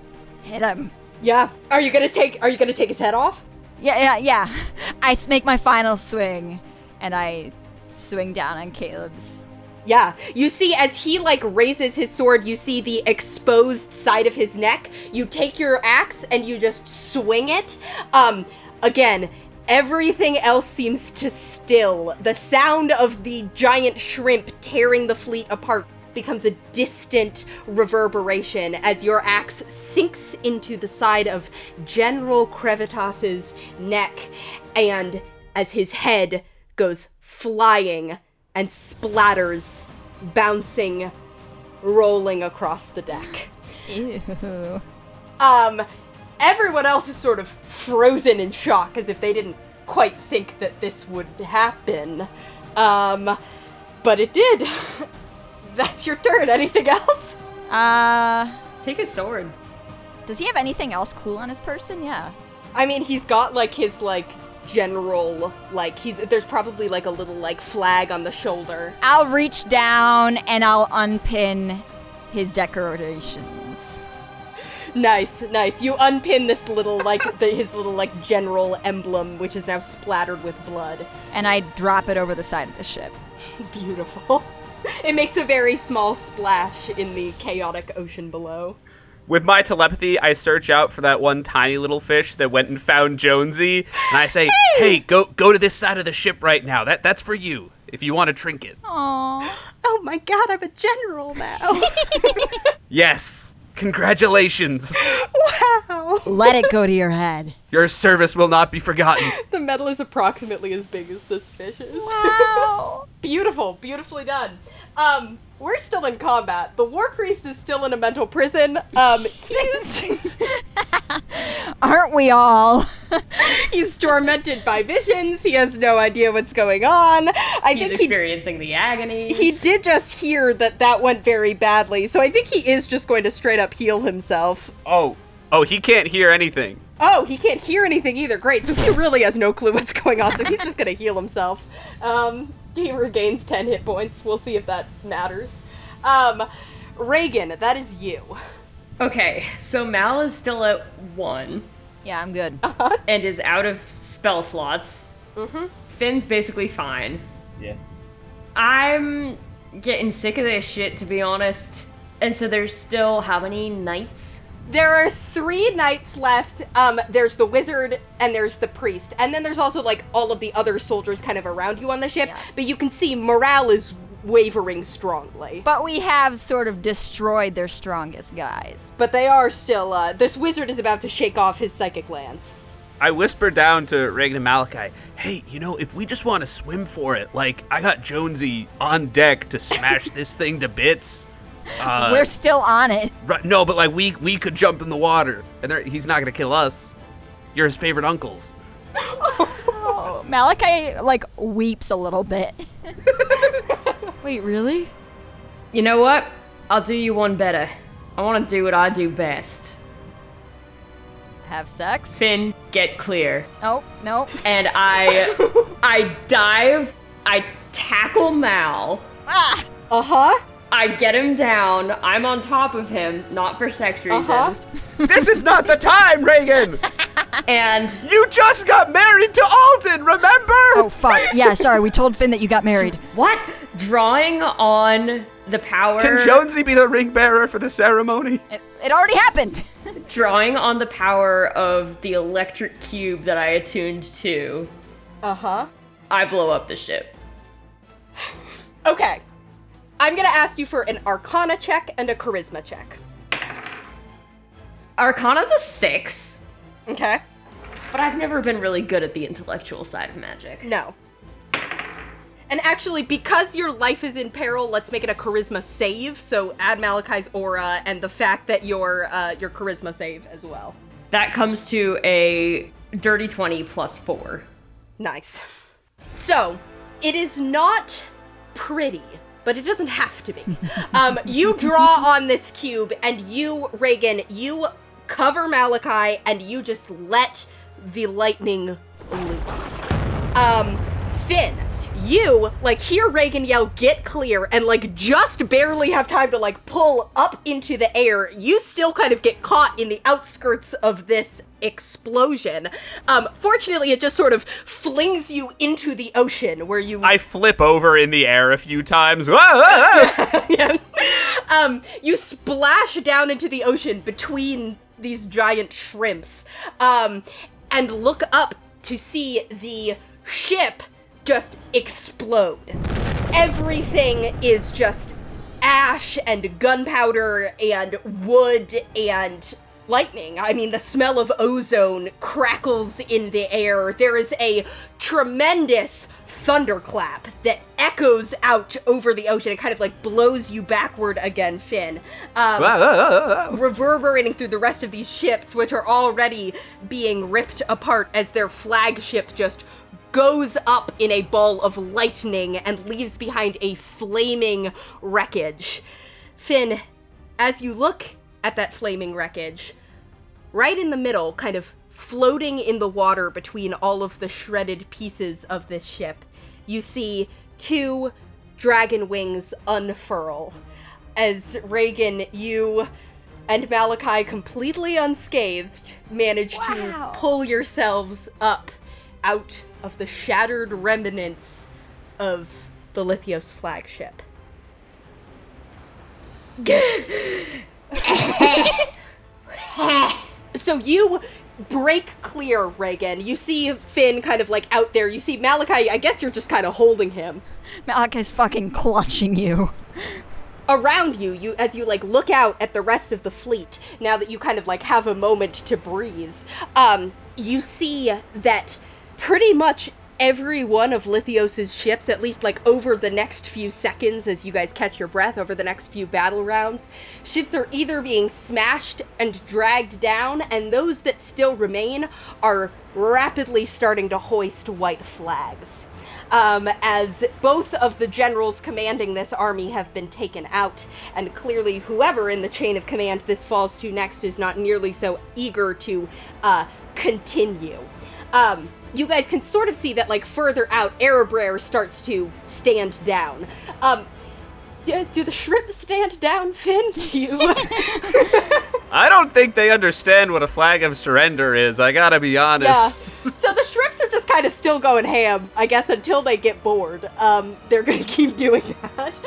[SPEAKER 4] hit him.
[SPEAKER 1] yeah. Are you gonna take? Are you gonna take his head off?
[SPEAKER 4] Yeah, yeah, yeah. [laughs] I s- make my final swing, and I swing down on Caleb's
[SPEAKER 1] Yeah. You see, as he like raises his sword, you see the exposed side of his neck. You take your axe and you just swing it. Um, again, everything else seems to still. The sound of the giant shrimp tearing the fleet apart becomes a distant reverberation as your axe sinks into the side of General Crevitas's neck and as his head goes flying and splatters, bouncing, rolling across the deck.
[SPEAKER 4] Ew.
[SPEAKER 1] Um, everyone else is sort of frozen in shock as if they didn't quite think that this would happen. Um, but it did. [laughs] That's your turn. Anything else?
[SPEAKER 4] Uh,
[SPEAKER 3] Take his sword.
[SPEAKER 4] does he have anything else cool on his person? Yeah.
[SPEAKER 1] I mean, he's got like his like general like he there's probably like a little like flag on the shoulder.
[SPEAKER 4] I'll reach down and I'll unpin his decorations.
[SPEAKER 1] Nice, nice. You unpin this little [laughs] like the, his little like general emblem which is now splattered with blood. [laughs]
[SPEAKER 4] And I drop it over the side of the ship.
[SPEAKER 1] Beautiful. It makes a very small splash in the chaotic ocean below.
[SPEAKER 2] With my telepathy, I search out for that one tiny little fish that went and found Jonesy, and I say, "Hey, go go to this side of the ship right now. That that's for you if you want a trinket."
[SPEAKER 4] Aww.
[SPEAKER 1] Oh my god, I'm a general [laughs] now.
[SPEAKER 2] Yes. Congratulations.
[SPEAKER 1] wow.
[SPEAKER 4] Let it go to your head.
[SPEAKER 2] Your service will not be forgotten.
[SPEAKER 1] The medal is approximately as big as this fish is.
[SPEAKER 4] Wow.
[SPEAKER 1] Beautiful, beautifully done. Um, we're still in combat. The war priest is still in a mental prison. Um, he's
[SPEAKER 4] [laughs]
[SPEAKER 1] [laughs]
[SPEAKER 4] Aren't we all?
[SPEAKER 1] he's tormented by visions. He has no idea what's going on. I
[SPEAKER 3] He's
[SPEAKER 1] think he
[SPEAKER 3] experiencing the agony.
[SPEAKER 1] he did just hear that that went very badly, so I think he is just going to straight up heal himself.
[SPEAKER 2] Oh, oh, he can't hear anything.
[SPEAKER 1] Oh, he can't hear anything either. Great, so he really has no clue what's going on, so he's just gonna heal himself. Um, he regains 10 hit points. We'll see if that matters. Um, Reagan, that is you.
[SPEAKER 3] Okay, so Mal is still at one
[SPEAKER 4] Yeah, I'm good.
[SPEAKER 3] and is out of spell slots. Mm-hmm. Finn's basically fine.
[SPEAKER 5] Yeah.
[SPEAKER 3] I'm getting sick of this shit, to be honest. And so there's still how many knights?
[SPEAKER 1] There are three knights left. Um, there's the wizard and there's the priest. And then there's also like all of the other soldiers kind of around you on the ship,
[SPEAKER 4] Yeah.
[SPEAKER 1] but you can see morale is wavering strongly.
[SPEAKER 4] But we have sort of destroyed their strongest guys.
[SPEAKER 1] But they are still, uh, this wizard is about to shake off his psychic lands.
[SPEAKER 2] I whisper down to Regan and Malachi, hey, you know, if we just want to swim for it, like, I got Jonesy on deck to smash this thing to bits. Uh,
[SPEAKER 4] We're still on it.
[SPEAKER 2] ri- no, but like, we we could jump in the water, and they're- he's not gonna kill us. You're his favorite uncles.
[SPEAKER 1] [laughs]
[SPEAKER 4] Oh, Malachi like weeps a little bit. [laughs] Wait, really?
[SPEAKER 3] You know what? I'll do you one better. I want to do what I do best.
[SPEAKER 4] Have sex?
[SPEAKER 3] Finn, get clear.
[SPEAKER 4] Nope, nope.
[SPEAKER 3] And I I dive, I tackle Mal.
[SPEAKER 4] Ah!
[SPEAKER 1] Uh huh.
[SPEAKER 3] I get him down. I'm on top of him, not for sex reasons.
[SPEAKER 1] Uh-huh.
[SPEAKER 2] this is not the time, Reagan!
[SPEAKER 3] And
[SPEAKER 2] You just got married to Alden, remember?
[SPEAKER 4] Oh fuck. Yeah, sorry. We told Finn that you got [laughs] married.
[SPEAKER 3] what? Drawing on the power
[SPEAKER 2] Can Jonesy be the ring bearer for the ceremony?
[SPEAKER 4] It, it already happened.
[SPEAKER 3] drawing on the power of the electric cube that I attuned to,
[SPEAKER 1] Uh huh.
[SPEAKER 3] I blow up the ship.
[SPEAKER 1] Okay. I'm gonna ask you for an arcana check and a charisma check.
[SPEAKER 3] Arcana's a six,
[SPEAKER 1] Okay?
[SPEAKER 3] but I've never been really good at the intellectual side of magic.
[SPEAKER 1] No. And actually, because your life is in peril, let's make it a charisma save. So add Malachi's aura and the fact that your uh, your charisma save as well.
[SPEAKER 3] That comes to a dirty 20 plus four.
[SPEAKER 1] Nice. So, it is not pretty, but it doesn't have to be. um, you draw on this cube, and you, Reagan, you cover Malachi, and you just let the lightning loose. Um, Finn, you like hear Reagan yell get clear and like just barely have time to like pull up into the air. You still kind of get caught in the outskirts of this explosion. Um fortunately it just sort of flings you into the ocean where you
[SPEAKER 2] I flip over in the air a few times. Whoa, whoa, whoa.
[SPEAKER 1] Yeah. um, you splash down into the ocean between these giant shrimps um, and look up to see the ship just explode. Everything is just ash and gunpowder and wood and lightning. I mean, the smell of ozone crackles in the air. There is a tremendous thunderclap that echoes out over the ocean. It kind of like blows you backward again, Finn. Um,
[SPEAKER 2] Whoa, whoa, whoa, whoa.
[SPEAKER 1] [laughs] reverberating through the rest of these ships, which are already being ripped apart as their flagship just goes up in a ball of lightning and leaves behind a flaming wreckage. Finn, as you look at that flaming wreckage, right in the middle, kind of floating in the water between all of the shredded pieces of this ship, you see two dragon wings unfurl. As Reagan, you and Malachi, completely unscathed, manage
[SPEAKER 4] Wow.
[SPEAKER 1] to pull yourselves up out of the shattered remnants of the Lithios flagship. so you break clear, Reagan. You see Finn kind of like out there. You see Malachi, I guess you're just kind of holding him.
[SPEAKER 4] Malachi's fucking clutching you.
[SPEAKER 1] Around you, you as you like look out at the rest of the fleet, now that you kind of like have a moment to breathe, um, you see that pretty much every one of Lithios's ships, at least like over the next few seconds as you guys catch your breath over the next few battle rounds, ships are either being smashed and dragged down, and those that still remain are rapidly starting to hoist white flags. Um, as both of the generals commanding this army have been taken out, and clearly whoever in the chain of command this falls to next is not nearly so eager to uh, continue. Um, you guys can sort of see that, like, further out, Erebraer starts to stand down. Um, do, do the shrimp stand down, Finn? [laughs] Do you?
[SPEAKER 2] I don't think they understand what a flag of surrender is. I gotta be honest.
[SPEAKER 1] Yeah. So the shrimps are just kind of still going ham, I guess, until they get bored. Um, they're going to keep doing that. [laughs]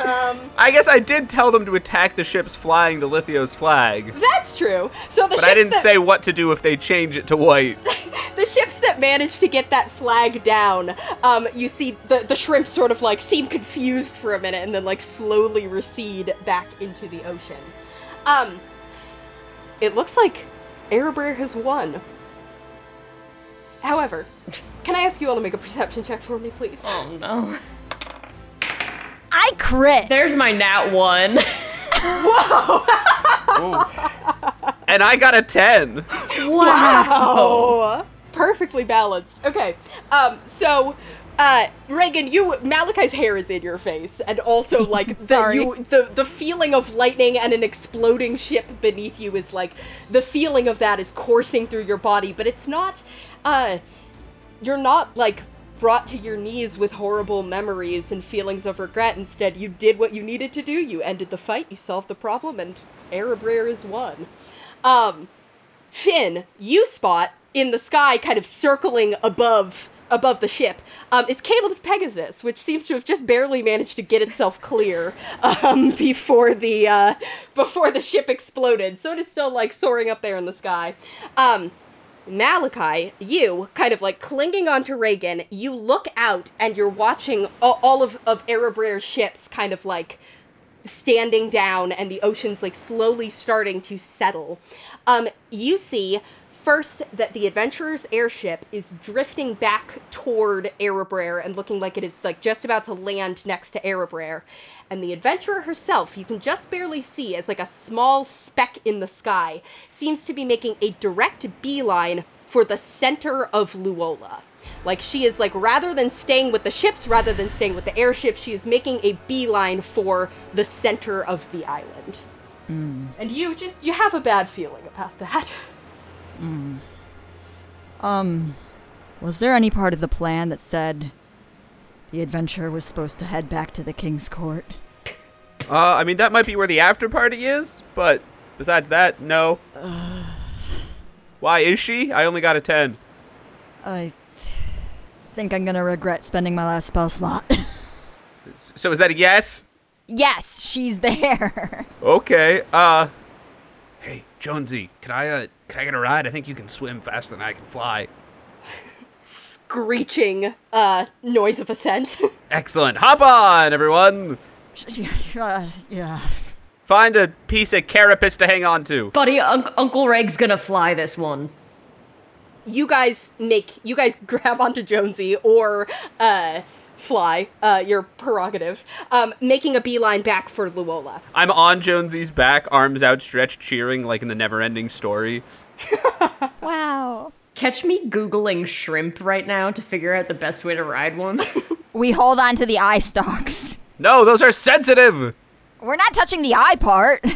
[SPEAKER 1] Um,
[SPEAKER 2] I guess I did tell them to attack the ships flying the Lithios flag,
[SPEAKER 1] that's true. So the
[SPEAKER 2] but
[SPEAKER 1] ships
[SPEAKER 2] I didn't
[SPEAKER 1] that,
[SPEAKER 2] say what to do if they change it
[SPEAKER 1] [laughs]
[SPEAKER 2] to white.
[SPEAKER 1] the ships that manage to get that flag down. Um, you see the the shrimps sort of like seem confused for a minute and then like slowly recede back into the ocean. Um, it looks like Erebor has won. However, can I ask you all to make a perception check for me, please?
[SPEAKER 3] Oh no.
[SPEAKER 4] I crit.
[SPEAKER 3] There's my nat one. [laughs]
[SPEAKER 2] and I got a 10.
[SPEAKER 1] Oh, perfectly balanced. Okay, um, so uh, Reagan, you Malachi's hair is in your face, and also like the,
[SPEAKER 4] Sorry.
[SPEAKER 1] you, the the feeling of lightning and an exploding ship beneath you is like the feeling of that is coursing through your body, but it's not. Uh, you're not like brought to your knees with horrible memories and feelings of regret. Instead, you did what you needed to do. You ended the fight. You solved the problem, and Erebrir is one. Um, Finn, you spot in the sky, kind of circling above above the ship, um, is Caleb's Pegasus, which seems to have just barely managed to get itself clear um, [laughs] before the uh, before the ship exploded. So it is still like soaring up there in the sky. Um, Malachi, you kind of like clinging onto Reagan, you look out and you're watching all, all of of Erebrer's ships kind of like standing down and the ocean's like slowly starting to settle. Um, you see first that the adventurer's airship is drifting back toward Erebraer and looking like it is like just about to land next to Erebraer. And the adventurer herself, you can just barely see as like a small speck in the sky, seems to be making a direct beeline for the center of Luola. Like she is like rather than staying with the ships, rather than staying with the airship, she is making a beeline for the center of the island. And you just you have a bad feeling about that. [laughs]
[SPEAKER 4] Um, was there any part of the plan that said The adventurer was supposed to head back to the king's court.
[SPEAKER 2] Uh, I mean, that might be where the after party is, but besides that, no. Why is she? I only got a 10.
[SPEAKER 4] I th- think I'm gonna regret spending my last spell slot. [laughs]
[SPEAKER 2] So is that a yes?
[SPEAKER 4] yes, she's there. [laughs]
[SPEAKER 2] Okay. Uh, hey, Jonesy, can I uh, can I get a ride? I think you can swim faster than I can fly.
[SPEAKER 1] Screeching uh, noise of assent.
[SPEAKER 2] Excellent. Hop on, everyone.
[SPEAKER 4] uh, yeah.
[SPEAKER 2] Find a piece of carapace to hang on to.
[SPEAKER 3] Buddy, Unc Uncle Reg's gonna fly this one.
[SPEAKER 1] [laughs] you guys make you guys [laughs] grab onto Jonesy or uh, fly uh, your prerogative, um, making a beeline back for Luola.
[SPEAKER 2] I'm on Jonesy's back, arms outstretched, cheering like in the never-ending story.
[SPEAKER 4] Wow.
[SPEAKER 3] Catch me googling shrimp right now to figure out the best way to ride one. [laughs]
[SPEAKER 4] We hold on to the eye stalks.
[SPEAKER 2] No, those are sensitive.
[SPEAKER 4] We're not touching the eye part. [laughs]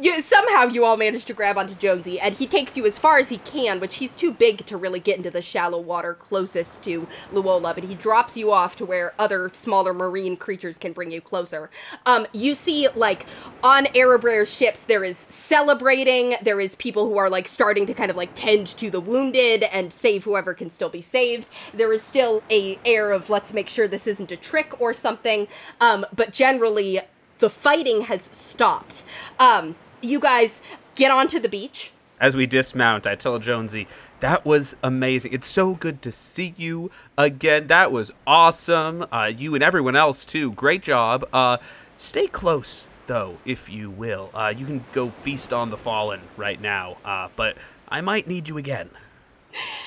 [SPEAKER 1] You, somehow you all manage to grab onto Jonesy, and he takes you as far as he can, which he's too big to really get into the shallow water closest to Luola, but he drops you off to where other smaller marine creatures can bring you closer. Um, you see, like, on Erebraer's ships, there is celebrating, there is people who are, like, starting to kind of, like, tend to the wounded and save whoever can still be saved. There is still a air of, let's make sure this isn't a trick or something, um, but generally, the fighting has stopped. Um, you guys get onto the beach.
[SPEAKER 2] As we dismount, I tell Jonesy, that was amazing. It's so good to see you again. That was awesome. Uh, you and everyone else, too. Great job. Uh, stay close, though, if you will. Uh, you can go feast on the fallen right now, uh, but I might need you again.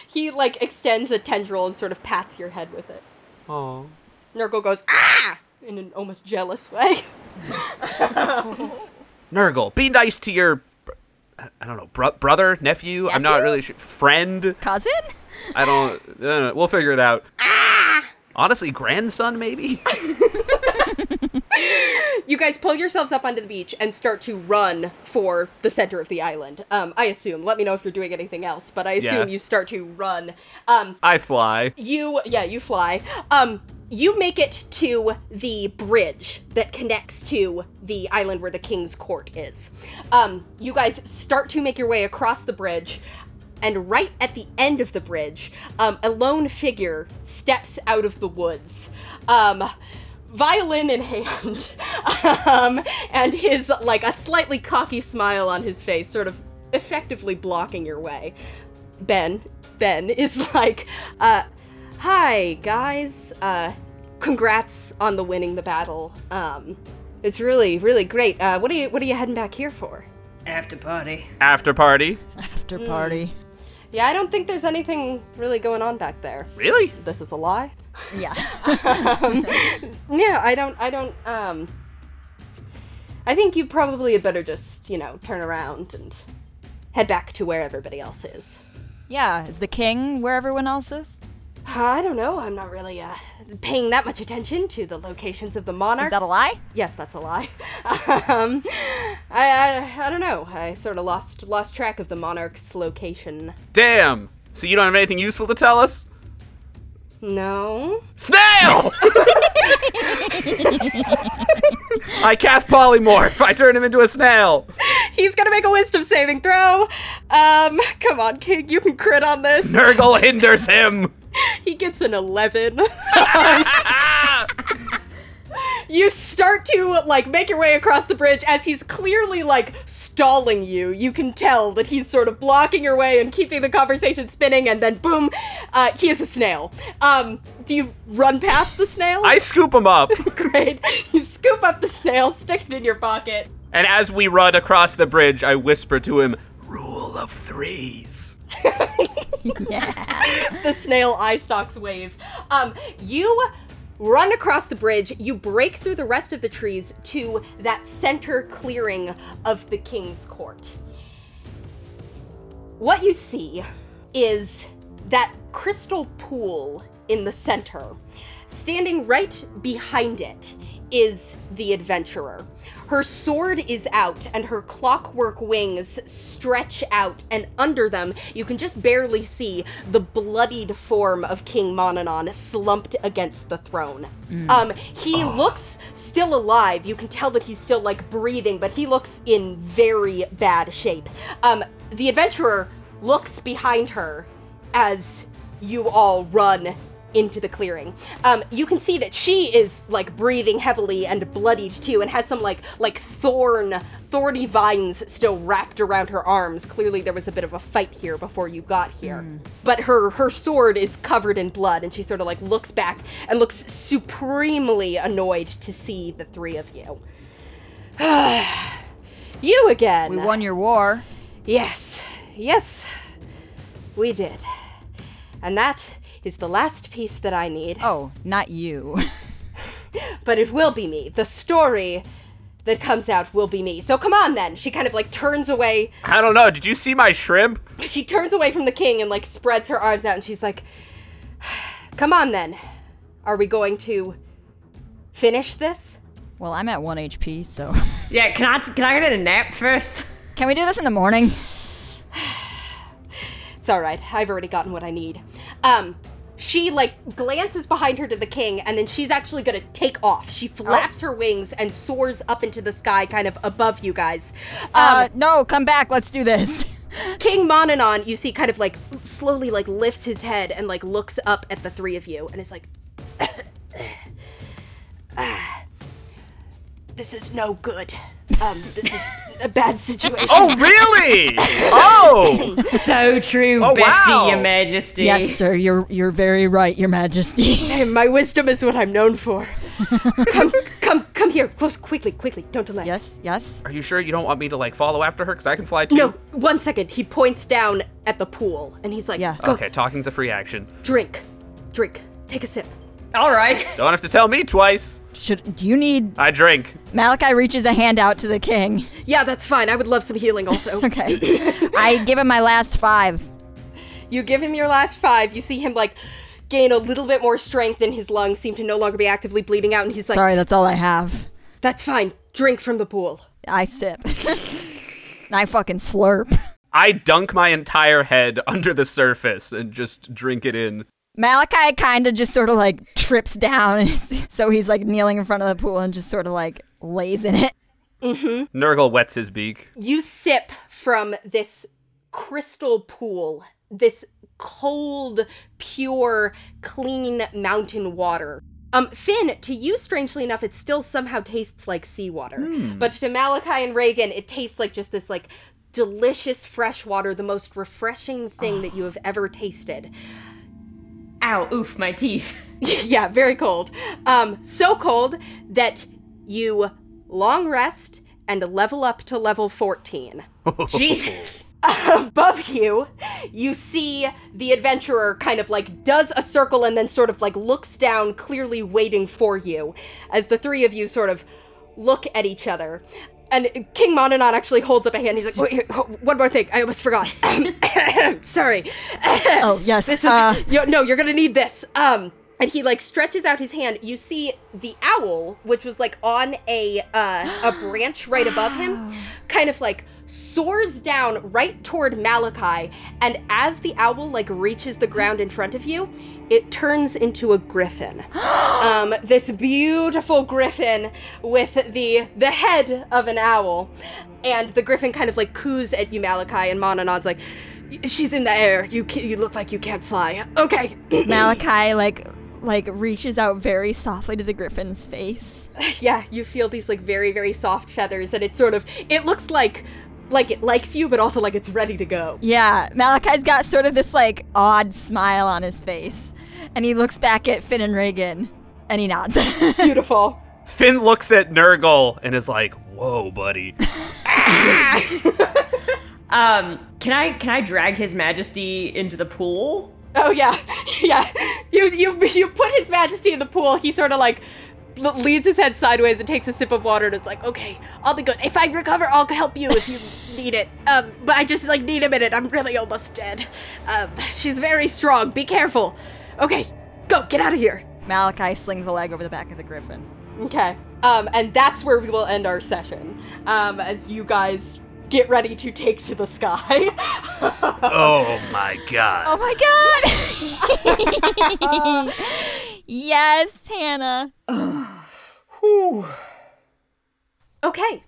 [SPEAKER 1] He like extends a tendril and sort of pats your head with it.
[SPEAKER 2] Oh.
[SPEAKER 1] Nurgle goes ah in an almost jealous way. [laughs]
[SPEAKER 2] Nurgle, be nice to your. br- I don't know, bro- brother, nephew. I'm not
[SPEAKER 4] Nephew?
[SPEAKER 2] really sure. Friend.
[SPEAKER 4] Cousin?
[SPEAKER 2] I don't. I don't know. We'll figure it out. Honestly, grandson, maybe. [laughs]
[SPEAKER 1] You guys pull yourselves up onto the beach and start to run for the center of the island. Um, I assume. Let me know if you're doing anything else, but I assume
[SPEAKER 2] Yeah.
[SPEAKER 1] you start to run. Um,
[SPEAKER 2] I fly.
[SPEAKER 1] you yeah you fly um you make it to the bridge that connects to the island where the king's court is um you guys start to make your way across the bridge and right at the end of the bridge um a lone figure steps out of the woods um violin in [laughs] hand um and his like a slightly cocky smile on his face sort of effectively blocking your way Ben, Ben is [laughs] like, uh, hi guys, uh, congrats on the winning the battle. Um, it's really, really great. Uh, what are you, what are you heading back here for?
[SPEAKER 3] After party.
[SPEAKER 2] After party.
[SPEAKER 4] After party.
[SPEAKER 1] Yeah, I don't think there's anything really going on back there.
[SPEAKER 2] Really?
[SPEAKER 1] This is a lie.
[SPEAKER 4] Mm. Yeah.
[SPEAKER 1] Yeah, I don't, I don't, um, I think you probably had better just, you know, turn around and head back to where everybody else is.
[SPEAKER 4] [laughs] Yeah, is the king where everyone else is?
[SPEAKER 1] Uh, I don't know. I'm not really uh, paying that much attention to the locations of the monarchs.
[SPEAKER 4] Is that a lie?
[SPEAKER 1] Yes, that's a lie. [laughs] um, I, I I don't know. I sort of lost lost track of the monarch's location.
[SPEAKER 2] Damn. So you don't have anything useful to tell us?
[SPEAKER 1] No.
[SPEAKER 2] Snail! [laughs] I cast polymorph. I turn him into a snail.
[SPEAKER 1] He's gonna make a wisdom saving throw. Um, come on, King, you can crit on this.
[SPEAKER 2] Nurgle hinders him.
[SPEAKER 1] He gets an eleven. you start to like make your way across the bridge as he's clearly like stalling you you can tell that he's sort of blocking your way and keeping the conversation spinning and then boom uh, he is a snail um do you run past the snail
[SPEAKER 2] I scoop him up,
[SPEAKER 1] [laughs] great you scoop up the snail stick it in your pocket
[SPEAKER 2] and as we run across the bridge, I whisper to him, "Rule of threes.
[SPEAKER 1] the snail eye stalks wave. Um, you run across the bridge, you break through the rest of the trees to that center clearing of the king's court. What you see is that crystal pool in the center. Standing right behind it is the adventurer. Her sword is out, and her clockwork wings stretch out, and under them, you can just barely see the bloodied form of King Mononon slumped against the throne. Um, he looks still alive. You can tell that he's still like breathing, but he looks in very bad shape. Um, the adventurer looks behind her as you all run into the clearing. Um, you can see that she is like breathing heavily and bloodied too, and has some like like thorn thorny vines still wrapped around her arms. Clearly, there was a bit of a fight here before you got here. But her her sword is covered in blood, and she sort of like looks back and looks supremely annoyed to see the three of you. [sighs] you again.
[SPEAKER 4] We won your war.
[SPEAKER 1] Yes, yes, we did. And that is the last piece that I need.
[SPEAKER 4] Oh, not you.
[SPEAKER 1] But it will be me. The story that comes out will be me. So come on then. She kind of like turns away.
[SPEAKER 2] I don't know. Did you see my shrimp?
[SPEAKER 1] She turns away from the king and like spreads her arms out and she's like, [sighs] Come on then. Are we going to finish this?
[SPEAKER 4] well, I'm at 1 HP, so. [laughs]
[SPEAKER 3] Yeah, can I can I get a nap first?
[SPEAKER 4] Can we do this in the morning?
[SPEAKER 1] It's all right. I've already gotten what I need. Um, she like glances behind her to the king, and then she's actually gonna take off. She flaps her wings and soars up into the sky, kind of above you guys.
[SPEAKER 4] Uh, no, come back. Let's do this.
[SPEAKER 1] King Mononon, you see, kind of like slowly like lifts his head and like looks up at the three of you and is like, [coughs] "Ah, "This is no good. Um, this is a bad situation."
[SPEAKER 2] Oh,
[SPEAKER 1] [laughs]
[SPEAKER 2] really? Oh,
[SPEAKER 3] So true,
[SPEAKER 2] Oh,
[SPEAKER 3] bestie,
[SPEAKER 2] wow.
[SPEAKER 3] your majesty.
[SPEAKER 4] [laughs] Yes, sir. You're you're very right, Your Majesty.
[SPEAKER 1] Hey, my wisdom is what I'm known for. come, come, come here, close, quickly, quickly. Don't delay.
[SPEAKER 4] [laughs] yes, yes.
[SPEAKER 2] are you sure you don't want me to like follow after her? Cause I can fly too.
[SPEAKER 1] No, one second. He points down at the pool and he's like,
[SPEAKER 4] Yeah.
[SPEAKER 1] "Go,
[SPEAKER 2] Okay, talking's a free action.
[SPEAKER 1] drink, drink, take a sip."
[SPEAKER 3] All right. [laughs]
[SPEAKER 2] Don't have to tell me twice.
[SPEAKER 4] Should do you need?
[SPEAKER 2] I drink.
[SPEAKER 4] Malachi reaches a hand out to the king. [laughs]
[SPEAKER 1] Yeah, that's fine. I would love some healing also.
[SPEAKER 4] Okay. I give him my last five.
[SPEAKER 1] You give him your last five. You see him like gain a little bit more strength in his lungs, seem to no longer be actively bleeding out, and he's like,
[SPEAKER 4] Sorry, that's all I have.
[SPEAKER 1] "That's fine. Drink from the pool."
[SPEAKER 4] I sip. [laughs] and I fucking slurp.
[SPEAKER 2] I dunk my entire head [laughs] under the surface and just drink it in.
[SPEAKER 4] Malachi kind of just sort of like trips down, [laughs] and is- so he's like kneeling in front of the pool and just sort of like lays in it.
[SPEAKER 2] Nurgle wets his beak.
[SPEAKER 1] You sip from this crystal pool, this cold, pure, clean mountain water. Um, Finn, to you, strangely enough, it still somehow tastes like seawater. But to Malachi and Reagan, it tastes like just this like delicious fresh water, the most refreshing thing that you have ever tasted. [laughs]
[SPEAKER 3] Ow, oof,
[SPEAKER 2] [laughs]
[SPEAKER 3] my teeth.
[SPEAKER 1] yeah, very cold. Um, so cold that you long rest and level up to level 14.
[SPEAKER 2] Oh.
[SPEAKER 3] Jesus.
[SPEAKER 1] Above you, you see the adventurer kind of like does a circle and then sort of like looks down, clearly waiting for you, as the three of you sort of look at each other. And King Mononon actually holds up a hand. He's like, "Wait, here, ho- one more thing. I almost forgot. [coughs] Sorry.
[SPEAKER 4] Oh yes.
[SPEAKER 1] This is
[SPEAKER 4] uh,
[SPEAKER 1] yo- no, you're gonna need this. Um, and he like stretches out his hand. You see the owl, which was like on a uh,
[SPEAKER 4] [gasps]
[SPEAKER 1] a branch right above him, kind of like soars down right toward Malachi. And as the owl like reaches the ground in front of you, it turns into a
[SPEAKER 4] [gasps]
[SPEAKER 1] griffin. um, this beautiful griffin with the the head of an owl, and the griffin kind of like coos at you, Malachi, and Mononon's like. She's in the air. You ca- you look like you can't fly. Okay. [clears throat]
[SPEAKER 4] Malachi like like reaches out very softly to the griffin's face.
[SPEAKER 1] yeah, you feel these like very very soft feathers and it's sort of it looks like like it likes you but also like it's ready to go.
[SPEAKER 4] Yeah, Malachi's got sort of this like odd smile on his face, and he looks back at Finn and Reagan, and he nods. [laughs]
[SPEAKER 1] Beautiful.
[SPEAKER 2] Finn looks at Nurgle and is like, "Whoa, buddy."
[SPEAKER 3] Um, can I can I drag his majesty into the pool?
[SPEAKER 1] Oh yeah. [laughs] yeah. You you you put his majesty in the pool. He sort of like l- leads his head sideways and takes a sip of water and is like, "Okay, I'll be good. If I recover, I'll help you if you [laughs] need it. Um but I just like need a minute. I'm really almost dead. Um she's very strong. Be careful. Okay. Go, get out of here."
[SPEAKER 4] Malachi slings the leg over the back of the griffin.
[SPEAKER 1] Okay. Um, and that's where we will end our session um, as you guys get ready to take to the sky. [laughs]
[SPEAKER 2] Oh my god.
[SPEAKER 4] Oh my god! [laughs] yes, Hannah.
[SPEAKER 1] okay.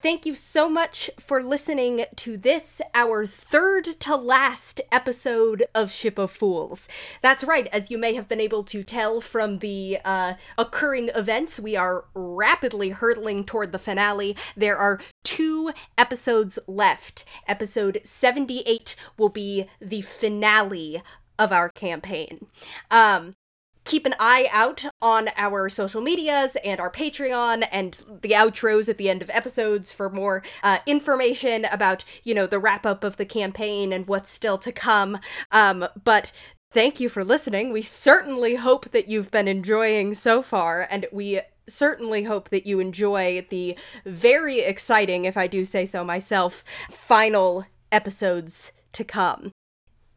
[SPEAKER 1] Thank you so much for listening to this, our third to last episode of Ship of Fools. That's right, as you may have been able to tell from the uh, occurring events, we are rapidly hurtling toward the finale. There are two episodes left. Episode 78 will be the finale of our campaign. Um, keep an eye out on our social medias and our Patreon and the outros at the end of episodes for more uh, information about, you know, the wrap up of the campaign and what's still to come. Um, but thank you for listening. We certainly hope that you've been enjoying so far, and we certainly hope that you enjoy the very exciting, if I do say so myself, final episodes to come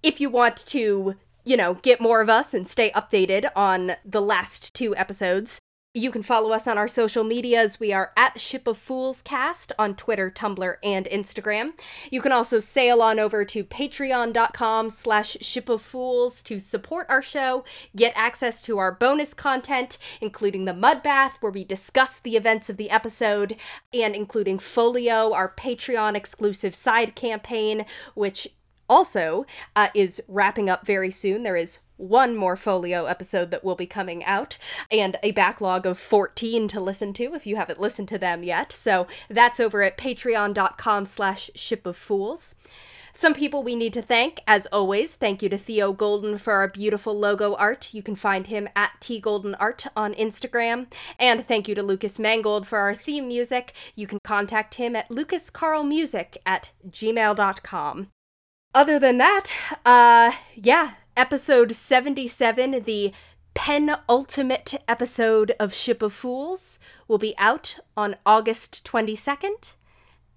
[SPEAKER 1] if you want to, you know, get more of us and stay updated on the last two episodes, you can follow us on our social medias. We are at Ship of Fools Cast on Twitter, Tumblr, and Instagram. You can also sail on over to patreon.com slash ship of fools to support our show, get access to our bonus content, including the mud bath where we discuss the events of the episode, and including Folio, our Patreon exclusive side campaign, which also uh, is wrapping up very soon. There is one more folio episode that will be coming out and a backlog of 14 to listen to if you haven't listened to them yet. So that's over at patreon.com slash ship of fools. Some people we need to thank, as always. Thank you to Theo Golden for our beautiful logo art. You can find him at tgoldenart on Instagram. And thank you to Lucas Mangold for our theme music. You can contact him at lucascarlmusic at gmail.com other than that, uh yeah, episode 77, the penultimate episode of Ship of Fools will be out on August 22nd,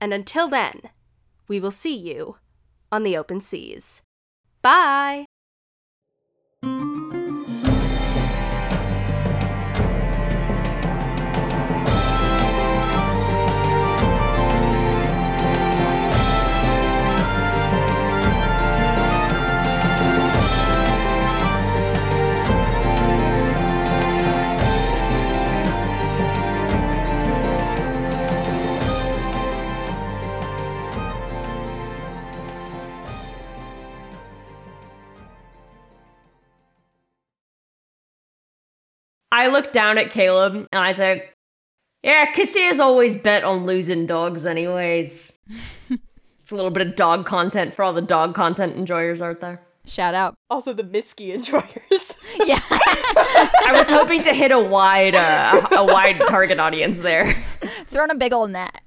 [SPEAKER 1] and until then, we will see you on the open seas. Bye.
[SPEAKER 3] I look down at Caleb and I say, Yeah, Cassia's always bet on losing dogs,
[SPEAKER 4] [laughs]
[SPEAKER 3] anyways. it's a little bit of dog content for all the dog content enjoyers out there.
[SPEAKER 4] Shout out.
[SPEAKER 1] Also, the Mitski enjoyers.
[SPEAKER 4] Yeah.
[SPEAKER 3] I was hoping to hit a wide, uh, a wide target audience there. [laughs]
[SPEAKER 4] Throwing a big old net.